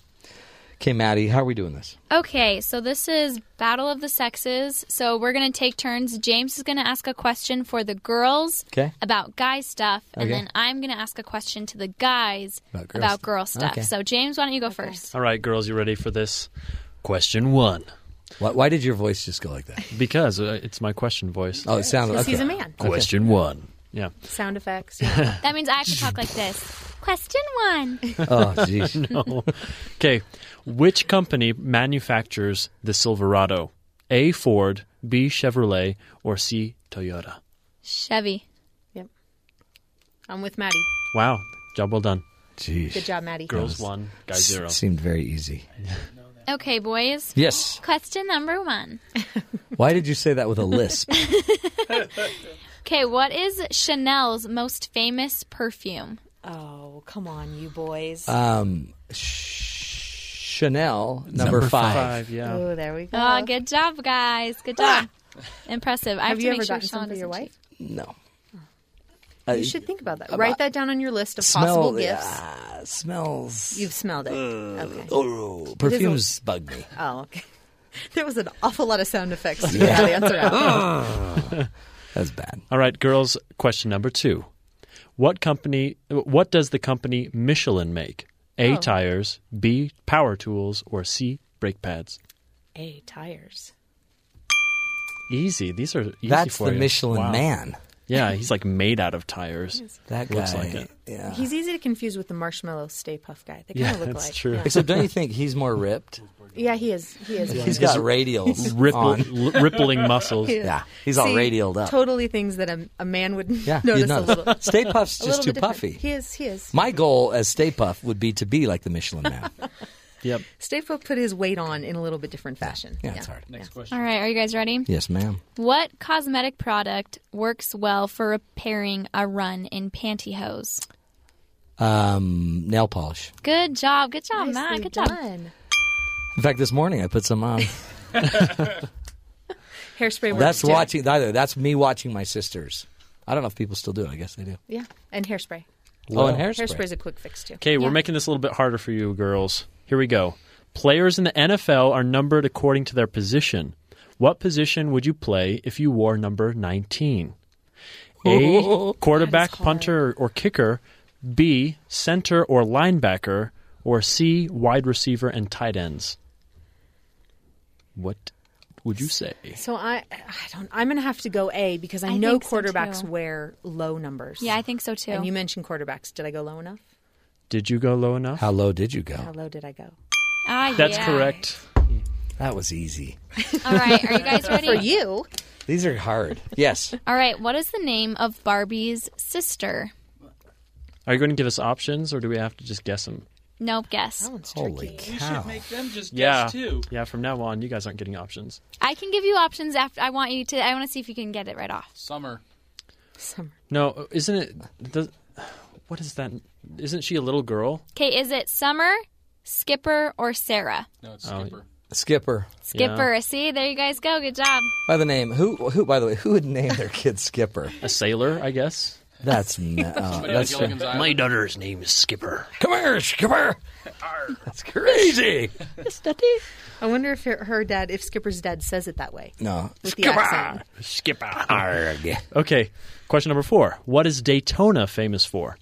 [SPEAKER 1] Okay, Maddie, how are we doing this?
[SPEAKER 5] Okay, so this is Battle of the Sexes. So we're going to take turns. James is going to ask a question for the girls
[SPEAKER 1] Okay.
[SPEAKER 5] about guy stuff, and
[SPEAKER 1] Okay.
[SPEAKER 5] then I'm going to ask a question to the guys
[SPEAKER 1] About
[SPEAKER 5] about,
[SPEAKER 1] girl stuff.
[SPEAKER 5] girl stuff.
[SPEAKER 1] Okay.
[SPEAKER 5] So, James, why don't you go first?
[SPEAKER 2] All right, girls, you ready for this? Question one.
[SPEAKER 1] Why, why did your voice just go like that?
[SPEAKER 2] Because uh, it's my question voice.
[SPEAKER 1] Oh, it sounded
[SPEAKER 7] Because
[SPEAKER 1] okay.
[SPEAKER 7] he's a man.
[SPEAKER 2] Question one. Yeah.
[SPEAKER 7] Sound effects. yeah.
[SPEAKER 5] That means I have to talk like this. Question one.
[SPEAKER 1] Oh, jeez.
[SPEAKER 2] Okay. Which company manufactures the Silverado? A. Ford, B. Chevrolet, or C. Toyota?
[SPEAKER 5] Chevy.
[SPEAKER 7] I'm with Maddie.
[SPEAKER 2] Wow. Job well done.
[SPEAKER 7] Good
[SPEAKER 1] Jeez.
[SPEAKER 7] job, Maddie.
[SPEAKER 2] Girls one, guys zero.
[SPEAKER 1] Seemed very easy.
[SPEAKER 5] Okay, boys.
[SPEAKER 1] Yes.
[SPEAKER 5] Question number one.
[SPEAKER 1] Why did you say that with a lisp?
[SPEAKER 5] Okay, what is Chanel's most famous perfume?
[SPEAKER 7] Oh, come on, you boys.
[SPEAKER 1] Um, Sh- Chanel number,
[SPEAKER 2] Five, yeah.
[SPEAKER 7] oh, there we go.
[SPEAKER 5] Oh, good job, guys. Good job. Impressive. I have,
[SPEAKER 7] Have
[SPEAKER 5] to
[SPEAKER 7] you
[SPEAKER 5] make
[SPEAKER 7] ever
[SPEAKER 5] sure
[SPEAKER 7] gotten some
[SPEAKER 5] Sean
[SPEAKER 7] for your
[SPEAKER 5] doesn't
[SPEAKER 7] wife?
[SPEAKER 1] No. Uh,
[SPEAKER 7] You should think about that. Write that down on your list of
[SPEAKER 1] smell,
[SPEAKER 7] possible gifts.
[SPEAKER 1] yeah, smells.
[SPEAKER 7] You've smelled it. okay.
[SPEAKER 1] Oh, perfumes bug me.
[SPEAKER 7] Oh, okay. There was an awful lot of sound effects to get that answer out.
[SPEAKER 1] That's bad.
[SPEAKER 2] All right, girls, question number two. What company what does the company Michelin make? A tires, B power tools, or C brake pads?
[SPEAKER 7] A tires.
[SPEAKER 2] Easy. These are easy
[SPEAKER 1] That's
[SPEAKER 2] for
[SPEAKER 1] the
[SPEAKER 2] you.
[SPEAKER 1] Michelin
[SPEAKER 2] Wow.
[SPEAKER 1] man.
[SPEAKER 2] Yeah, he's like made out of tires.
[SPEAKER 1] That guy.
[SPEAKER 2] Looks like it.
[SPEAKER 1] Yeah.
[SPEAKER 7] He's easy to confuse with the marshmallow Stay Puff guy. They
[SPEAKER 2] Yeah,
[SPEAKER 7] kind of look
[SPEAKER 2] that's
[SPEAKER 7] like.
[SPEAKER 2] true.
[SPEAKER 7] Yeah.
[SPEAKER 1] Except, don't you think he's more ripped?
[SPEAKER 7] Yeah, he is. He is.
[SPEAKER 1] He's got radials
[SPEAKER 2] Ripple,
[SPEAKER 1] on.
[SPEAKER 2] l- rippling muscles.
[SPEAKER 7] He is.
[SPEAKER 1] Yeah, he's all
[SPEAKER 7] See,
[SPEAKER 1] radialed up.
[SPEAKER 7] Totally things that a, a man would
[SPEAKER 1] Yeah,
[SPEAKER 7] notice
[SPEAKER 1] you'd
[SPEAKER 7] a
[SPEAKER 1] notice.
[SPEAKER 7] little. a
[SPEAKER 1] Stay Puff's just
[SPEAKER 7] little
[SPEAKER 1] too
[SPEAKER 7] bit different.
[SPEAKER 1] puffy.
[SPEAKER 7] He is. He is.
[SPEAKER 1] My goal as Stay Puff would be to be like the Michelin Man.
[SPEAKER 2] Yep.
[SPEAKER 7] Stay Puft put his weight on in a little bit different fashion.
[SPEAKER 1] Yeah, it's hard.
[SPEAKER 3] Next question.
[SPEAKER 5] All right, are you guys ready?
[SPEAKER 1] Yes, ma'am.
[SPEAKER 5] What cosmetic product works well for repairing a run in pantyhose?
[SPEAKER 1] Um, nail polish.
[SPEAKER 5] Good job. Good job,
[SPEAKER 7] Nicely
[SPEAKER 5] Matt. Good job.
[SPEAKER 7] done.
[SPEAKER 1] In fact, this morning I put some on.
[SPEAKER 7] Hairspray. works
[SPEAKER 1] That's
[SPEAKER 7] too.
[SPEAKER 1] watching. Either that's me watching my sisters. I don't know if people still do it. I guess they do.
[SPEAKER 7] Yeah, and hairspray.
[SPEAKER 1] oh, and hairspray.
[SPEAKER 7] Hairspray's a quick fix too.
[SPEAKER 2] Okay, we're making this a little bit harder for you, girls. Here we go. Players in the NFL are numbered according to their position. What position would you play if you wore number 19? A. Quarterback, punter, or kicker. B. Center or linebacker. Or C. Wide receiver and tight ends. What would you say?
[SPEAKER 7] So I, I don't. I'm going to have to go A because I,
[SPEAKER 5] I
[SPEAKER 7] know
[SPEAKER 5] think so,
[SPEAKER 7] quarterbacks
[SPEAKER 5] too.
[SPEAKER 7] wear low numbers.
[SPEAKER 5] Yeah, I think so too.
[SPEAKER 7] And you mentioned quarterbacks. Did I go low enough?
[SPEAKER 2] Did you go low enough?
[SPEAKER 1] How low did you go?
[SPEAKER 7] How low did I go?
[SPEAKER 5] ah,
[SPEAKER 2] That's
[SPEAKER 5] yeah.
[SPEAKER 2] correct.
[SPEAKER 1] That was easy.
[SPEAKER 5] All right, are you guys
[SPEAKER 7] For
[SPEAKER 5] ready?
[SPEAKER 7] you,
[SPEAKER 1] These are hard. Yes.
[SPEAKER 5] All right, what is the name of Barbie's sister?
[SPEAKER 2] Are you going to give us options or do we have to just guess them?
[SPEAKER 5] Nope, guess.
[SPEAKER 7] that one's
[SPEAKER 1] Holy
[SPEAKER 7] tricky.
[SPEAKER 1] cow!
[SPEAKER 3] them just
[SPEAKER 2] Yeah. Yeah, from now on, you guys aren't getting options.
[SPEAKER 5] I can give you options after. I want you to. I want to see if you can get it right off.
[SPEAKER 3] Summer.
[SPEAKER 7] Summer.
[SPEAKER 2] No, isn't it? Does, what is that? Isn't she a little girl?
[SPEAKER 5] Okay, is it Summer, Skipper, or Sarah?
[SPEAKER 3] No, it's
[SPEAKER 2] Oh,
[SPEAKER 3] Skipper.
[SPEAKER 1] Skipper
[SPEAKER 5] Skipper. See, there you guys go. Good job.
[SPEAKER 1] by the name. Who? Who? By the way, who would name their kid Skipper?
[SPEAKER 2] A sailor, I guess.
[SPEAKER 1] That's no, that's
[SPEAKER 3] Gilligan's Island.
[SPEAKER 2] daughter's name is Skipper.
[SPEAKER 1] come here, Skipper. That's crazy.
[SPEAKER 7] I wonder if her, her dad, if Skipper's dad, says it that way
[SPEAKER 1] No,
[SPEAKER 7] with the accent.
[SPEAKER 2] Skipper.
[SPEAKER 1] Arg.
[SPEAKER 2] Okay, question number four. What is Daytona famous for?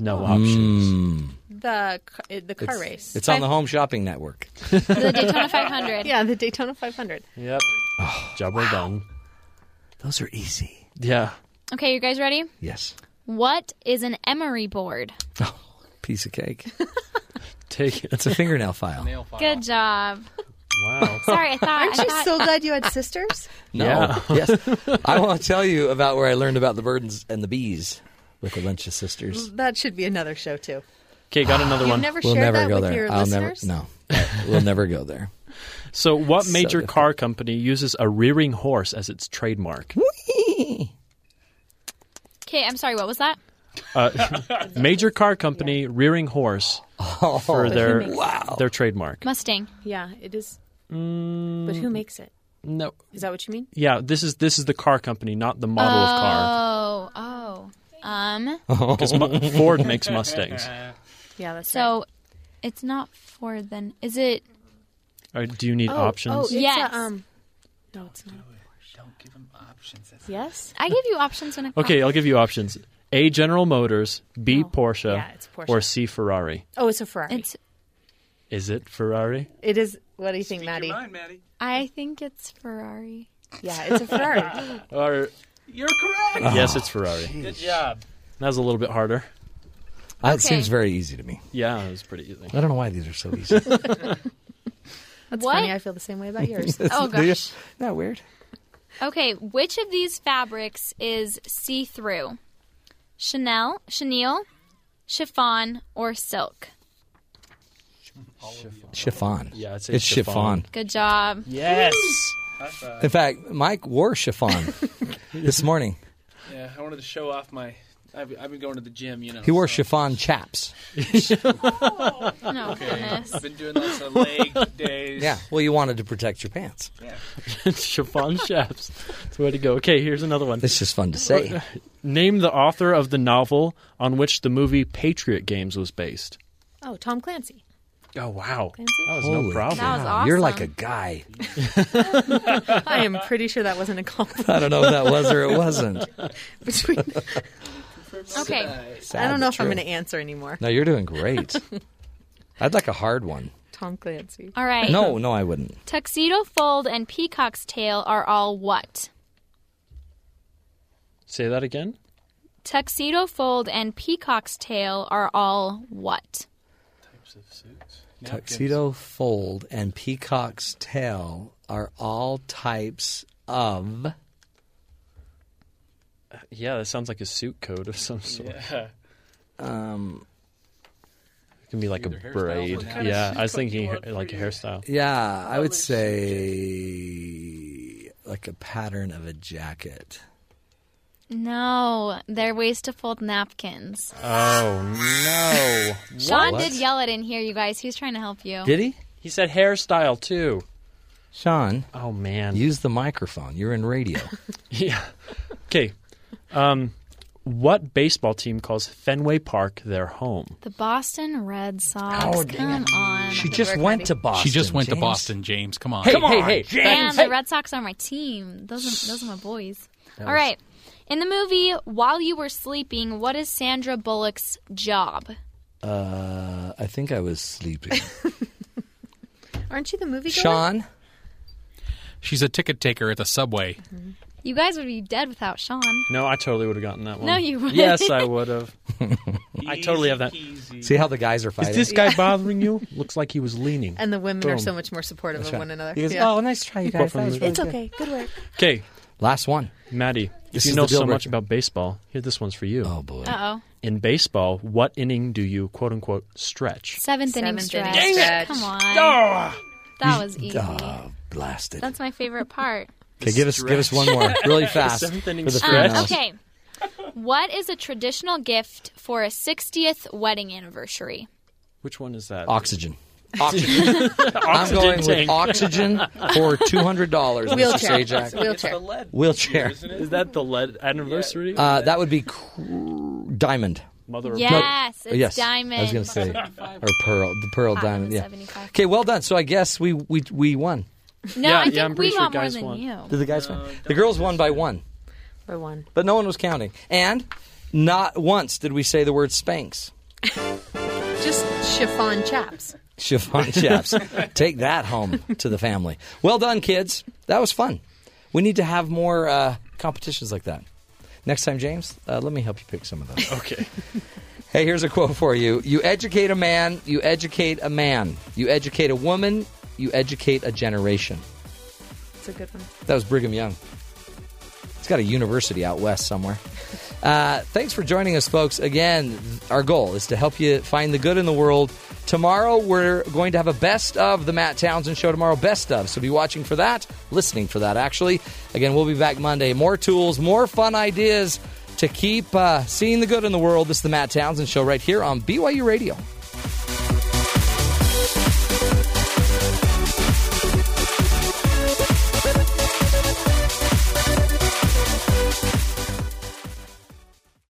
[SPEAKER 2] No options.
[SPEAKER 7] The ca- uh, the car race.
[SPEAKER 1] It's on the Home Shopping Network.
[SPEAKER 5] The Daytona 500.
[SPEAKER 7] yeah, the Daytona 500.
[SPEAKER 2] Yep. Job well done.
[SPEAKER 1] Those are easy.
[SPEAKER 2] Yeah.
[SPEAKER 5] Okay, you guys ready?
[SPEAKER 1] Yes.
[SPEAKER 5] What is an emery board?
[SPEAKER 1] Oh, Piece of cake.
[SPEAKER 2] Take it.
[SPEAKER 1] It's a fingernail file.
[SPEAKER 3] Nail file.
[SPEAKER 5] Good job.
[SPEAKER 2] Wow.
[SPEAKER 5] Sorry, I thought.
[SPEAKER 7] Aren't
[SPEAKER 5] I
[SPEAKER 7] you
[SPEAKER 5] thought
[SPEAKER 7] so glad you had sisters?
[SPEAKER 1] No.
[SPEAKER 2] Yeah.
[SPEAKER 1] yes. I want to tell you about where I learned about the burdens and the bees with a bunch of sisters.
[SPEAKER 7] That should be another show too.
[SPEAKER 2] Okay, got another
[SPEAKER 7] You've
[SPEAKER 2] one.
[SPEAKER 7] never
[SPEAKER 1] we'll
[SPEAKER 7] shared
[SPEAKER 1] never
[SPEAKER 7] that
[SPEAKER 1] go
[SPEAKER 7] with
[SPEAKER 1] there.
[SPEAKER 7] your
[SPEAKER 1] I'll
[SPEAKER 7] listeners.
[SPEAKER 1] never. No. we'll never go there.
[SPEAKER 2] So, what major
[SPEAKER 1] different.
[SPEAKER 2] car company uses a rearing horse as its trademark?
[SPEAKER 5] Okay, I'm sorry. What was that?
[SPEAKER 2] Uh, major car company rearing horse for their their trademark.
[SPEAKER 5] Mustang.
[SPEAKER 7] Yeah, it is. But who makes it?
[SPEAKER 2] No,
[SPEAKER 7] Is that what you mean?
[SPEAKER 2] Yeah, this is this is the car company, not the model of car.
[SPEAKER 5] Oh, oh. Um.
[SPEAKER 2] Because Mu- Ford makes Mustangs.
[SPEAKER 7] Yeah, that's right.
[SPEAKER 5] So, it's not Ford then. Is it?
[SPEAKER 2] Or do you need
[SPEAKER 7] Oh, Oh,
[SPEAKER 2] options?
[SPEAKER 7] it's
[SPEAKER 5] Yes.
[SPEAKER 7] A, um, no, it's not. Don't give them options. Yes.
[SPEAKER 5] I give you options when I.
[SPEAKER 2] Okay, I'll give you options: A. General Motors, B.
[SPEAKER 7] Oh,
[SPEAKER 2] Porsche,
[SPEAKER 7] yeah, it's Porsche.
[SPEAKER 2] or C. Ferrari.
[SPEAKER 7] Oh, it's a Ferrari.
[SPEAKER 5] It's.
[SPEAKER 2] Is it Ferrari?
[SPEAKER 7] It is. What do you think, Maddie?
[SPEAKER 3] Maddie.
[SPEAKER 5] I think it's Ferrari.
[SPEAKER 7] Yeah, it's a Ferrari.
[SPEAKER 2] Or
[SPEAKER 3] You're correct.
[SPEAKER 2] Uh, yes, it's Ferrari.
[SPEAKER 3] Good job.
[SPEAKER 2] That was a little bit harder.
[SPEAKER 1] That seems very easy to me.
[SPEAKER 2] Yeah, it was pretty easy.
[SPEAKER 1] I don't know why these are so easy.
[SPEAKER 7] That's
[SPEAKER 5] What?
[SPEAKER 7] funny. I feel the same way about yours.
[SPEAKER 5] Oh gosh.
[SPEAKER 1] that weird?
[SPEAKER 5] Okay, which of these fabrics is see-through? Chanel, chenille, chiffon, or silk?
[SPEAKER 1] Chiffon.
[SPEAKER 2] Yeah, I'd say
[SPEAKER 1] it's
[SPEAKER 2] chiffon.
[SPEAKER 1] chiffon.
[SPEAKER 5] Good job.
[SPEAKER 2] Yes.
[SPEAKER 1] In fact, Mike wore chiffon this morning.
[SPEAKER 3] Yeah, I wanted to show off my. I've, I've been going to the gym, you know.
[SPEAKER 1] He wore
[SPEAKER 3] so
[SPEAKER 1] chiffon chaps.
[SPEAKER 5] Oh, No goodness.
[SPEAKER 3] I've been doing lots of leg days.
[SPEAKER 1] Yeah. Well, you wanted to protect your pants.
[SPEAKER 2] Chiffon chefs. That's the way to go. Okay, here's another one.
[SPEAKER 1] It's just fun to say.
[SPEAKER 2] Name the author of the novel on which the movie Patriot Games was based.
[SPEAKER 7] oh, Tom Clancy.
[SPEAKER 2] Oh wow,
[SPEAKER 7] Clancy?
[SPEAKER 2] that was no
[SPEAKER 1] Holy
[SPEAKER 2] problem.
[SPEAKER 5] That was
[SPEAKER 1] cow, You're like a
[SPEAKER 5] awesome.
[SPEAKER 1] guy.
[SPEAKER 7] I am pretty sure that wasn't a compliment
[SPEAKER 1] I don't know if that was or it wasn't.
[SPEAKER 7] between.
[SPEAKER 5] Okay.
[SPEAKER 7] I don't know if
[SPEAKER 1] Sad,
[SPEAKER 7] I'm going
[SPEAKER 1] true.
[SPEAKER 7] to answer anymore.
[SPEAKER 1] No, you're doing great. I'd like a hard one.
[SPEAKER 7] Tom Clancy.
[SPEAKER 5] All right.
[SPEAKER 1] No, no, I wouldn't.
[SPEAKER 5] Tuxedo fold and peacock's tail are all what?
[SPEAKER 2] Say that again.
[SPEAKER 5] Tuxedo fold and peacock's tail are all what?
[SPEAKER 1] Tuxedo fold and peacock's tail are all types of.
[SPEAKER 2] Yeah, that sounds like a suit coat of some sort.
[SPEAKER 1] Um,
[SPEAKER 2] It can be like a braid. Yeah, I was thinking ha- like a hairstyle.
[SPEAKER 1] yeah, I would say like a pattern of a jacket.
[SPEAKER 5] No, they're ways to fold napkins.
[SPEAKER 1] Uh,
[SPEAKER 2] Oh no!
[SPEAKER 5] Sean did yell it in here, you guys. He was trying to help you.
[SPEAKER 1] Did he?
[SPEAKER 2] He said hairstyle too.
[SPEAKER 1] Sean,
[SPEAKER 2] Oh man.
[SPEAKER 1] use the microphone. You're in radio.
[SPEAKER 2] yeah. Okay. Um, what baseball team calls Fenway Park their home?
[SPEAKER 5] The Boston Red Sox.
[SPEAKER 1] Oh, dang
[SPEAKER 5] Come on.
[SPEAKER 1] she just went to Boston.
[SPEAKER 4] She just went to
[SPEAKER 1] James.
[SPEAKER 4] Boston, James. Come on.
[SPEAKER 2] Hey, hey, hey,
[SPEAKER 5] And the Red Sox are my team. Those are, those are my boys. All right. In the movie While You Were Sleeping, what is Sandra Bullock's job?
[SPEAKER 1] Uh, I think I was sleeping.
[SPEAKER 7] Aren't you the movie?
[SPEAKER 1] Sean,
[SPEAKER 4] She's a ticket taker at the subway.
[SPEAKER 5] You guys would be dead without Sean.
[SPEAKER 2] No, I totally would have gotten that one.
[SPEAKER 5] No, you wouldn't.
[SPEAKER 2] Yes, I would have. I totally have that.
[SPEAKER 1] see how the guys are fighting.
[SPEAKER 2] Is this guy bothering you? Looks like he was leaning.
[SPEAKER 7] And the women are
[SPEAKER 2] Boom.
[SPEAKER 7] so much more supportive of one another.
[SPEAKER 1] He goes,
[SPEAKER 7] Yeah.
[SPEAKER 1] Oh, nice try, you guys. That was really
[SPEAKER 7] it's
[SPEAKER 1] good."
[SPEAKER 7] okay. Good work.
[SPEAKER 2] Okay,
[SPEAKER 1] Last one.
[SPEAKER 2] Maddie,
[SPEAKER 1] This
[SPEAKER 2] if you
[SPEAKER 1] is
[SPEAKER 2] know
[SPEAKER 1] the deal
[SPEAKER 2] so much
[SPEAKER 1] breaker.
[SPEAKER 2] about baseball, here this one's for you.
[SPEAKER 1] Oh boy.
[SPEAKER 5] Uh oh.
[SPEAKER 2] In baseball, what inning do you quote unquote stretch?
[SPEAKER 5] Seventh inning
[SPEAKER 7] Seventh
[SPEAKER 5] stretch.
[SPEAKER 7] inning Dang it! stretch.
[SPEAKER 5] Come on.
[SPEAKER 2] Ah,
[SPEAKER 5] That was easy.
[SPEAKER 1] Ah, blasted.
[SPEAKER 5] That's my favorite part.
[SPEAKER 1] Okay, give us give us one more really fast.
[SPEAKER 2] seventh inning
[SPEAKER 1] for the
[SPEAKER 2] stretch.
[SPEAKER 1] females.
[SPEAKER 5] Um, Okay. What is a traditional gift for a 60th wedding anniversary?
[SPEAKER 2] Which one is that?
[SPEAKER 1] Oxygen. Oxygen. I'm going with
[SPEAKER 2] tank.
[SPEAKER 1] oxygen for two hundred dollars, Mr.
[SPEAKER 7] Wheelchair.
[SPEAKER 1] Sajak.
[SPEAKER 7] Wheelchair.
[SPEAKER 1] Wheelchair.
[SPEAKER 2] Is that the lead anniversary?
[SPEAKER 1] Uh, that would be cr- diamond.
[SPEAKER 2] Mother of
[SPEAKER 5] Yes, it's
[SPEAKER 1] yes,
[SPEAKER 5] diamond.
[SPEAKER 1] I was going to say or pearl, the pearl diamond. Yeah.
[SPEAKER 5] 75.
[SPEAKER 1] Okay, well done. So I guess we we we won.
[SPEAKER 5] No,
[SPEAKER 2] Yeah,
[SPEAKER 5] I think
[SPEAKER 2] yeah, I'm
[SPEAKER 5] we
[SPEAKER 2] pretty sure
[SPEAKER 5] got more
[SPEAKER 2] guys
[SPEAKER 5] than
[SPEAKER 2] won.
[SPEAKER 5] you.
[SPEAKER 1] Did the guys win? The girls won by one,
[SPEAKER 7] For one.
[SPEAKER 1] but no one was counting. And not once did we say the word Spanx.
[SPEAKER 7] Just chiffon chaps.
[SPEAKER 1] Chiffon chaps. Take that home to the family. Well done, kids. That was fun. We need to have more uh, competitions like that. Next time, James, uh, let me help you pick some of those.
[SPEAKER 2] Okay.
[SPEAKER 1] hey, here's a quote for you You educate a man, you educate a man. You educate a woman, you educate a generation.
[SPEAKER 7] It's a good one.
[SPEAKER 1] That was Brigham Young. It's got a university out west somewhere. Uh, thanks for joining us, folks. Again, our goal is to help you find the good in the world. Tomorrow, we're going to have a best of the Matt Townsend Show tomorrow, best of. So be watching for that, listening for that, actually. Again, we'll be back Monday. More tools, more fun ideas to keep uh, seeing the good in the world. This is the Matt Townsend Show right here on BYU Radio.